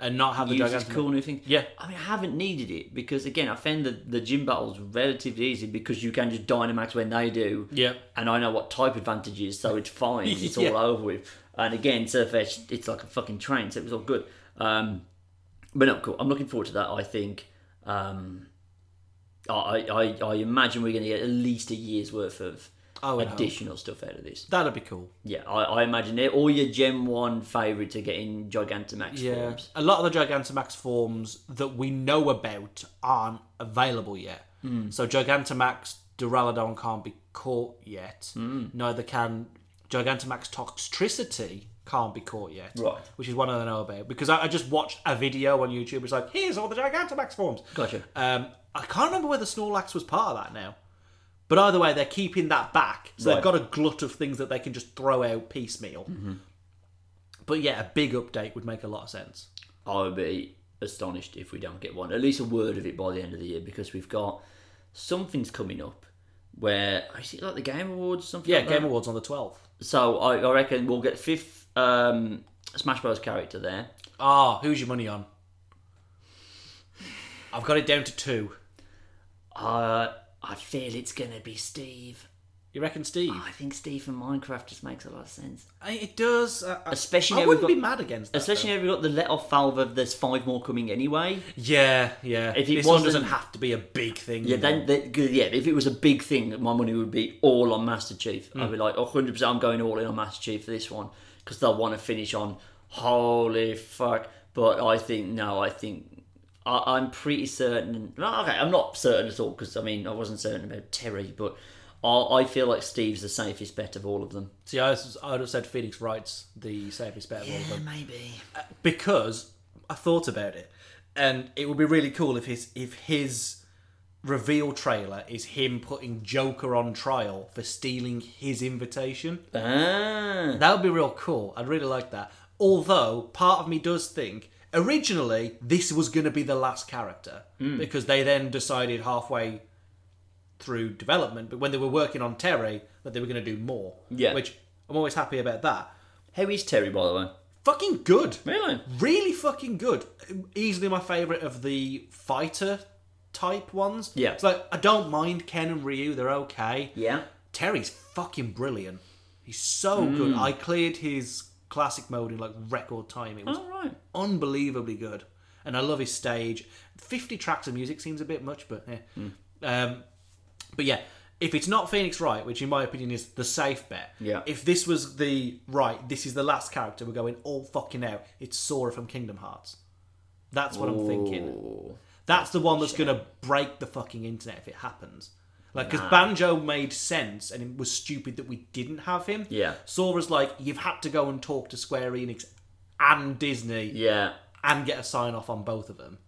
[SPEAKER 1] And not have the
[SPEAKER 2] use this
[SPEAKER 1] gigantic.
[SPEAKER 2] cool new thing.
[SPEAKER 1] Yeah.
[SPEAKER 2] I mean I haven't needed it because again I found the, the gym battles relatively easy because you can just Dynamax when they do.
[SPEAKER 1] Yeah.
[SPEAKER 2] And I know what type advantage is, so it's fine.
[SPEAKER 1] [laughs]
[SPEAKER 2] It's
[SPEAKER 1] Yeah.
[SPEAKER 2] all over with. And again, Surfetch, it's like a fucking train, so it was all good. Um, but no, cool. I'm looking forward to that. I think um, I, I, I- I imagine we're going to get at least a year's worth of
[SPEAKER 1] Oh, I would hope.
[SPEAKER 2] additional stuff out of this.
[SPEAKER 1] That'd be cool.
[SPEAKER 2] Yeah, I, I imagine it. All your Gen 1 favourites are getting Gigantamax
[SPEAKER 1] Yeah.
[SPEAKER 2] forms.
[SPEAKER 1] A lot of the Gigantamax forms that we know about aren't available yet.
[SPEAKER 2] Hmm.
[SPEAKER 1] So Gigantamax Duraludon can't be caught yet.
[SPEAKER 2] Hmm.
[SPEAKER 1] Neither can Gigantamax Toxtricity can't be caught yet.
[SPEAKER 2] Right.
[SPEAKER 1] Which is one I know about. Because I, I just watched a video on YouTube. It's like, here's all the Gigantamax forms.
[SPEAKER 2] Gotcha.
[SPEAKER 1] Um, I can't remember whether Snorlax was part of that now. But either way, they're keeping that back. So
[SPEAKER 2] Right. Mm-hmm.
[SPEAKER 1] they've got a glut of things that they can just throw out piecemeal. But yeah, a big update would make a lot of sense.
[SPEAKER 2] I would be astonished if we don't get one, at least a word of it by the end of the year, because we've got something's coming up where is it like the Game Awards something?
[SPEAKER 1] Yeah,
[SPEAKER 2] like
[SPEAKER 1] Game
[SPEAKER 2] that?
[SPEAKER 1] Awards on the 12th.
[SPEAKER 2] So I, I reckon we'll get fifth um, Smash Bros character there.
[SPEAKER 1] Ah, who's your money on? I've got it down to two.
[SPEAKER 2] Uh, I feel it's gonna be Steve.
[SPEAKER 1] You reckon, Steve?
[SPEAKER 2] I think Steve from Minecraft just makes a lot of sense,
[SPEAKER 1] I, it does. uh, I, I,
[SPEAKER 2] especially
[SPEAKER 1] I
[SPEAKER 2] now we've
[SPEAKER 1] wouldn't be
[SPEAKER 2] got.
[SPEAKER 1] mad against that.
[SPEAKER 2] Especially now we've got the let off valve of there's five more coming anyway.
[SPEAKER 1] though. Yeah, yeah.
[SPEAKER 2] If it
[SPEAKER 1] this one
[SPEAKER 2] wasn't-
[SPEAKER 1] doesn't have to be a big thing.
[SPEAKER 2] Yeah, then the, good- yeah, if it was a big thing, my money would be all on Master Chief. I'd be like, 100 percent, I'm going all in on Master Chief for this one because they'll want to finish on holy fuck. But I think no, I think I, I'm pretty certain. No, okay, I'm not certain at all because I mean I wasn't certain about Terry, but I, I feel like Steve's the safest bet of all of them.
[SPEAKER 1] See, I, was- I would have said Phoenix Wright's the safest bet of all of them.
[SPEAKER 2] maybe.
[SPEAKER 1] because I thought about it, and it would be really cool if his if his reveal trailer is him putting Joker on trial for stealing his invitation.
[SPEAKER 2] Ah,
[SPEAKER 1] That would be real cool. I'd really like that. Although part of me does think originally this was going to be the last character because they then decided halfway through development, but when they were working on Terry, that they were going to do more.
[SPEAKER 2] Yeah.
[SPEAKER 1] which I'm always happy about that.
[SPEAKER 2] how is Terry by the way?
[SPEAKER 1] Fucking good
[SPEAKER 2] Really?
[SPEAKER 1] really fucking good. Easily my favorite of the fighter type ones.
[SPEAKER 2] Yeah.
[SPEAKER 1] it's like I don't mind Ken and Ryu; they're okay.
[SPEAKER 2] Yeah.
[SPEAKER 1] Terry's fucking brilliant. He's so good.
[SPEAKER 2] Mm.
[SPEAKER 1] I cleared his classic mode in like record time. It was
[SPEAKER 2] All right.
[SPEAKER 1] unbelievably good, and I love his
[SPEAKER 2] Hmm.
[SPEAKER 1] stage. Fifty tracks of music seems a bit much, but eh. um, but yeah, if it's not Phoenix Wright, which in my opinion is the safe bet,
[SPEAKER 2] Yeah.
[SPEAKER 1] if this was the right, this is the last character we're going all fucking out, it's Sora from Kingdom Hearts. That's what I'm thinking.
[SPEAKER 2] Ooh.
[SPEAKER 1] That's the one that's going to break the fucking internet if it happens. Like, because Banjo made sense and it was stupid that we didn't have him.
[SPEAKER 2] Yeah.
[SPEAKER 1] Sora's like, you've had to go and talk to Square Enix and Disney
[SPEAKER 2] Yeah.
[SPEAKER 1] and get a sign off on both of them.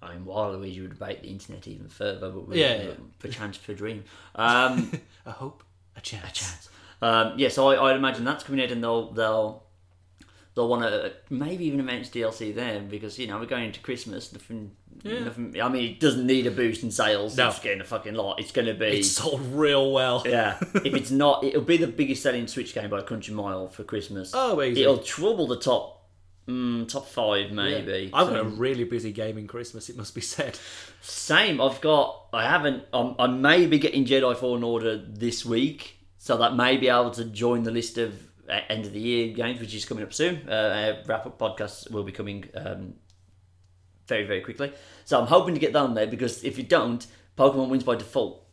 [SPEAKER 2] I mean, Waluigi would debate the internet even further, but we,
[SPEAKER 1] Yeah, yeah.
[SPEAKER 2] perchance per dream.
[SPEAKER 1] [laughs]
[SPEAKER 2] Um,
[SPEAKER 1] A hope, a chance. A chance.
[SPEAKER 2] um, yeah, so I, I'd imagine that's coming out, and they'll they'll they'll want to maybe even announce DLC then because you know we're going into Christmas. Nothing, nothing. I mean, it doesn't need a boost in sales.
[SPEAKER 1] No.
[SPEAKER 2] It's getting a fucking lot. It's going to be.
[SPEAKER 1] It sold real well.
[SPEAKER 2] yeah, if it's not, it'll be the biggest selling Switch game by a country mile for Christmas.
[SPEAKER 1] Oh, easy.
[SPEAKER 2] It'll trouble the top, mm, top five maybe.
[SPEAKER 1] I've got
[SPEAKER 2] So-
[SPEAKER 1] a really busy gaming Christmas, it must be said.
[SPEAKER 2] Same. I've got. I haven't. I'm, I may be getting Jedi Fallen Order this week, so that may be able to join the list of uh, end of the year games, which is coming up soon. Uh, our wrap up podcast will be coming um, very very quickly. So I'm hoping to get down there because if you don't, Pokemon wins by default.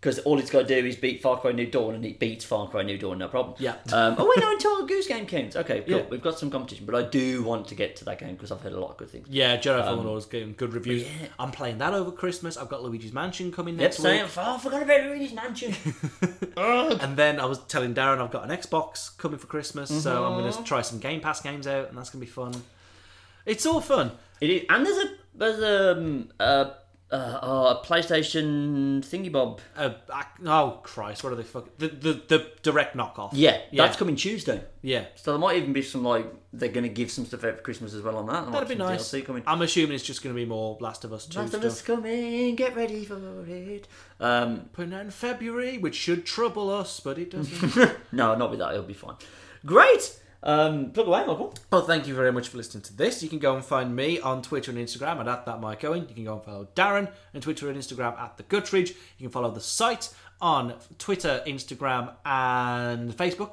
[SPEAKER 2] Because all it's got to do is beat Far Cry New Dawn, and it beats Far Cry New Dawn, no problem.
[SPEAKER 1] Yeah.
[SPEAKER 2] Um, oh
[SPEAKER 1] [laughs]
[SPEAKER 2] wait, no, until the Goose Game counts. Okay, cool.
[SPEAKER 1] Yeah.
[SPEAKER 2] We've got some competition, but I do want to get to that game because I've heard a lot of good things.
[SPEAKER 1] Yeah, Jedi
[SPEAKER 2] Um,
[SPEAKER 1] Fallen Order's getting good reviews. I'm playing that over Christmas. I've got Luigi's Mansion coming
[SPEAKER 2] Yep,
[SPEAKER 1] next
[SPEAKER 2] same.
[SPEAKER 1] week.
[SPEAKER 2] Oh, I forgot about Luigi's Mansion.
[SPEAKER 1] And then I was telling Darren I've got an Xbox coming for Christmas, so I'm
[SPEAKER 2] Mm-hmm.
[SPEAKER 1] going to try some Game Pass games out, and that's going to be fun. It's all fun.
[SPEAKER 2] It is, and there's a there's a um, a, a, a PlayStation thingy bob.
[SPEAKER 1] Uh, I, oh, Christ, what are they fucking... The, the, the direct knockoff.
[SPEAKER 2] Yeah,
[SPEAKER 1] Yeah.
[SPEAKER 2] that's coming Tuesday.
[SPEAKER 1] Yeah.
[SPEAKER 2] So there might even be some like they're gonna give some stuff out for Christmas as well on that. There
[SPEAKER 1] That'd
[SPEAKER 2] might
[SPEAKER 1] be
[SPEAKER 2] some
[SPEAKER 1] nice.
[SPEAKER 2] DLC coming.
[SPEAKER 1] I'm assuming it's just going to be more Last of Us 2
[SPEAKER 2] Last of
[SPEAKER 1] stuff.
[SPEAKER 2] Us coming. Get ready for it. Um,
[SPEAKER 1] Putting out in February, which should trouble us, but it doesn't.
[SPEAKER 2] no, not with that. It'll be fine. Great. Um, plug away, Michael.
[SPEAKER 1] Well, thank you very much for listening to this. You can go and find me on Twitter and Instagram at, at that Mike Owen. You can go and follow Darren on Twitter and Instagram at the Guttridge. You can follow the site on Twitter, Instagram, and Facebook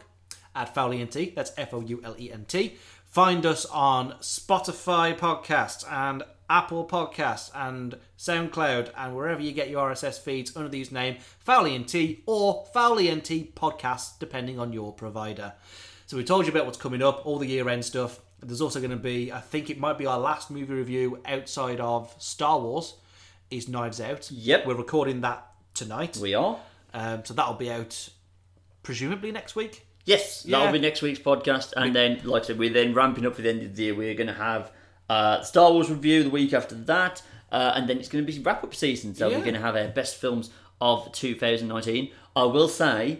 [SPEAKER 1] at FowlENT. That's F O U L E N T. Find us on Spotify podcasts and Apple Podcasts and SoundCloud and wherever you get your RSS feeds under these name FowlENT or FowlENT podcasts, depending on your provider. So we told you about what's coming up, all the year-end stuff. There's also going to be, I think it might be our last movie review outside of Star Wars, is Knives Out.
[SPEAKER 2] Yep.
[SPEAKER 1] We're recording that tonight,
[SPEAKER 2] We are.
[SPEAKER 1] um, so that'll be out presumably next week.
[SPEAKER 2] Yes, that'll
[SPEAKER 1] Yeah.
[SPEAKER 2] be next week's podcast. And then, like I said, we're then ramping up for the end of the year. We're going to have uh, Star Wars review the week after that. Uh, and then it's going to be wrap up season. So
[SPEAKER 1] Yeah.
[SPEAKER 2] we're going to have our best films of 2019. I will say,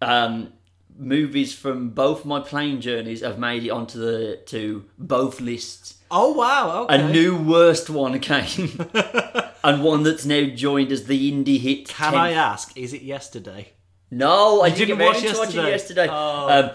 [SPEAKER 2] um, movies from both my plane journeys have made it onto the to both lists.
[SPEAKER 1] Oh wow! Okay.
[SPEAKER 2] A new worst one came.
[SPEAKER 1] [laughs]
[SPEAKER 2] and one that's now joined as the indie hit.
[SPEAKER 1] Can
[SPEAKER 2] 10th
[SPEAKER 1] I ask? Is it yesterday?
[SPEAKER 2] no, I didn't,
[SPEAKER 1] didn't
[SPEAKER 2] get
[SPEAKER 1] watch
[SPEAKER 2] watch, to watch it
[SPEAKER 1] yesterday?
[SPEAKER 2] yesterday.
[SPEAKER 1] Oh.
[SPEAKER 2] Um,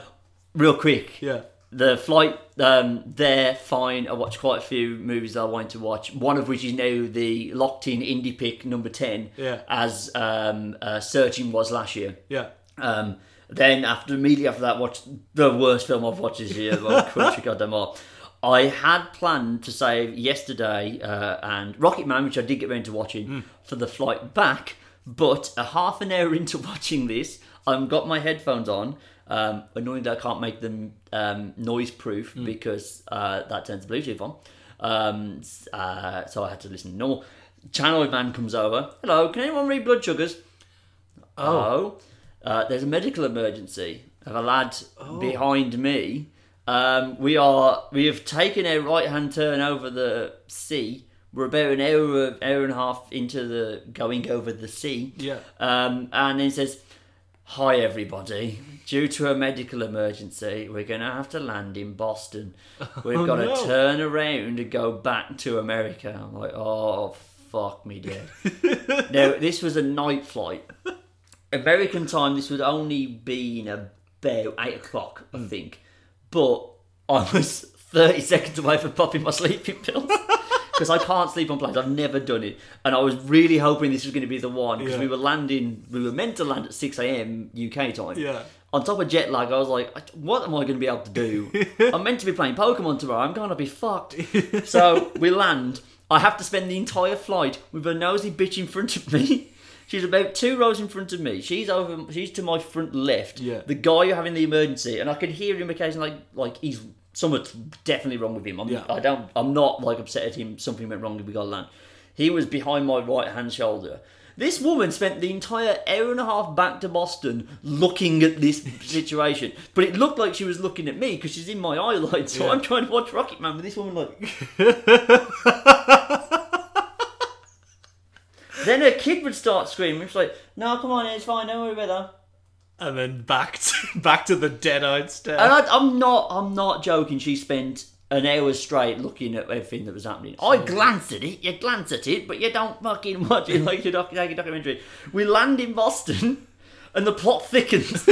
[SPEAKER 2] real quick,
[SPEAKER 1] Yeah.
[SPEAKER 2] the flight um, there, fine. I watched quite a few movies that I wanted to watch. One of which is now the locked in indie pick number ten,
[SPEAKER 1] Yeah.
[SPEAKER 2] as um, uh, Searching was last year.
[SPEAKER 1] Yeah.
[SPEAKER 2] Um, then after immediately after that, watched the worst film I've watched this year. Like, country goddamn all. I had planned to save yesterday uh, and Rocket Man, which I did get around to watching for the flight back. But a half an hour [laughs] into watching this, I've got my headphones on. Um, annoying that I can't make them um, noise proof because uh, that turns the Bluetooth on. Um, s- uh, so I had to listen to normal. Channel man comes over. Hello, can anyone read blood sugars? Oh. Uh, there's a medical emergency of a lad
[SPEAKER 1] Oh.
[SPEAKER 2] behind me. Um, we are we have taken a right hand turn over the sea. We're about an hour hour and a half into the going over the sea.
[SPEAKER 1] Yeah.
[SPEAKER 2] Um, and then he says, "Hi everybody. Due to a medical emergency, we're gonna have to land in
[SPEAKER 1] [laughs]
[SPEAKER 2] Boston. We've got to
[SPEAKER 1] Oh, no.
[SPEAKER 2] turn around and go back to America." I'm like, "Oh fuck
[SPEAKER 1] [laughs]
[SPEAKER 2] me, dear." now this was a night flight. American time, this would only been about eight o'clock,
[SPEAKER 1] Hmm.
[SPEAKER 2] I think. But I was thirty seconds away from popping my sleeping
[SPEAKER 1] [laughs]
[SPEAKER 2] pills because I can't sleep on planes. I've never done it, and I was really hoping this was going to be the one because
[SPEAKER 1] Yeah.
[SPEAKER 2] we were landing. We were meant to land at six a.m. UK time.
[SPEAKER 1] Yeah.
[SPEAKER 2] On top of jet lag, I was like, "I- "What am I going to be able
[SPEAKER 1] [laughs]
[SPEAKER 2] to do? I'm meant to be playing Pokemon tomorrow. I'm going to be fucked." so we land. I have to spend the entire flight with a nosy bitch in front of me [laughs] She's about two rows in front of me. She's over. She's to my front left.
[SPEAKER 1] Yeah.
[SPEAKER 2] The guy having the emergency, and I could hear him occasionally, like, like he's something's definitely wrong with him. I'm,
[SPEAKER 1] Yeah.
[SPEAKER 2] I don't. I'm not like upset at him. Something went wrong with the guy land. He was behind my right hand shoulder. This woman spent the entire hour and a half back to Boston looking at this situation, but it looked like she was looking at me because she's in my eye line. So
[SPEAKER 1] Yeah.
[SPEAKER 2] I'm trying to watch Rocket Man with this woman like. Then her kid would start screaming. She's like, "No, come on, it's fine. Don't worry about that."
[SPEAKER 1] and then back to [laughs] back to the dead-eyed stare.
[SPEAKER 2] And I, I'm not, I'm not joking. She spent an hour straight looking at everything that was happening. I glanced at it. You glance at it, but you don't fucking watch it like you doc- like a documentary. We land in Boston, [laughs] and the
[SPEAKER 1] [laughs]
[SPEAKER 2] plot thickens.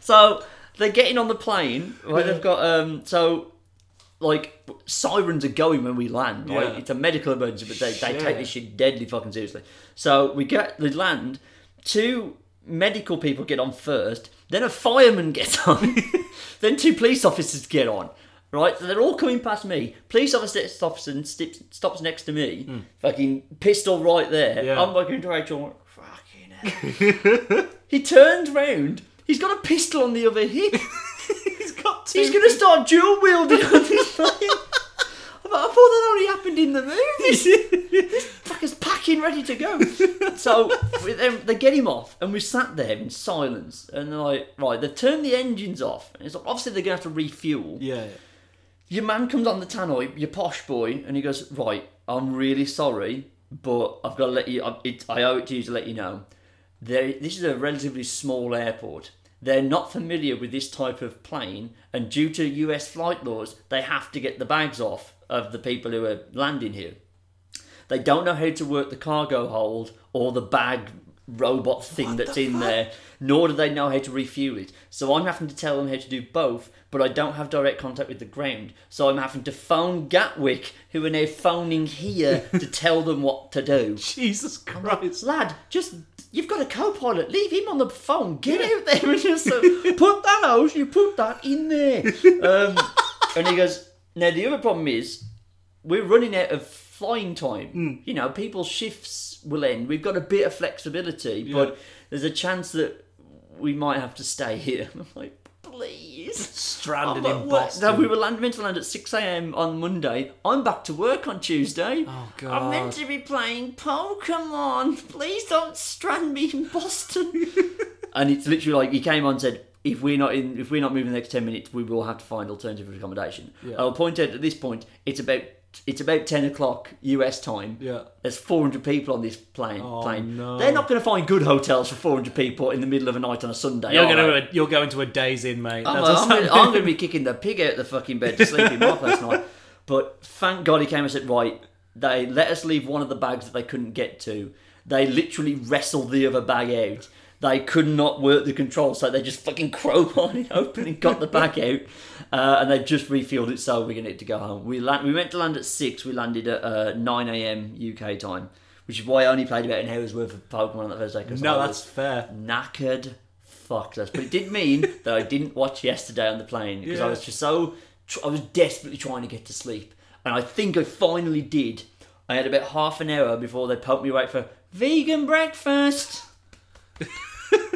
[SPEAKER 2] so they're getting on the plane. Right, they've got um. So like sirens are going when we land. Right,
[SPEAKER 1] Yeah.
[SPEAKER 2] it's a medical emergency, but they, they
[SPEAKER 1] Shit.
[SPEAKER 2] take this shit deadly fucking seriously. So we get we land. Two medical people get on first. Then a fireman gets [laughs] on. then two police officers get on. Right, so they're all coming past me. Police officer stops and sti- stops next to me. Fucking pistol right there.
[SPEAKER 1] Yeah.
[SPEAKER 2] I'm looking to Rachel. Fucking hell. [laughs] He turns round. He's got a pistol on the other hip.
[SPEAKER 1] he's got two.
[SPEAKER 2] Uh, He's going to start dual wielding on this plane. I thought that only happened in the movies. Fuckers packing, ready to go. So we- they, they get him off, and we sat there in silence. And they're like, right, they've turned the engines off. And it's like, obviously they're going to have to refuel.
[SPEAKER 1] yeah,
[SPEAKER 2] Your man comes on the tannoy, your posh boy, and he goes, right, I'm really sorry, but I've got to let you. I, it, I owe it to you to let you know. They, this is a relatively small airport. They're not familiar with this type of plane, and due to US flight laws, they have to get the bags off of the people who are landing here. They don't know how to work the cargo hold or the bag robot thing that's in there, nor do they know how to refuel it. So I'm having to tell them how to do both, but I don't have direct contact with the ground. So I'm having to phone Gatwick, who are now phoning here to tell them what to do.
[SPEAKER 1] Jesus Christ.
[SPEAKER 2] Lad, just you've got a co-pilot. Leave him on the phone. Get out there and just uh, put that out. You put that in there. Um, and he goes. Now the other problem is we're running out of flying time. You know, people's shifts will end. We've got a bit of flexibility, but there's a chance that we might have to stay here. [laughs] I'm like, please.
[SPEAKER 1] Stranded
[SPEAKER 2] But
[SPEAKER 1] in
[SPEAKER 2] what-
[SPEAKER 1] Boston.
[SPEAKER 2] No, we were land, meant to land at 6 a.m. on Monday. I'm back to work on Tuesday.
[SPEAKER 1] Oh,
[SPEAKER 2] I'm meant
[SPEAKER 1] God.
[SPEAKER 2] to be playing Pokemon. Please don't strand me in
[SPEAKER 1] [laughs]
[SPEAKER 2] Boston. and it's literally like he came on and said, if we're not in, if we're not moving the next 10 minutes, we will have to find alternative accommodation. I'll point out at this point, it's about it's about 10 o'clock US time.
[SPEAKER 1] Yeah. Oh,
[SPEAKER 2] There's 400 people on this plane. plane.
[SPEAKER 1] no.
[SPEAKER 2] They're not going to find good hotels for 400 people in the middle of a night on a Sunday.
[SPEAKER 1] You're
[SPEAKER 2] are
[SPEAKER 1] going
[SPEAKER 2] they?
[SPEAKER 1] to you're going to a days in, mate.
[SPEAKER 2] I'm,
[SPEAKER 1] That's
[SPEAKER 2] I'm,
[SPEAKER 1] what's
[SPEAKER 2] gonna, I'm
[SPEAKER 1] happening.
[SPEAKER 2] gonna be kicking the pig out the fucking bed to sleep in my place tonight. But thank God he came and said, right, they let us leave one of the bags that they couldn't get to. They literally wrestled the other bag out. They could not work the controls, so they just fucking [laughs] crowbarred it open and got the bag out. Uh, and they just refueled it, so we're gonna need to go home. We land, we meant to land at six. We landed at uh, nine a.m. UK time, which is why I only played about an hour's worth of Pokemon on that first day. 'cause I
[SPEAKER 1] no,
[SPEAKER 2] was-
[SPEAKER 1] that's fair.
[SPEAKER 2] knackered fucked us. But it
[SPEAKER 1] [laughs]
[SPEAKER 2] did mean that I didn't watch yesterday on the plane because I
[SPEAKER 1] Yeah.
[SPEAKER 2] was just so tr- I was desperately trying to get to sleep, and I think I finally did. I had about half an hour before they poked me right for
[SPEAKER 1] [laughs]
[SPEAKER 2] vegan breakfast.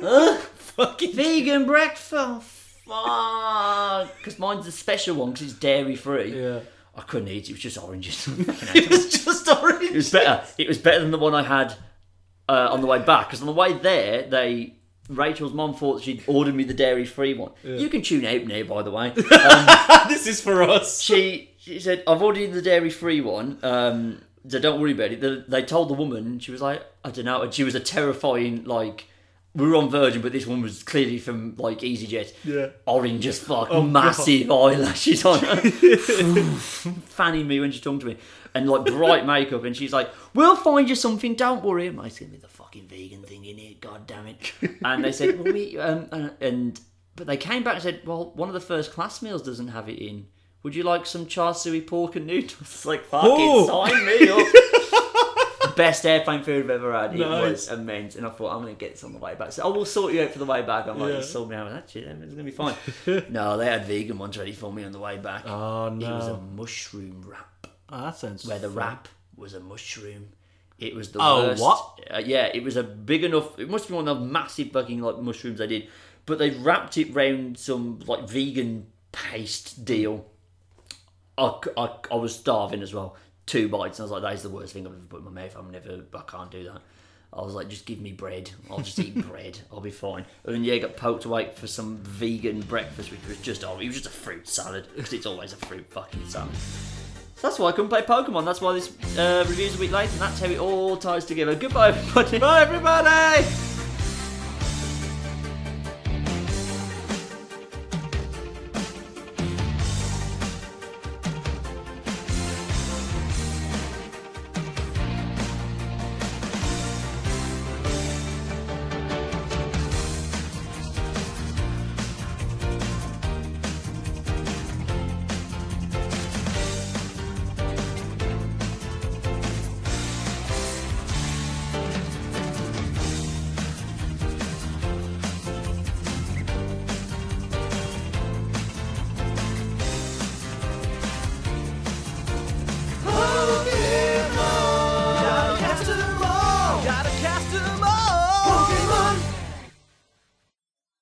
[SPEAKER 2] Ugh,
[SPEAKER 1] Fucking
[SPEAKER 2] vegan breakfast. Fuck, because mine's a special one because it's dairy free.
[SPEAKER 1] yeah.
[SPEAKER 2] I couldn't eat it; it was just oranges.
[SPEAKER 1] [laughs] It's [laughs] just
[SPEAKER 2] It
[SPEAKER 1] orange.
[SPEAKER 2] was better. It was better than the one I had uh, on the way back. Because on the way there, they Rachel's mom thought she'd ordered me the dairy free one. You can tune out now, by the way. [laughs]
[SPEAKER 1] this is for us.
[SPEAKER 2] she she said, "I've ordered you the dairy free one." Um, so don't worry about it. They, they told the woman. She was like, "I don't know." And she was a terrifying like. We were on Virgin, but this one was clearly from like EasyJet.
[SPEAKER 1] Yeah.
[SPEAKER 2] Orange as fuck, massive eyelashes on her, fanning me when she talked to me, and like bright makeup. And she's like, "We'll find you something. Don't worry." I'm like, "It's gonna be the fucking vegan thing in here. God damn it!" And they said, well, "We um, and- and." But they came back and said, "Well, one of the first class meals doesn't have it in. Would you like some char siu pork and noodles?" [laughs] It's like fucking
[SPEAKER 1] Ooh.
[SPEAKER 2] sign me up.
[SPEAKER 1] [laughs]
[SPEAKER 2] Best airplane food I've ever had. It
[SPEAKER 1] Nice.
[SPEAKER 2] was immense, and I thought I'm gonna get this on the way back. So I will sort you out for the way back. I'm like,
[SPEAKER 1] Yeah.
[SPEAKER 2] you sold me out. Actually, it's gonna be fine. [laughs] no, they had vegan ones ready for me on the way back.
[SPEAKER 1] Oh
[SPEAKER 2] It was a
[SPEAKER 1] no.
[SPEAKER 2] mushroom wrap
[SPEAKER 1] Oh, that sounds.
[SPEAKER 2] where the wrap was a mushroom. It was the
[SPEAKER 1] Oh,
[SPEAKER 2] worst.
[SPEAKER 1] what?
[SPEAKER 2] Uh, yeah, it was a big enough. It must have been one of the massive fucking like mushrooms they did, but they wrapped it round some like vegan paste deal. I, c- I, I was starving as well. Two bites, and I was like, "That is the worst thing I've ever put in my mouth. I'm never. I can't do that." I was like, "Just give me bread. I'll just
[SPEAKER 1] [laughs]
[SPEAKER 2] eat bread. I'll be fine." And then, yeah, got poked awake for some vegan breakfast, which was just oh, it was just a fruit salad because it's always a fruit fucking salad. So that's why I couldn't play Pokemon. That's why this uh, reviews a week later, and that's how it all ties together. Goodbye, everybody.
[SPEAKER 1] Bye, everybody!